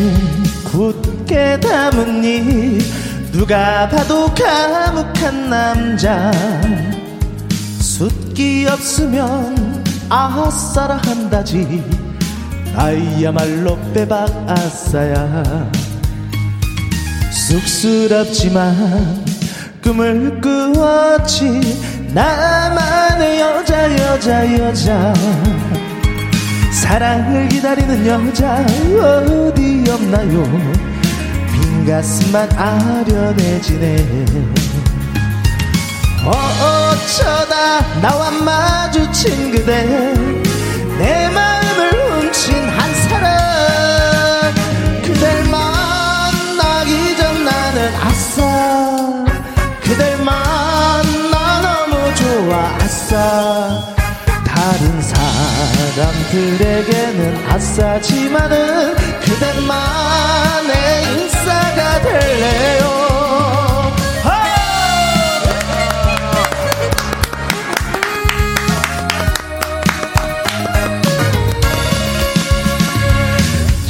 [SPEAKER 6] 굳게 담은 입 누가 봐도 감옥한 남자 숫기 없으면 아싸라 한다지 나야말로 빼박 아싸야 쑥스럽지만 꿈을 꾸었지 나만의 여자 여자 여자 사랑을 기다리는 여자 어디 없나요 빈 가슴만 아련해지네 어쩌다 나와 마주친 그대 내 마음을 훔친 한 사람 그댈 만나기 전 나는 아싸 그댈 만나 너무 좋아 아싸 다른 사람들에게는 아싸지만은 그댄만의 인싸가 될래요 아!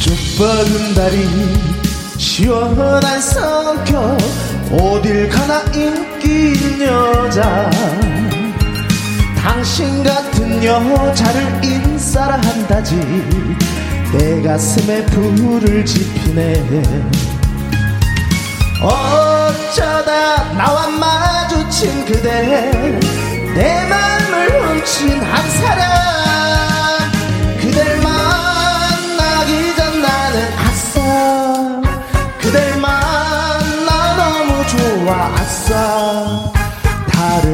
[SPEAKER 6] 쭉 뻗은 다리 시원한 성격 어딜 가나 인기 있는 여자 당신 같은 여자를 인싸라 한다지 내 가슴에 불을 지피네 어쩌다 나와 마주친 그대 내 마음을 훔친 한 사람 그댈 만나기 전 나는 아싸 그댈 만나 너무 좋아 아싸 다른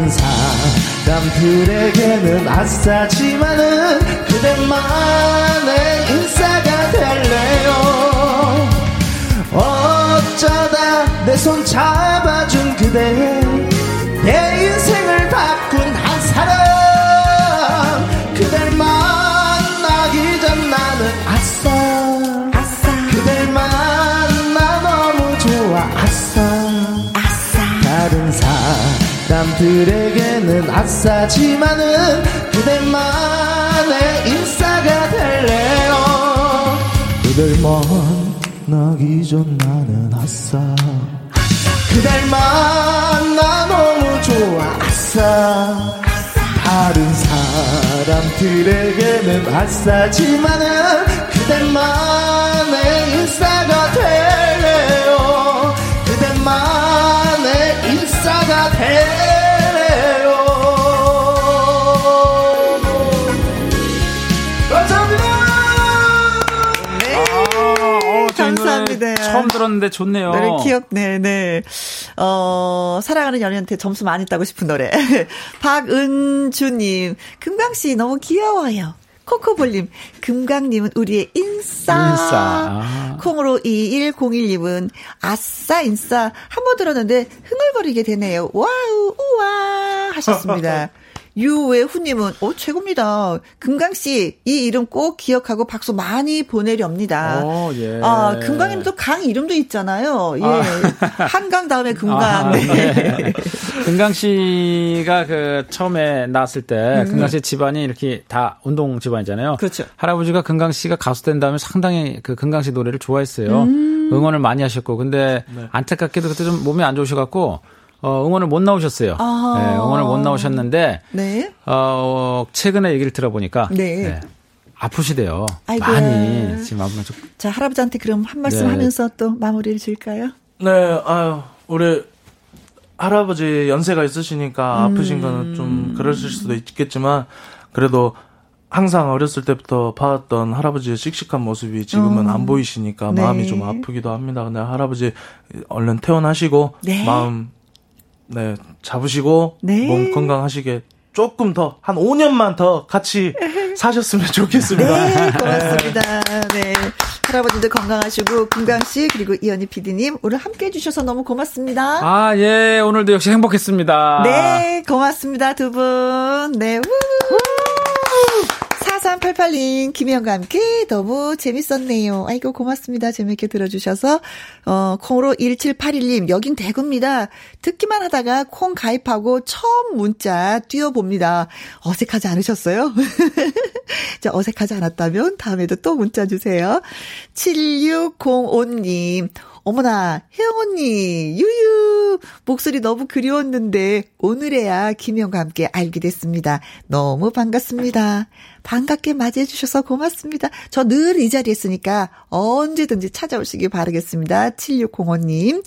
[SPEAKER 6] 사람들에게는 아싸지만은 그대만의 인싸가 될래요 어쩌다 내 손 잡아준 그대 내 인생을 바꾼 한 사람 그댈 만나기 전 나는 아싸
[SPEAKER 1] 아싸,
[SPEAKER 6] 그댈 만나 너무 좋아 아싸
[SPEAKER 1] 아싸.
[SPEAKER 6] 다른 사람들에게는 아싸지만은 그대만의 인싸가 될래요 그댈 만나기 전 나는 아싸 그댈 만나 너무 좋아 아싸 다른 사람들에게는 아싸지만은 그대만의 인싸가 되래요 그대만의 인싸가 되래요 감사합니다
[SPEAKER 4] 아, 어, 저
[SPEAKER 5] 이 노래
[SPEAKER 1] 감사합니다.
[SPEAKER 5] 처음 들었는데 좋네요.
[SPEAKER 1] 노래 귀엽네, 네. 어, 사랑하는 연인한테 점수 많이 따고 싶은 노래. *laughs* 박은주님, 금강씨 너무 귀여워요. 코코볼님, 금강님은 우리의 인싸.
[SPEAKER 5] 인싸. 아.
[SPEAKER 1] 콩으로 2101님은 아싸, 인싸. 한 번 들었는데 흥얼거리게 되네요. 와우, 우와.
[SPEAKER 5] *laughs*
[SPEAKER 1] 하셨습니다. 유외후님은, 어, 최고입니다. 금강씨, 이 이름 꼭 기억하고 박수 많이 보내렵니다.
[SPEAKER 5] 어, 예.
[SPEAKER 1] 아, 금강에는 또 강 이름도 있잖아요. 예. *laughs* 한강 다음에 금강.
[SPEAKER 5] 아,
[SPEAKER 1] 네.
[SPEAKER 5] 네. 금강 씨가 그 처음에 나왔을 때 금강 씨 집안이 이렇게 다 운동 집안이잖아요.
[SPEAKER 1] 그렇죠.
[SPEAKER 5] 할아버지가 금강 씨가 가수 된 다음에 상당히 그 금강 씨 노래를 좋아했어요.
[SPEAKER 1] 음.
[SPEAKER 5] 응원을 많이 하셨고 근데
[SPEAKER 1] 네.
[SPEAKER 5] 안타깝게도 그때 좀 몸이 안 좋으셔갖고 어, 응원을 못 나오셨어요.
[SPEAKER 1] 아.
[SPEAKER 5] 네, 응원을 못 나오셨는데
[SPEAKER 1] *laughs* 네.
[SPEAKER 5] 어, 최근에 얘기를 들어보니까
[SPEAKER 1] 네.
[SPEAKER 5] 아프시대요.
[SPEAKER 1] 아이고야.
[SPEAKER 5] 많이 지금 아프면 좀
[SPEAKER 1] 자, 할아버지한테 그럼 한 말씀
[SPEAKER 5] 네.
[SPEAKER 1] 하면서 또 마무리를 줄까요?
[SPEAKER 4] 네, 아유, 우리 할아버지 연세가 있으시니까 아프신
[SPEAKER 1] 음.
[SPEAKER 4] 거는 좀 그러실 수도 있겠지만, 그래도 항상 어렸을 때부터 봐왔던 할아버지의 씩씩한 모습이 지금은 안 보이시니까
[SPEAKER 1] 네.
[SPEAKER 4] 마음이 좀 아프기도 합니다. 근데 할아버지 얼른 퇴원하시고,
[SPEAKER 1] 네.
[SPEAKER 4] 마음, 네, 잡으시고,
[SPEAKER 1] 네.
[SPEAKER 4] 몸 건강하시게 조금 더, 한 5년만 더
[SPEAKER 1] *laughs*
[SPEAKER 4] 같이 사셨으면 좋겠습니다.
[SPEAKER 1] 네, 고맙습니다. 네. 할아버지도 건강하시고, 금강씨, 그리고 이현희 PD님, 오늘 함께 해주셔서 너무 고맙습니다.
[SPEAKER 5] 아, 예, 오늘도 역시 행복했습니다.
[SPEAKER 1] 네, 고맙습니다, 두 분. 네, 우! 4388님, 김혜영과 함께 너무 재밌었네요. 아이고, 고맙습니다. 재밌게 들어주셔서. 어, 콩으로 1781님, 여긴 대구입니다. 듣기만 하다가 콩 가입하고 처음 문자 띄워봅니다. 어색하지 않으셨어요? *laughs* 자, 어색하지 않았다면 다음에도 또 문자 주세요. 7605님, 어머나, 혜영 언니, 유유, 목소리 너무 그리웠는데, 오늘에야 김영과 함께 알게 됐습니다. 너무 반갑습니다. 반갑게 맞이해주셔서 고맙습니다. 저 늘 이 자리에 있으니까 언제든지 찾아오시길 바라겠습니다. 7605님.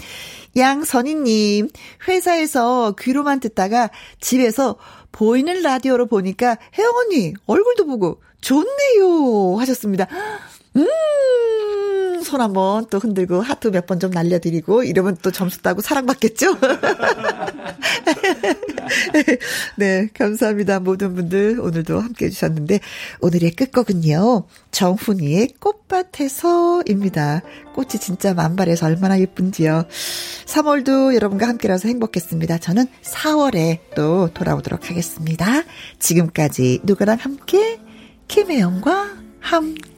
[SPEAKER 1] 양선희님, 회사에서 귀로만 듣다가 집에서 보이는 라디오로 보니까 혜영 언니 얼굴도 보고 좋네요 하셨습니다. 음, 손 한번 또 흔들고 하트 몇 번 좀 날려드리고 이러면 또 점수 따고 사랑받겠죠? *laughs* 네, 감사합니다. 모든 분들 오늘도 함께 해주셨는데, 오늘의 끝곡은요, 정훈이의 꽃밭에서입니다. 꽃이 진짜 만발해서 얼마나 예쁜지요. 3월도 여러분과 함께라서 행복했습니다. 저는 4월에 또 돌아오도록 하겠습니다. 지금까지 누구랑 함께, 김혜영과 함께.